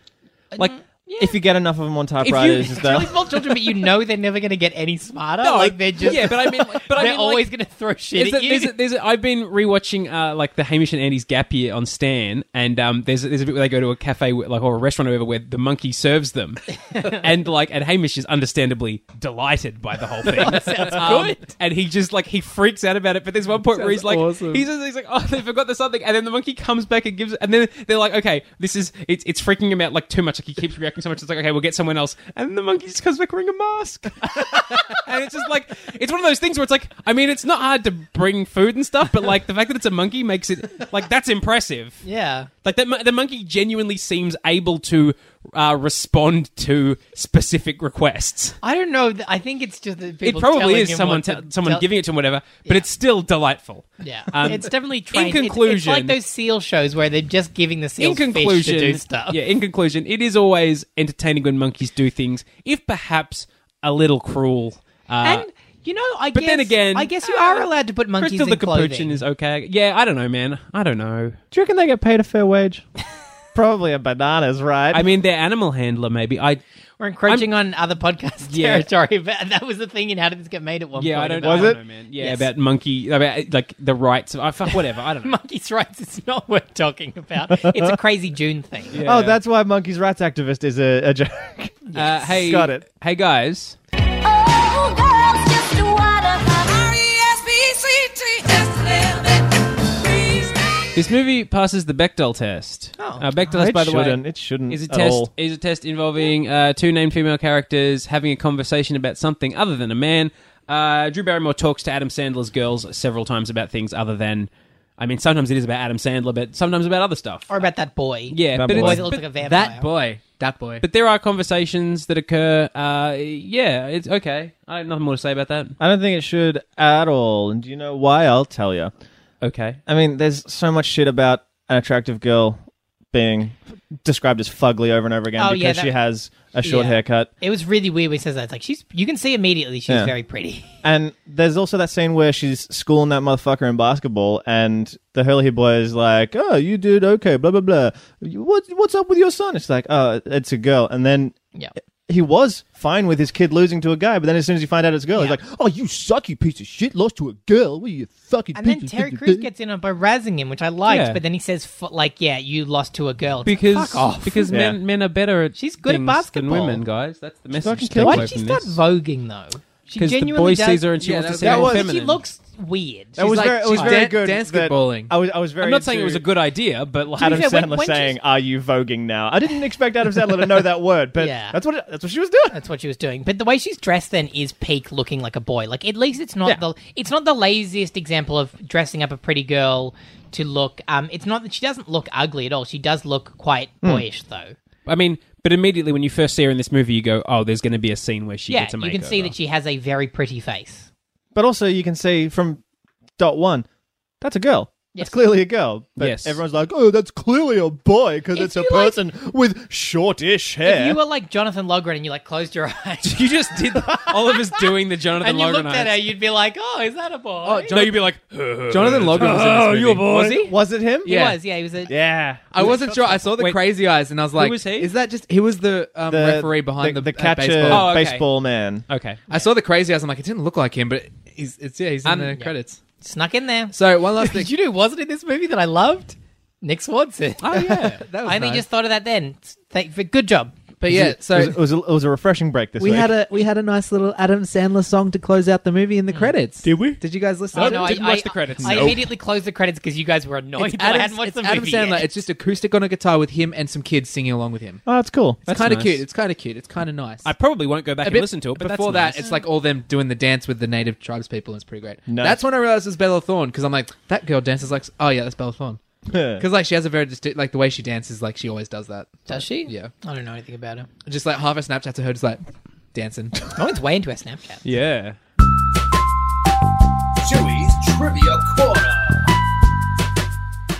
Speaker 3: Uh,
Speaker 2: Like
Speaker 1: If you get enough of them on typewriters,
Speaker 2: it's
Speaker 1: they'll-
Speaker 3: really small children, but you know they're never going to get any smarter.
Speaker 2: No,
Speaker 3: like they're just
Speaker 2: yeah, but I mean, but
Speaker 3: [LAUGHS] they're
Speaker 2: I mean, like,
Speaker 3: always going to throw shit
Speaker 2: There's
Speaker 3: at
Speaker 2: a-
Speaker 3: you. [LAUGHS]
Speaker 2: there's a- there's a- I've been rewatching uh, like the Hamish and Andy's Gap Year on Stan, and um, there's a- there's a bit where they go to a cafe wh- like or a restaurant or whatever where the monkey serves
Speaker 3: [LAUGHS]
Speaker 2: them, and like and Hamish is understandably delighted by the whole thing.
Speaker 3: [LAUGHS] sounds
Speaker 2: Um,
Speaker 3: good.
Speaker 2: And he just like he freaks out about it. But there's one point where he's like
Speaker 4: awesome.
Speaker 2: he's, just- he's like oh [LAUGHS] they forgot the something, and then the monkey comes back and gives and then they're like okay this is it's it's freaking him out like too much like he keeps reacting so much it's like okay we'll get someone else, and the monkey just comes back wearing a mask. [LAUGHS] And it's just like it's one of those things where it's like I mean it's not hard to bring food and stuff, but like the fact that it's a monkey makes it like that's impressive.
Speaker 3: yeah,
Speaker 2: Like that, mon- the monkey genuinely seems able to uh, respond to specific requests.
Speaker 3: I don't know. th- I think it's just that people
Speaker 2: it probably
Speaker 3: telling
Speaker 2: is
Speaker 3: him
Speaker 2: someone
Speaker 3: what to
Speaker 2: te- someone
Speaker 3: tell-
Speaker 2: giving it to him, whatever. But
Speaker 3: Yeah.
Speaker 2: it's still delightful.
Speaker 3: [LAUGHS] Yeah,
Speaker 2: Um,
Speaker 3: it's definitely trained. It's- it's
Speaker 2: conclusion-
Speaker 3: like those seal shows where they're just giving the
Speaker 2: In
Speaker 3: seals fish
Speaker 2: conclusion,
Speaker 3: to do stuff.
Speaker 2: yeah. In conclusion, it is always entertaining when monkeys do things, if perhaps a little cruel. Uh,
Speaker 3: and you know, I
Speaker 2: but
Speaker 3: guess,
Speaker 2: then again,
Speaker 3: I guess you
Speaker 2: uh,
Speaker 3: are allowed to put monkeys
Speaker 2: Crystal
Speaker 3: in
Speaker 2: the
Speaker 3: clothing.
Speaker 2: capuchin is okay. Yeah, I don't know, man. I don't know.
Speaker 1: Do you reckon they get paid a fair wage? Probably a bananas, right?
Speaker 2: I mean, their animal handler, maybe. I
Speaker 3: We're encroaching on other podcast
Speaker 2: [LAUGHS] Yeah.
Speaker 3: territory, but that was the thing in How Did This Get Made at one
Speaker 2: yeah, I
Speaker 3: point.
Speaker 2: don't.
Speaker 3: about
Speaker 2: I don't
Speaker 1: it?
Speaker 2: know, man? Yeah,
Speaker 3: Yes.
Speaker 2: about monkey, about like the rights. Of, I fuck whatever. I don't
Speaker 3: [LAUGHS]
Speaker 2: know.
Speaker 3: Monkeys' rights is not worth talking about.
Speaker 2: [LAUGHS]
Speaker 3: It's a crazy June thing.
Speaker 1: oh, that's why monkey's rights activist is a, a joke. [LAUGHS]
Speaker 2: Uh, hey,
Speaker 1: Got it.
Speaker 2: Hey guys,
Speaker 5: Oh, girls, just wanna R-E-S-P-C-T-S-L-E-P-E-C-T.
Speaker 2: this movie passes the Bechdel test.
Speaker 3: Oh.
Speaker 2: uh, Bechdel test,
Speaker 1: it
Speaker 2: by the
Speaker 1: shouldn't.
Speaker 2: way.
Speaker 1: It
Speaker 3: Mm-hmm.
Speaker 1: shouldn't.
Speaker 2: Is
Speaker 1: at
Speaker 2: a test
Speaker 1: all.
Speaker 2: is a test involving uh, two named female characters having a conversation about something other than a man. Uh, Drew Barrymore talks to Adam Sandler's girls several times about things other than. I mean, sometimes it is about Adam Sandler, but sometimes about other stuff.
Speaker 3: Or about that boy.
Speaker 2: yeah,
Speaker 1: That
Speaker 2: but
Speaker 1: boy.
Speaker 2: it's-
Speaker 3: Boy that looks
Speaker 2: but
Speaker 3: like a vampire.
Speaker 4: That boy, that boy.
Speaker 2: But there are conversations that occur. Uh, yeah, it's okay. I have nothing more to say about that.
Speaker 1: I don't think it should at all. And do you know why? I'll tell you.
Speaker 2: Okay.
Speaker 1: I mean, there's so much shit about an attractive girl being described as fugly over and over again
Speaker 3: Oh,
Speaker 1: because
Speaker 3: yeah, that-
Speaker 1: she has a short
Speaker 3: Yeah.
Speaker 1: haircut.
Speaker 3: It was really weird when he says that. It's like, she's, you can see immediately she's
Speaker 1: Yeah.
Speaker 3: very pretty.
Speaker 1: And there's also that scene where she's schooling that motherfucker in basketball, and the Hurley boy is like, "Oh, you did okay, blah blah blah. You- What what's up with your son?" It's like, "Oh, it's a girl." And then
Speaker 3: Yeah.
Speaker 1: he was fine with his kid losing to a guy, but then as soon as you find out it's a girl,
Speaker 3: Yeah.
Speaker 1: he's like, "Oh, you suck, you piece of shit! Lost to a girl. What are you fucking?"
Speaker 3: And then
Speaker 1: piece of
Speaker 3: Terry
Speaker 1: shit?"
Speaker 3: Crews gets in on by razzing him, which I liked,
Speaker 2: Yeah.
Speaker 3: but then he says, f- like, yeah, you lost to a girl. It's like,
Speaker 2: because
Speaker 3: Fuck off.
Speaker 2: because
Speaker 1: Yeah.
Speaker 2: men men are better at
Speaker 3: She's good at
Speaker 2: things
Speaker 3: basketball.
Speaker 2: than women, guys. That's the message.
Speaker 1: fucking
Speaker 2: to take
Speaker 1: killer.
Speaker 3: Why
Speaker 2: away
Speaker 3: did she
Speaker 2: from
Speaker 3: start
Speaker 2: this.
Speaker 3: voguing, though? She
Speaker 2: Because the
Speaker 3: genuinely
Speaker 2: boy
Speaker 3: does-
Speaker 2: sees her and she
Speaker 4: Yeah,
Speaker 2: wants to
Speaker 4: that-
Speaker 2: see
Speaker 4: that
Speaker 2: more
Speaker 4: was-
Speaker 2: feminine.
Speaker 3: She looks weird.
Speaker 1: That
Speaker 4: She's
Speaker 1: was
Speaker 4: like-
Speaker 1: very, it was
Speaker 4: she's
Speaker 1: very
Speaker 4: dan-
Speaker 1: good.
Speaker 4: dance
Speaker 1: that-
Speaker 4: bowling.
Speaker 1: I was, I was very.
Speaker 2: I'm not saying it was a
Speaker 1: into-
Speaker 2: good idea, but like,
Speaker 1: Adam
Speaker 3: fair, when-
Speaker 1: Sandler
Speaker 3: when she's-
Speaker 1: saying, "Are you voguing now?" I didn't expect Adam Sandler to know
Speaker 3: [LAUGHS]
Speaker 1: that word, but
Speaker 3: Yeah.
Speaker 1: that's what it, that's what she was doing.
Speaker 3: That's what she was doing. But the way she's dressed then is peak looking like a boy. Like at least it's not
Speaker 1: Yeah.
Speaker 3: the it's not the laziest example of dressing up a pretty girl to look um it's not that she doesn't look ugly at all. She does look quite
Speaker 2: Hmm.
Speaker 3: boyish though.
Speaker 2: I mean, but immediately when you first see her in this movie, you go, "Oh, there's going to be a scene where she
Speaker 3: yeah,
Speaker 2: gets a makeover."
Speaker 3: you can see that she has a very pretty face.
Speaker 1: But also, you can see from dot one, that's a girl.
Speaker 3: Yes.
Speaker 1: That's clearly a girl. But
Speaker 2: Yes.
Speaker 1: everyone's like, "Oh, that's clearly a boy because
Speaker 3: If
Speaker 1: it's a
Speaker 3: you like-
Speaker 1: person with shortish
Speaker 3: If
Speaker 1: hair."
Speaker 3: you were like Jonathan Logren and you like closed your
Speaker 2: [LAUGHS]
Speaker 3: [LAUGHS] eyes
Speaker 2: You just
Speaker 3: [LAUGHS]
Speaker 2: did Oliver's doing the Jonathan
Speaker 3: and you
Speaker 2: Logan
Speaker 3: looked at her, you'd be like, "Oh, is that a boy?"
Speaker 4: Oh,
Speaker 2: No, you'd be like,
Speaker 4: Jonathan Logan was in this
Speaker 2: [LAUGHS]
Speaker 4: movie.
Speaker 2: Was he?
Speaker 1: was it him?
Speaker 3: he
Speaker 4: yeah.
Speaker 3: was. Yeah, he was a
Speaker 1: Yeah.
Speaker 4: I wasn't sure. I saw the
Speaker 2: Wait.
Speaker 4: crazy eyes, and I was like,
Speaker 2: was he?
Speaker 4: "Is that just he was the, um,
Speaker 1: The
Speaker 4: referee behind the,
Speaker 1: the,
Speaker 4: uh,
Speaker 1: catcher
Speaker 4: baseball.
Speaker 2: Oh, okay.
Speaker 1: baseball man.
Speaker 2: Okay.
Speaker 4: I saw the crazy eyes. I'm like, it didn't look like him, but he's it's yeah, he's in
Speaker 2: Um,
Speaker 4: the
Speaker 2: yeah.
Speaker 4: credits.
Speaker 3: snuck in there.
Speaker 4: So one [LAUGHS] last thing.
Speaker 3: Did you know wasn't in this movie that I loved? Nick Swanson.
Speaker 2: Oh
Speaker 4: [LAUGHS]
Speaker 2: yeah.
Speaker 4: that was
Speaker 3: I only
Speaker 4: nice.
Speaker 3: just thought of that then. Thank, good job.
Speaker 4: but yeah.
Speaker 1: it, was,
Speaker 4: So
Speaker 1: it, was a, it was a refreshing break this
Speaker 4: we
Speaker 1: week.
Speaker 4: had a we had a nice little Adam Sandler song to close out the movie in the credits. Did
Speaker 2: we?
Speaker 4: Did you guys listen?
Speaker 3: Oh,
Speaker 4: to
Speaker 3: no,
Speaker 4: it?
Speaker 2: didn't
Speaker 3: I,
Speaker 2: watch
Speaker 3: I,
Speaker 2: the credits.
Speaker 3: I
Speaker 2: Nope.
Speaker 3: immediately closed the credits because you guys were annoyed
Speaker 4: It's
Speaker 3: that I
Speaker 4: Adam,
Speaker 3: hadn't watched
Speaker 4: it's
Speaker 3: the
Speaker 4: Adam
Speaker 3: movie
Speaker 4: Sandler.
Speaker 3: yet.
Speaker 4: It's just acoustic on a guitar with him and some kids singing along with him.
Speaker 1: oh, that's cool.
Speaker 4: It's kind of
Speaker 2: nice.
Speaker 4: cute. It's kind of cute. It's kind of nice.
Speaker 2: I probably won't go back
Speaker 4: A
Speaker 2: and
Speaker 4: bit
Speaker 2: listen to it, but
Speaker 4: before
Speaker 2: that's
Speaker 4: that, it's like all them doing the dance with the native tribes people. and It's pretty great.
Speaker 1: Nice.
Speaker 4: That's when I realized it was Bella Thorne because I'm like, that girl dances like, oh yeah, that's Bella Thorne.
Speaker 1: [LAUGHS]
Speaker 4: Because like she has a very distinct, like the way she dances, like she always does that.
Speaker 3: Does she?
Speaker 4: Yeah.
Speaker 3: I don't know anything about her.
Speaker 4: Just like half a Snapchat to her, just like dancing.
Speaker 3: I went way into her Snapchat.
Speaker 2: yeah.
Speaker 6: Chewy's Trivia Corner.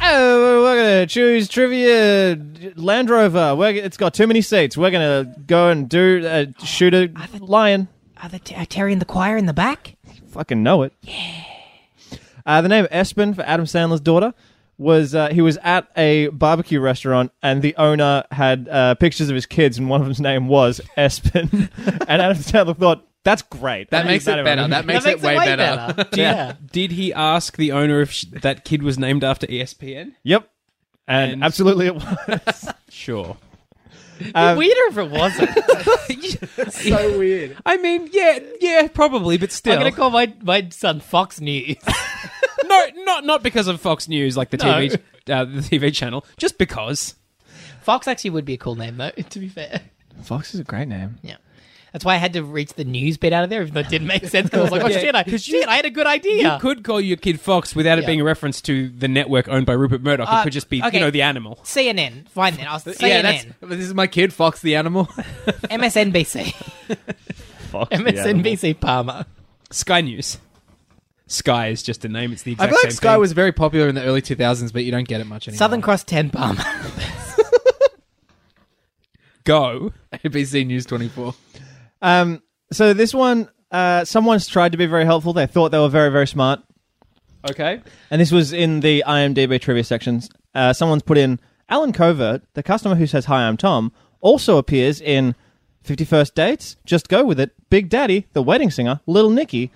Speaker 1: Oh, we're gonna choose trivia. Land Rover. We're, it's got too many seats. We're gonna go and do uh, shoot a lion.
Speaker 3: Are, the, are Terry and the choir in the back?
Speaker 1: Fucking know it. Yeah. Uh, the name Espen for Adam Sandler's daughter was uh, he was at a barbecue restaurant and the owner had uh, pictures of his kids and one of them's name was Espen. [LAUGHS] and Adam Sandler thought that's great.
Speaker 4: That
Speaker 1: I
Speaker 4: makes
Speaker 1: need
Speaker 4: it
Speaker 1: in
Speaker 4: better.
Speaker 1: my
Speaker 4: That
Speaker 1: movie."
Speaker 4: makes, it way, better.
Speaker 2: Did, did he ask the owner if sh that kid was named after E ESPN?
Speaker 1: yep. And,
Speaker 2: And-
Speaker 1: absolutely [LAUGHS] it was.
Speaker 2: Sure.
Speaker 1: Um,
Speaker 3: Weirder if it wasn't. [LAUGHS]
Speaker 4: so weird.
Speaker 2: I mean, yeah, yeah, probably, but still.
Speaker 3: I'm going to call my, my son Fox News. [LAUGHS]
Speaker 2: no, not not because of Fox News, like the TV, uh, the TV channel, just because.
Speaker 3: Fox actually would be a cool name, though, to be fair.
Speaker 1: Fox is a great name.
Speaker 3: Yeah. That's why I had to reach the news bit out of there, even though it didn't make sense. Because I was like,
Speaker 2: [LAUGHS]
Speaker 3: oh,
Speaker 2: Yeah,
Speaker 3: shit, I,
Speaker 2: 'cause
Speaker 3: shit
Speaker 2: you-
Speaker 3: I had a good idea.
Speaker 2: You could call your kid Fox without it
Speaker 3: Yeah.
Speaker 2: being a reference to the network owned by Rupert Murdoch.
Speaker 3: Uh,
Speaker 2: it could just be,
Speaker 3: okay.
Speaker 2: you know, the animal.
Speaker 3: CNN. Fine then. I'll
Speaker 4: yeah, that's,
Speaker 3: CNN.
Speaker 4: this is my kid, Fox the animal.
Speaker 2: [LAUGHS]
Speaker 3: MSNBC.
Speaker 1: [LAUGHS] Fox.
Speaker 3: MSNBC Palmer.
Speaker 2: Sky News. Sky is just a name. It's the
Speaker 4: I
Speaker 2: exact
Speaker 4: feel like
Speaker 2: same
Speaker 4: Sky
Speaker 2: thing.
Speaker 4: was very popular in the early 2000s, but you don't get it much anymore.
Speaker 3: Southern Cross 10 Palmer.
Speaker 2: Go.
Speaker 4: ABC News 24.
Speaker 1: Um, so this one, uh, someone's tried to be very helpful. They thought they were very, very smart.
Speaker 2: Okay.
Speaker 1: And this was in the IMDb trivia sections. Uh, someone's put in Alan Covert, the customer who says, Hi, I'm Tom, also appears in 51st Dates, Just Go With It, Big Daddy, The Wedding Singer, Little Nicky,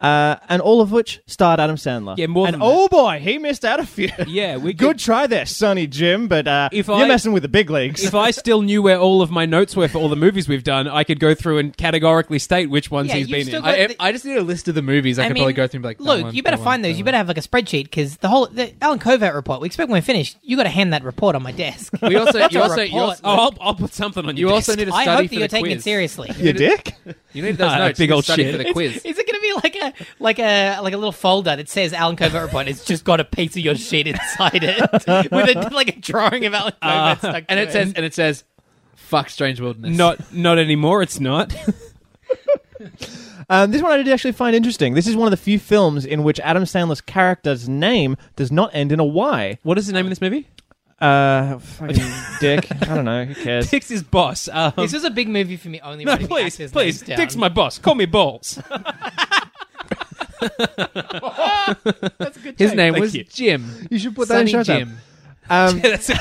Speaker 1: uh, and all of which starred Adam Sandler.
Speaker 2: Yeah, more
Speaker 1: And
Speaker 2: than that.
Speaker 1: oh boy, he missed out a few.
Speaker 2: Yeah, we
Speaker 1: [LAUGHS]
Speaker 2: could-
Speaker 1: Good try there, Sonny Jim, but uh,
Speaker 2: If
Speaker 1: you're
Speaker 2: I-
Speaker 1: messing with the big leagues.
Speaker 2: If I still knew where all of my notes were for all the movies we've done, I could go through and categorically state which ones
Speaker 3: Yeah,
Speaker 2: he's
Speaker 3: you've
Speaker 2: been
Speaker 3: still
Speaker 2: in.
Speaker 3: got-
Speaker 4: I, I just need a list of the movies. I, could probably go through and be like, that
Speaker 3: look,
Speaker 4: one,
Speaker 3: you better
Speaker 4: that one,
Speaker 3: find
Speaker 4: that
Speaker 3: those. You
Speaker 4: one.
Speaker 3: better have like a spreadsheet because the whole the Alan Covert report. We expect when we're finished, you got to hand that report on my
Speaker 4: [LAUGHS]
Speaker 3: desk.
Speaker 4: We also,
Speaker 3: That's
Speaker 4: you
Speaker 3: a
Speaker 4: also, you
Speaker 3: report.
Speaker 4: also,
Speaker 2: Oh, I'll, I'll put something on your
Speaker 4: you also
Speaker 2: desk.
Speaker 4: need to
Speaker 3: I
Speaker 4: study
Speaker 3: hope that
Speaker 4: for
Speaker 3: you're
Speaker 4: the
Speaker 3: taking
Speaker 4: quiz.
Speaker 3: it seriously.
Speaker 1: Your dick?
Speaker 4: You need those
Speaker 2: Ah,
Speaker 4: notes.
Speaker 2: big
Speaker 4: You
Speaker 2: old
Speaker 4: study
Speaker 2: shit.
Speaker 4: for the
Speaker 2: It's-
Speaker 4: quiz.
Speaker 3: [LAUGHS] Is it going to be like a like a like a little folder that says Alan Covert report? It's just got a piece of your sheet inside it [LAUGHS] with a, like a drawing of Alan
Speaker 2: Uh,
Speaker 3: Covert stuck
Speaker 4: and
Speaker 3: to
Speaker 4: it says, and it says, fuck Strange Wilderness.
Speaker 2: Not, not anymore. It's not.
Speaker 1: Um, this one I did actually find interesting. This is one of the few films in which Adam Sandler's character's name does not end in a Y.
Speaker 2: what is the name of this movie?
Speaker 1: [LAUGHS] Uh, fucking dick. I don't know. Who cares?
Speaker 2: Dick's his boss. Um,
Speaker 3: This was a big movie for me. Only
Speaker 2: no,
Speaker 3: writing the
Speaker 2: please,
Speaker 3: actors'
Speaker 2: please.
Speaker 3: names down.
Speaker 2: Dick's my boss. Call me balls.
Speaker 4: His name
Speaker 2: Thank
Speaker 4: was
Speaker 2: you.
Speaker 4: Jim.
Speaker 1: [LAUGHS] You should put
Speaker 4: Sonny Jim.
Speaker 1: Um,
Speaker 2: That's a,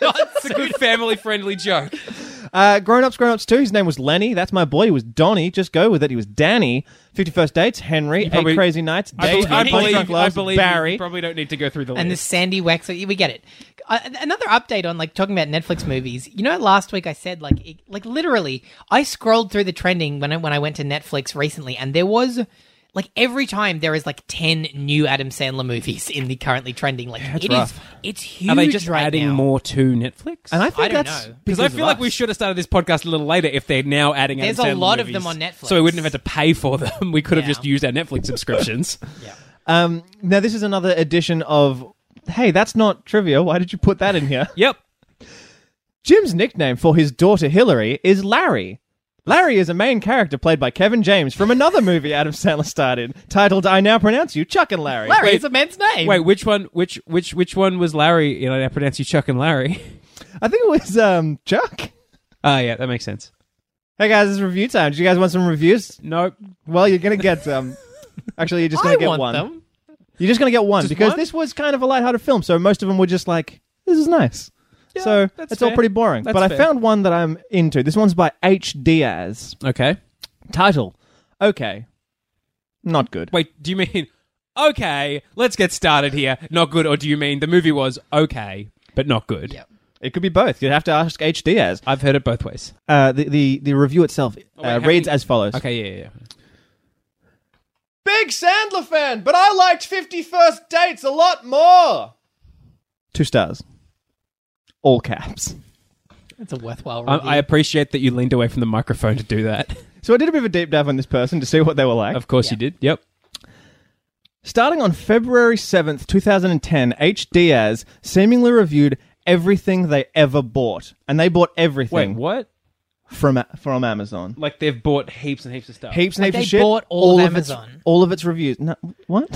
Speaker 2: that's a good family-friendly joke.
Speaker 1: Uh, grown ups, grown ups too. His name was Lenny. That's my boy. He was Donnie. Just go with it. He was Danny. Fifty First Dates. Henry.
Speaker 2: probably-
Speaker 1: Eight Crazy Nights.
Speaker 2: I,
Speaker 1: Davey.
Speaker 2: be- I
Speaker 1: Punch
Speaker 2: believe,
Speaker 1: Drunk
Speaker 2: I
Speaker 1: Loves,
Speaker 2: believe
Speaker 1: Barry.
Speaker 2: You probably don't need to go through the list.
Speaker 3: and the Sandy Wexler. We get it. Uh, another update on like talking about Netflix movies. You know, last week I said like it, like literally, I scrolled through the trending when I, when I went to Netflix recently, and there was. Like every time there is like ten new Adam Sandler movies in the currently trending, like it is,
Speaker 1: rough.
Speaker 3: it's huge.
Speaker 2: Are they just
Speaker 3: right
Speaker 2: adding
Speaker 3: now.
Speaker 2: more to Netflix?
Speaker 1: and I think
Speaker 3: I don't
Speaker 1: that's
Speaker 3: know.
Speaker 2: because I feel like we should have started this podcast a little later if they're now adding. Adam
Speaker 3: There's a
Speaker 2: Sandler
Speaker 3: lot of
Speaker 2: movies.
Speaker 3: them on Netflix.
Speaker 2: so we wouldn't have had to pay for them. [LAUGHS] We could have
Speaker 3: Yeah.
Speaker 2: just used our Netflix subscriptions.
Speaker 1: Um, now this is another edition of. Hey, that's not trivia. Why did you put that in here?
Speaker 2: yep.
Speaker 1: Jim's nickname for his daughter Hillary is Larry. Larry is a main character played by Kevin James from another movie Adam Sandler starred in, titled "I Now Pronounce You Chuck and Larry."
Speaker 3: Larry,
Speaker 2: Wait.
Speaker 3: it's a man's name.
Speaker 2: Wait, which one? Which which which one was Larry? You know, I pronounce you Chuck and Larry.
Speaker 1: I think it was um, Chuck.
Speaker 2: Ah, yeah, that makes sense.
Speaker 1: Hey guys, it's review time. Do you guys want some reviews?
Speaker 2: Nope.
Speaker 1: Well, you're gonna get some. Actually, you're just gonna
Speaker 3: I
Speaker 1: get
Speaker 3: want
Speaker 1: one.
Speaker 3: them.
Speaker 1: You're just gonna get one
Speaker 2: Just
Speaker 1: because
Speaker 2: one?
Speaker 1: this was kind of a lighthearted film, so most of them were just like, "This is nice." so
Speaker 2: that's
Speaker 1: it's all
Speaker 2: fair.
Speaker 1: pretty boring.
Speaker 2: That's
Speaker 1: but I
Speaker 2: fair.
Speaker 1: found one that I'm into. This one's by H. Diaz.
Speaker 2: Okay.
Speaker 1: Title: Okay, not good.
Speaker 2: Wait, do you mean okay? Let's get started here. Not good, or do you mean the movie was okay but not good?
Speaker 3: Yep.
Speaker 1: It could be both. You'd have to ask H. Diaz.
Speaker 2: I've heard it both ways.
Speaker 1: Uh, the, the the review itself
Speaker 2: Oh, wait,
Speaker 1: uh,
Speaker 2: how
Speaker 1: reads
Speaker 2: many-
Speaker 1: as follows:
Speaker 2: Okay, yeah, yeah, yeah.
Speaker 1: Big Sandler fan, but I liked Fifty First Dates a lot more. Two stars, all caps.
Speaker 3: It's a worthwhile
Speaker 2: I,
Speaker 3: review.
Speaker 2: I appreciate that you leaned away from the microphone to do
Speaker 3: [LAUGHS]
Speaker 2: that.
Speaker 1: So I did a bit of a deep dive on this person to see what they were like.
Speaker 2: Of course, you did. Yep.
Speaker 1: Starting on February 7th, 2010, H. Diaz seemingly reviewed everything they ever bought. And they bought
Speaker 2: Wait,
Speaker 1: everything
Speaker 2: what?
Speaker 1: from from Amazon.
Speaker 2: Like they've bought heaps and heaps of stuff.
Speaker 1: Heaps and
Speaker 3: Like
Speaker 1: heaps
Speaker 3: they
Speaker 1: of shit.
Speaker 3: bought all of
Speaker 1: its-
Speaker 3: Amazon.
Speaker 1: all of its reviews. No, what?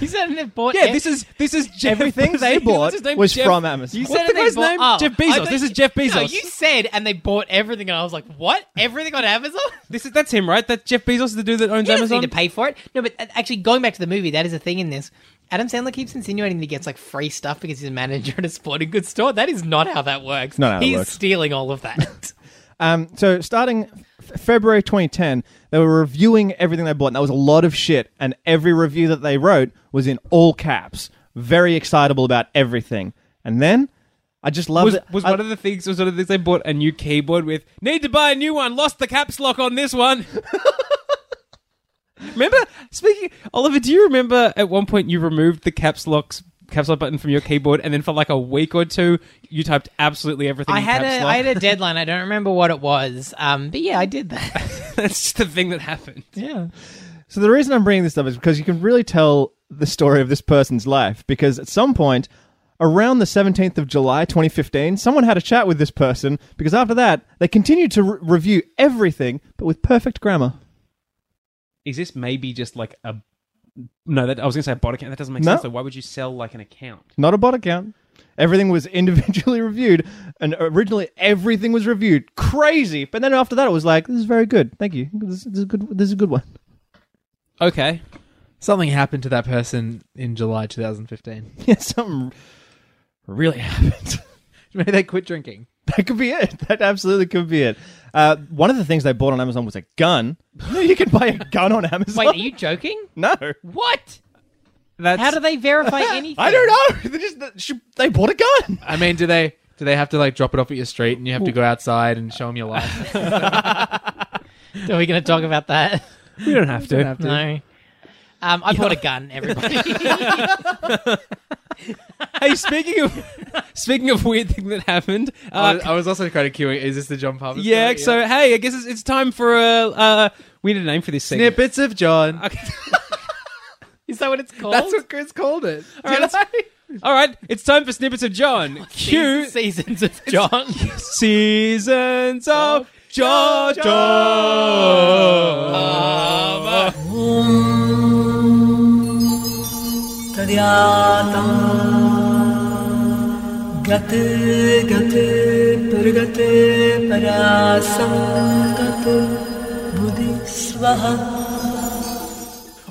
Speaker 3: you said they've bought.
Speaker 2: Yeah, this is this is Jeff [LAUGHS]
Speaker 1: Everything they
Speaker 2: what's
Speaker 1: bought
Speaker 2: his name?
Speaker 1: was
Speaker 2: Jeff-
Speaker 1: from Amazon.
Speaker 2: You
Speaker 1: What's
Speaker 2: said the guy's name? Jeff Bezos. This is Jeff Bezos.
Speaker 3: No, oh, you said, and they bought everything, and I was like, "What? Everything on [LAUGHS] Amazon?"
Speaker 2: This is that's him, right? That Jeff Bezos, the dude that owns
Speaker 3: He doesn't
Speaker 2: Amazon.
Speaker 3: need to pay for it. No, but uh, actually, going back to the movie, that is a thing in this. Adam Sandler keeps insinuating that he gets like free stuff because he's a manager at a sporting goods store. That is not how that works.
Speaker 1: Not how it
Speaker 3: he's
Speaker 1: works.
Speaker 3: stealing all of
Speaker 1: [LAUGHS]
Speaker 3: that. [LAUGHS]
Speaker 1: Um, so starting f- February 2010, they were reviewing everything they bought, and that was a lot of shit. And every review that they wrote was in all caps, very excitable about everything. And then I just love
Speaker 2: was
Speaker 1: it.
Speaker 2: was
Speaker 1: I-
Speaker 2: one of the things was one of the things they bought a new keyboard with. Need to buy a new one. Lost the caps lock on this
Speaker 3: [LAUGHS]
Speaker 2: one. remember speaking, Oliver? Do you remember at one point you removed the caps locks? Caps lock button from your keyboard, and then for like a week or two, you typed absolutely everything.
Speaker 3: I
Speaker 2: in
Speaker 3: had
Speaker 2: caps
Speaker 3: a
Speaker 2: lock.
Speaker 3: I [LAUGHS] had a deadline. I don't remember what it was, um, but yeah, I did that.
Speaker 2: [LAUGHS] That's just the thing that happened.
Speaker 3: [LAUGHS] yeah,
Speaker 1: So the reason I'm bringing this up is because you can really tell the story of this person's life because at some point around the 17th of July 2015 someone had a chat with this person because after that they continued to re- review everything but with perfect grammar.
Speaker 2: Is this maybe just like a? No, that I was gonna say a bot account. That doesn't make
Speaker 1: No.
Speaker 2: sense. Though. Why would you sell like an account?
Speaker 1: Not a bot account. Everything was [LAUGHS] individually reviewed and originally everything was reviewed. Crazy. But then after that it was like this is very good. Thank you. This, this is a good this is a good one. [LAUGHS]
Speaker 2: Okay,
Speaker 4: Something happened to that person in July 2015.
Speaker 1: Yeah, something really [LAUGHS] happened.
Speaker 4: [LAUGHS] Maybe they quit drinking.
Speaker 1: That could be it. That absolutely could be it. Uh, one of the things they bought on Amazon was a gun. [LAUGHS] you can buy a gun on Amazon.
Speaker 3: wait, are you joking?
Speaker 1: [LAUGHS] no,
Speaker 3: What?
Speaker 2: that's
Speaker 3: How do they [LAUGHS] verify anything?
Speaker 1: I don't know. They just they, sh- they bought a gun.
Speaker 3: [LAUGHS]
Speaker 4: I mean, do they do they have to like drop it off at your street and you have to go outside and show them your license?
Speaker 3: [LAUGHS] Are we going to talk about [LAUGHS] that?
Speaker 2: we don't have to.
Speaker 4: have to.
Speaker 3: No. Um, I bought a gun. Everybody.
Speaker 2: [LAUGHS] hey, speaking of [LAUGHS] speaking of weird thing that happened,
Speaker 4: Oh, I,
Speaker 2: uh,
Speaker 4: was, I was also kind of queuing. Is this the John Palmer?
Speaker 2: yeah.
Speaker 4: story?
Speaker 2: So hey, I guess it's, it's time for a uh, we need a name for this segment.
Speaker 4: snippets of John.
Speaker 2: [LAUGHS] Okay.
Speaker 3: [LAUGHS] is that what it's called?
Speaker 4: That's what Chris called it.
Speaker 2: right,
Speaker 4: Did
Speaker 2: let's-
Speaker 4: I?
Speaker 2: All right, it's time for snippets of John. Cue
Speaker 3: seasons of [LAUGHS] John.
Speaker 2: seasons of John.
Speaker 7: तद्यातं गते गते प्रगते परासङ्गत बुधि स्वः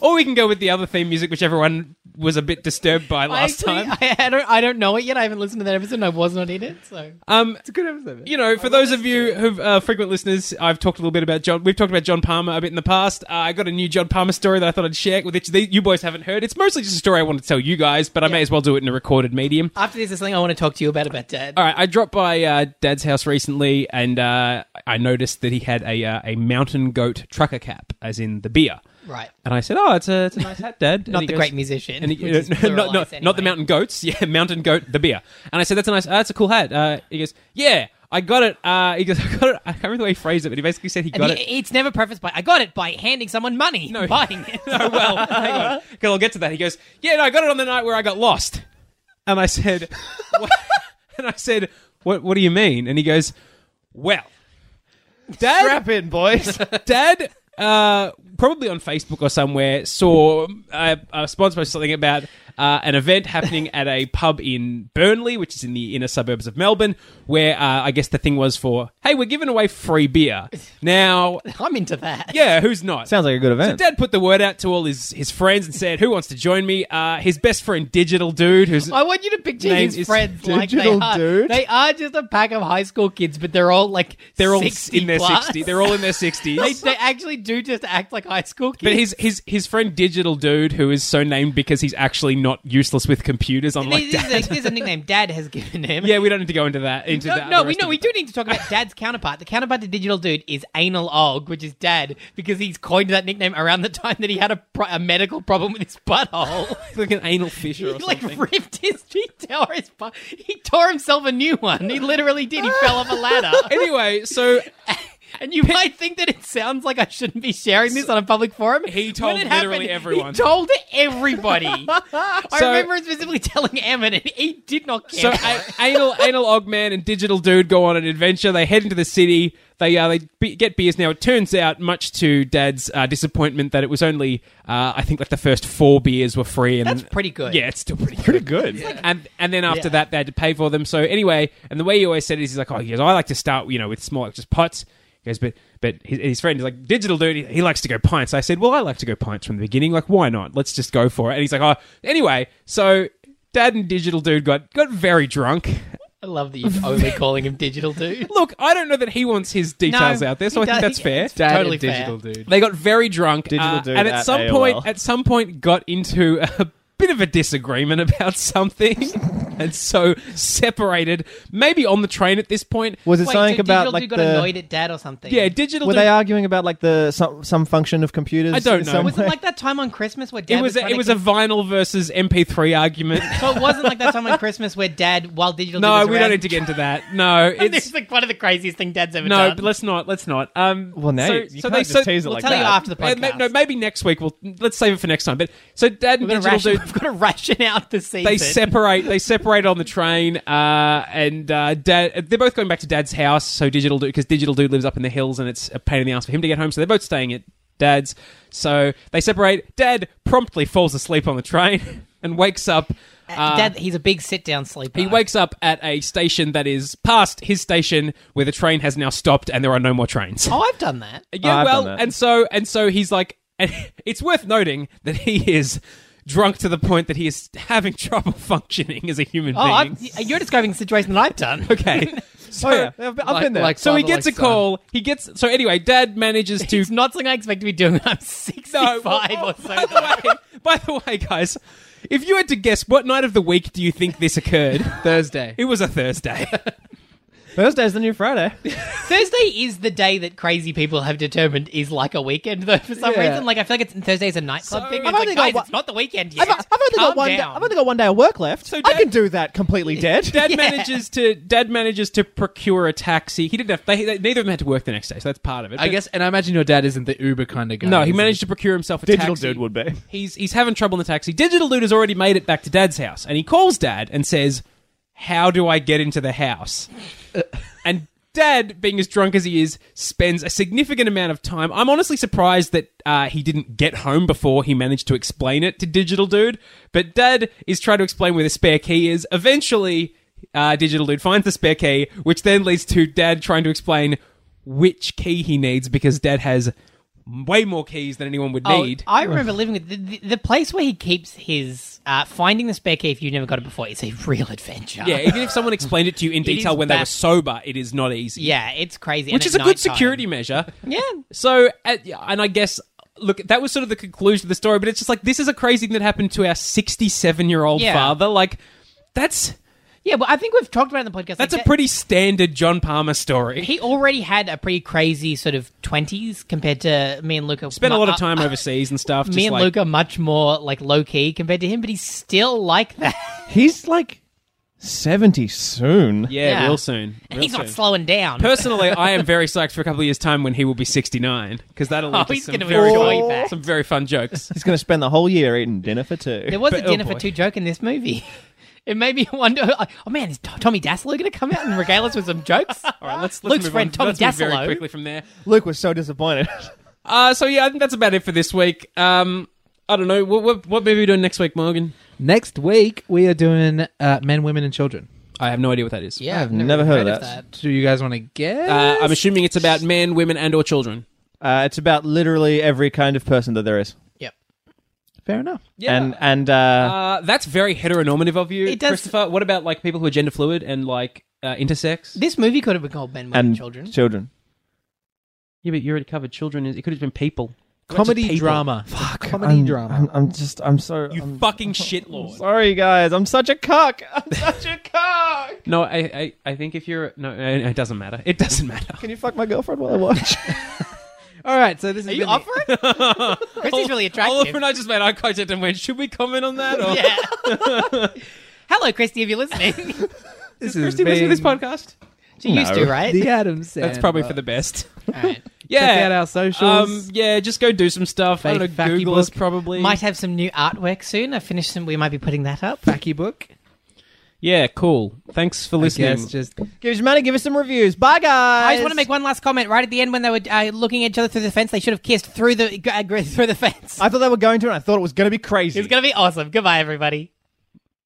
Speaker 2: Or we can go with the other theme music, which everyone was a bit disturbed by last
Speaker 3: I actually-
Speaker 2: time.
Speaker 3: I, I don't. I don't know it yet. I haven't listened to that episode. and I was not in it. So
Speaker 2: Um,
Speaker 4: It's a good episode.
Speaker 2: you know, for those of you who are frequent listeners, I've talked a little bit about John. We've talked about John Palmer a bit in the past. Uh, I got a new John Palmer story that I thought I'd share, which they, you boys haven't heard. It's mostly just a story I wanted to tell you guys, but I may
Speaker 3: Yeah.
Speaker 2: as well do it in a recorded medium.
Speaker 3: after this, there's something I want to talk to you about about Dad.
Speaker 2: All right, I dropped by uh, Dad's house recently, and uh, I noticed that he had a uh, a mountain goat trucker cap, as in the beer.
Speaker 3: Right.
Speaker 2: And I said, "Oh, it's a it's a nice hat, Dad."
Speaker 3: Not the great musician.
Speaker 2: And he,
Speaker 3: [LAUGHS] which is
Speaker 2: [LAUGHS] no, no, no,
Speaker 3: pluralized
Speaker 2: not the
Speaker 3: anyway.
Speaker 2: mountain goats. [LAUGHS] Yeah, mountain goat, the beer. And I said, "That's a nice. that's a cool hat." Uh, he goes, "Yeah, I got it." Uh, he goes, [LAUGHS] "I got it." I can't remember the way he phrased it, but he basically said he
Speaker 3: And
Speaker 2: got
Speaker 3: [LAUGHS] he-
Speaker 2: it.
Speaker 3: It's never prefaced by "I got it" by handing someone money,
Speaker 2: No.
Speaker 3: [LAUGHS] buying it.
Speaker 2: oh well, hang on, because I'll get to that. He goes, "Yeah, no, I got it on the night where I got lost," and I said, [LAUGHS] what? "And I said, what? What do you mean?" And he goes, "Well, Dad,
Speaker 1: Strap in,
Speaker 3: [LAUGHS]
Speaker 1: boys.
Speaker 2: Dad, uh, probably on Facebook or somewhere saw a, a sponsor post something about uh, an event happening at a pub in Burnley, which is in the inner suburbs of Melbourne, where uh, I guess the thing was for, hey, we're giving away free beer now."
Speaker 3: I'm into that.
Speaker 2: Yeah, who's not?
Speaker 1: Sounds like a good event.
Speaker 2: Dad put the word out to all his, his friends and said, "Who wants to join me?" Uh, his best friend, digital dude, who's
Speaker 3: I want you to picture
Speaker 2: Name
Speaker 3: his
Speaker 2: is
Speaker 3: friends like they
Speaker 1: Digital
Speaker 3: are.
Speaker 1: Dude.
Speaker 3: They are just a pack of high school kids, but they're all like
Speaker 2: they're all
Speaker 3: 60
Speaker 2: in their
Speaker 3: plus.
Speaker 2: sixties. They're all in their
Speaker 3: they,
Speaker 2: sixties.
Speaker 3: they actually do just act like high school kids.
Speaker 2: But his his his friend, digital dude, who is so named because he's actually not useless with computers,
Speaker 3: [LAUGHS]
Speaker 2: unlike
Speaker 3: This is a-
Speaker 2: Dad.
Speaker 3: this is a nickname Dad has given him.
Speaker 2: Yeah, we don't need to go into that. Into
Speaker 3: No,
Speaker 2: that,
Speaker 3: no
Speaker 2: the
Speaker 3: we
Speaker 2: rest
Speaker 3: know
Speaker 2: of
Speaker 3: we
Speaker 2: it.
Speaker 3: do need to talk about Dad's counterpart. The counterpart to Digital Dude is Anal Og, which is Dad, because he's coined that nickname around the time that he had a, pro- a medical problem with his [LAUGHS] butthole.
Speaker 2: [LAUGHS] like an anal fissure or
Speaker 3: [LAUGHS] He like
Speaker 2: something.
Speaker 3: ripped his he tore his butt. He tore himself a new one. He literally did. He fell off a [LAUGHS] ladder.
Speaker 2: Anyway, so
Speaker 3: And you might think that it sounds like I shouldn't be sharing this on a public forum.
Speaker 2: He
Speaker 3: When
Speaker 2: told
Speaker 3: it
Speaker 2: literally
Speaker 3: happened,
Speaker 2: everyone.
Speaker 3: He [LAUGHS] told
Speaker 2: [LAUGHS]
Speaker 3: everybody. I
Speaker 2: So-
Speaker 3: remember specifically telling Emmett, and he did not care. [LAUGHS]
Speaker 2: So a- anal anal Ogman and Digital Dude go on an adventure. They head into the city. They uh, they be- get beers. Now it turns out, much to Dad's uh, disappointment, that it was only uh, I think like the first four beers were free. And
Speaker 3: That's pretty good.
Speaker 2: Yeah, it's still pretty pretty
Speaker 1: good.
Speaker 2: and and then after
Speaker 3: Yeah.
Speaker 2: that, they had to pay for them. So anyway, and the way he always said it is, he's like, oh, he goes, I like to start, you know, with small, like just pots. He goes, but but his, his friend is like, digital dude, he, he likes to go pints. I said, well, I like to go pints from the beginning. Like, why not? Let's just go for it. And he's like, oh, anyway, so. Dad and digital dude got, got very drunk.
Speaker 3: I love that you're
Speaker 2: [LAUGHS]
Speaker 3: only calling him Digital Dude.
Speaker 2: Look, I don't know that he wants his details
Speaker 3: No,
Speaker 2: out there, so I
Speaker 3: he
Speaker 2: think
Speaker 3: does-
Speaker 2: that's fair.
Speaker 3: it's totally fair.
Speaker 4: digital dude.
Speaker 2: They got very drunk,
Speaker 1: Digital
Speaker 2: uh,
Speaker 1: dude
Speaker 2: and at
Speaker 1: at
Speaker 2: some
Speaker 1: AOL.
Speaker 2: point, at some point, got into a bit of a disagreement about [LAUGHS] something, and so separated. Maybe on the train at this point.
Speaker 1: Was it
Speaker 3: Wait,
Speaker 1: something
Speaker 3: so
Speaker 1: about
Speaker 3: Digital
Speaker 1: like
Speaker 3: Dude got
Speaker 1: the?
Speaker 3: annoyed at Dad or something?
Speaker 2: Yeah, digital.
Speaker 1: were
Speaker 2: dude,
Speaker 1: they arguing about like the some some function of computers?
Speaker 2: I don't know.
Speaker 1: in some
Speaker 3: Was
Speaker 2: [LAUGHS]
Speaker 3: it
Speaker 1: way?
Speaker 3: like that time on Christmas where Dad
Speaker 2: it was
Speaker 3: trying
Speaker 2: a, it
Speaker 3: to
Speaker 2: was a vinyl versus
Speaker 1: [LAUGHS]
Speaker 2: MP3 argument.
Speaker 3: [LAUGHS]
Speaker 2: [LAUGHS]
Speaker 3: So it wasn't like that time on Christmas where Dad, while digital,
Speaker 2: no,
Speaker 3: Dude was
Speaker 2: we
Speaker 3: around,
Speaker 2: don't need to get into that.
Speaker 1: [LAUGHS]
Speaker 2: No,
Speaker 3: [LAUGHS] This is
Speaker 2: it's
Speaker 3: like one of the craziest thing Dad's ever
Speaker 2: no.
Speaker 3: done.
Speaker 2: But let's not. Let's not. Um.
Speaker 1: Well, now
Speaker 2: so,
Speaker 1: you, you
Speaker 2: so
Speaker 1: can't
Speaker 2: they
Speaker 1: just
Speaker 2: so,
Speaker 1: tease it
Speaker 3: we'll
Speaker 1: like
Speaker 3: tell
Speaker 1: that.
Speaker 3: you after the
Speaker 2: Uh,
Speaker 3: podcast.
Speaker 2: ma- no, maybe next week. We'll let's save it for next time. But so Dad and
Speaker 3: we're gonna
Speaker 2: Digital
Speaker 3: ration,
Speaker 2: Dude
Speaker 3: [LAUGHS] we've got to ration out the season.
Speaker 2: they separate. They separate on the train, uh, and uh, dad. They're both going back to dad's house. So digital dude, because digital dude lives up in the hills, and it's a pain in the ass for him to get home. So they're both staying at dad's. So they separate. Dad promptly falls asleep on the train [LAUGHS] and wakes up.
Speaker 3: Uh, Dad, he's a big sit-down sleeper.
Speaker 2: He wakes up at a station that is past his station, where the train has now stopped, and there are no more trains.
Speaker 3: [LAUGHS] Oh, I've done that.
Speaker 2: Yeah,
Speaker 1: I've
Speaker 2: well,
Speaker 1: done that.
Speaker 2: and so and so he's like, and [LAUGHS] it's worth noting that he is drunk to the point that he is having [LAUGHS] trouble functioning as a human
Speaker 3: Oh,
Speaker 2: being.
Speaker 3: I've, you're describing the situation that
Speaker 1: [LAUGHS]
Speaker 3: I've done.
Speaker 2: [LAUGHS] Okay. So,
Speaker 1: Oh, yeah, I've, been- I've
Speaker 4: Like-
Speaker 1: been there.
Speaker 4: like-
Speaker 2: so he
Speaker 4: Father
Speaker 2: gets a
Speaker 4: like son.
Speaker 2: call. He gets. So anyway, dad manages to. [LAUGHS]
Speaker 3: It's not something I expect to be doing when I'm 65 or so.
Speaker 2: By the, way, by the way, guys, if you had to guess what night of the week do you think this occurred,
Speaker 1: [LAUGHS]
Speaker 4: Thursday.
Speaker 2: it was a Thursday.
Speaker 1: Thursday's the new Friday.
Speaker 3: Thursday is the day that crazy people have determined is like a weekend, though. For some
Speaker 1: Yeah.
Speaker 3: reason, like I feel like it's Thursday is a nightclub
Speaker 2: So-
Speaker 3: thing.
Speaker 2: I've
Speaker 3: It's like,
Speaker 1: only got
Speaker 3: guys,
Speaker 1: one-
Speaker 3: it's not the weekend
Speaker 1: I've,
Speaker 3: yet.
Speaker 1: I've only
Speaker 3: Calm
Speaker 1: got one. Day,
Speaker 3: down.
Speaker 1: I've only got one day of work left.
Speaker 2: So
Speaker 1: I
Speaker 2: Dad-
Speaker 1: can do that completely dead.
Speaker 2: Dad
Speaker 3: Yeah.
Speaker 2: manages to. Dad manages to procure a taxi. He didn't have. They, they- neither of them had to work the next day, so that's part of it.
Speaker 4: I
Speaker 2: But-
Speaker 4: guess, and I imagine your dad isn't the Uber kind of guy.
Speaker 2: No, he
Speaker 4: is
Speaker 2: managed to procure himself
Speaker 1: [LAUGHS]
Speaker 2: a
Speaker 1: Digital
Speaker 2: taxi.
Speaker 1: dude would be.
Speaker 2: He's he's having trouble in the taxi. Digital dude has already made it back to dad's house, and he calls dad and says, "How do I get into the house?" and dad, being as drunk as he is, spends a significant amount of time. I'm honestly surprised that uh, he didn't get home before he managed to explain it to digital dude. But dad is trying to explain where the spare key is. Eventually, uh, digital dude finds the spare key, which then leads to dad trying to explain which key he needs because dad has way more keys than anyone would
Speaker 3: Oh,
Speaker 2: need.
Speaker 3: I remember living with the, the, the place where he keeps his uh, finding the spare key if you've never got it before is a real adventure.
Speaker 2: yeah, even if someone explained it to
Speaker 3: [LAUGHS]
Speaker 2: you in
Speaker 3: is
Speaker 2: detail when they
Speaker 3: bad.
Speaker 2: were sober, it is not easy.
Speaker 3: yeah, it's crazy.
Speaker 2: Which
Speaker 3: and
Speaker 2: is a
Speaker 3: at
Speaker 2: good
Speaker 3: nighttime-
Speaker 2: security measure.
Speaker 3: Yeah,
Speaker 2: So, at, yeah, and I guess, look, that was sort of the conclusion of the story, but it's just like, this is a crazy thing that happened to our 67 year old
Speaker 3: Yeah.
Speaker 2: father. Like, that's
Speaker 3: yeah. Well, I think we've talked about it in the podcast.
Speaker 2: that's
Speaker 3: like
Speaker 2: a pretty standard John Palmer story.
Speaker 3: He already had a pretty crazy sort of twenties compared to me and Luca.
Speaker 2: Spent a lot of
Speaker 3: [LAUGHS] Uh,
Speaker 2: time overseas and stuff.
Speaker 3: me
Speaker 2: just
Speaker 3: and
Speaker 2: like,
Speaker 3: Luca much more like low key compared to him, but he's still like that. [LAUGHS]
Speaker 1: He's like 70 soon.
Speaker 2: Yeah,
Speaker 3: Yeah.
Speaker 2: real
Speaker 3: [LAUGHS]
Speaker 2: soon. Real
Speaker 3: he's
Speaker 2: soon.
Speaker 3: not slowing down.
Speaker 2: Personally, I am very psyched for a couple of years' time when he will be 69, because that'll lead
Speaker 3: [LAUGHS] Oh,
Speaker 2: to
Speaker 3: he's
Speaker 2: some
Speaker 3: gonna
Speaker 2: very,
Speaker 3: enjoy
Speaker 2: fun-
Speaker 3: that.
Speaker 2: some very fun jokes.
Speaker 1: He's going to spend the whole year eating dinner for two.
Speaker 3: there was
Speaker 2: but-
Speaker 3: a
Speaker 2: oh,
Speaker 3: dinner
Speaker 2: boy.
Speaker 3: for two joke in this movie. [LAUGHS] It made me [LAUGHS] wonder. Oh man, is T- Tommy Dassler going to come out and regale us with some
Speaker 2: [LAUGHS]
Speaker 3: jokes?
Speaker 2: All right, let's, let's
Speaker 3: Luke's
Speaker 2: move
Speaker 3: friend
Speaker 2: on.
Speaker 3: Tommy
Speaker 2: let's move very
Speaker 3: Dassolo.
Speaker 2: quickly from there.
Speaker 1: Luke was so disappointed. [LAUGHS]
Speaker 2: Uh, so yeah, I think that's about it for this week. Um, I don't know what what, what movie are we doing next week, Morgan.
Speaker 4: Next week we are doing uh, men, women, and children.
Speaker 2: I have no idea what that is.
Speaker 3: Yeah,
Speaker 1: I've never heard of that.
Speaker 4: Do you guys want to guess?
Speaker 2: Uh, I'm assuming it's about men, women, and or children.
Speaker 1: Uh, it's about literally every kind of person that there is.
Speaker 3: Yep.
Speaker 4: Fair enough.
Speaker 1: And, and uh,
Speaker 2: uh, that's very heteronormative of you,
Speaker 3: It does-
Speaker 2: Christopher. What about like people who are gender fluid and like uh, intersex?
Speaker 3: This movie could have been called Men, Women,
Speaker 1: and
Speaker 2: [LAUGHS]
Speaker 3: Children.
Speaker 1: Children.
Speaker 2: Yeah, but you already covered children. It could have been people.
Speaker 4: Comedy
Speaker 2: people.
Speaker 4: drama. Fuck. Comedy
Speaker 1: I'm-
Speaker 4: drama.
Speaker 1: I'm, I'm just, I'm so.
Speaker 2: You
Speaker 1: I'm-
Speaker 2: [LAUGHS] fucking shitlord.
Speaker 1: sorry, guys. I'm such a cuck. [LAUGHS] I'm such a cuck.
Speaker 2: No, I, I, I think if you're no, it doesn't matter. It doesn't [LAUGHS] matter.
Speaker 1: Can you fuck my girlfriend while I watch?
Speaker 4: All right. So this is
Speaker 3: Are you up for it?
Speaker 2: [LAUGHS]
Speaker 3: Chris is really
Speaker 2: Oliver
Speaker 3: attractive.
Speaker 2: and I just made eye contact and went, "Should we comment on that?" Or
Speaker 3: Yeah. [LAUGHS] Hello, Christy, if
Speaker 2: [LAUGHS]
Speaker 3: you're listening.
Speaker 4: This
Speaker 2: Does Christy listen to this podcast?
Speaker 3: She used to,
Speaker 1: No.
Speaker 3: right? [LAUGHS]
Speaker 4: The Adam Sandler.
Speaker 2: That's probably for the best.
Speaker 3: All right.
Speaker 2: Yeah.
Speaker 4: Check out our socials.
Speaker 2: Um, yeah, just go do some stuff. I
Speaker 4: Faith
Speaker 2: don't know,
Speaker 4: Facky
Speaker 2: Google
Speaker 4: book.
Speaker 2: us probably.
Speaker 3: Might have some new artwork soon. I finished some. We might be putting that up.
Speaker 4: Backy book.
Speaker 2: yeah, cool. Thanks for
Speaker 4: I
Speaker 2: listening.
Speaker 4: guess just
Speaker 1: give us your money. Give us some reviews. Bye, guys.
Speaker 3: I just want to make one last comment. Right at the end, when they were uh, looking at each other through the fence, they should have kissed through the [LAUGHS] uh, through the fence.
Speaker 1: I thought they were going to, and I thought it was going to be crazy.
Speaker 3: It's gonna be awesome. Goodbye, everybody.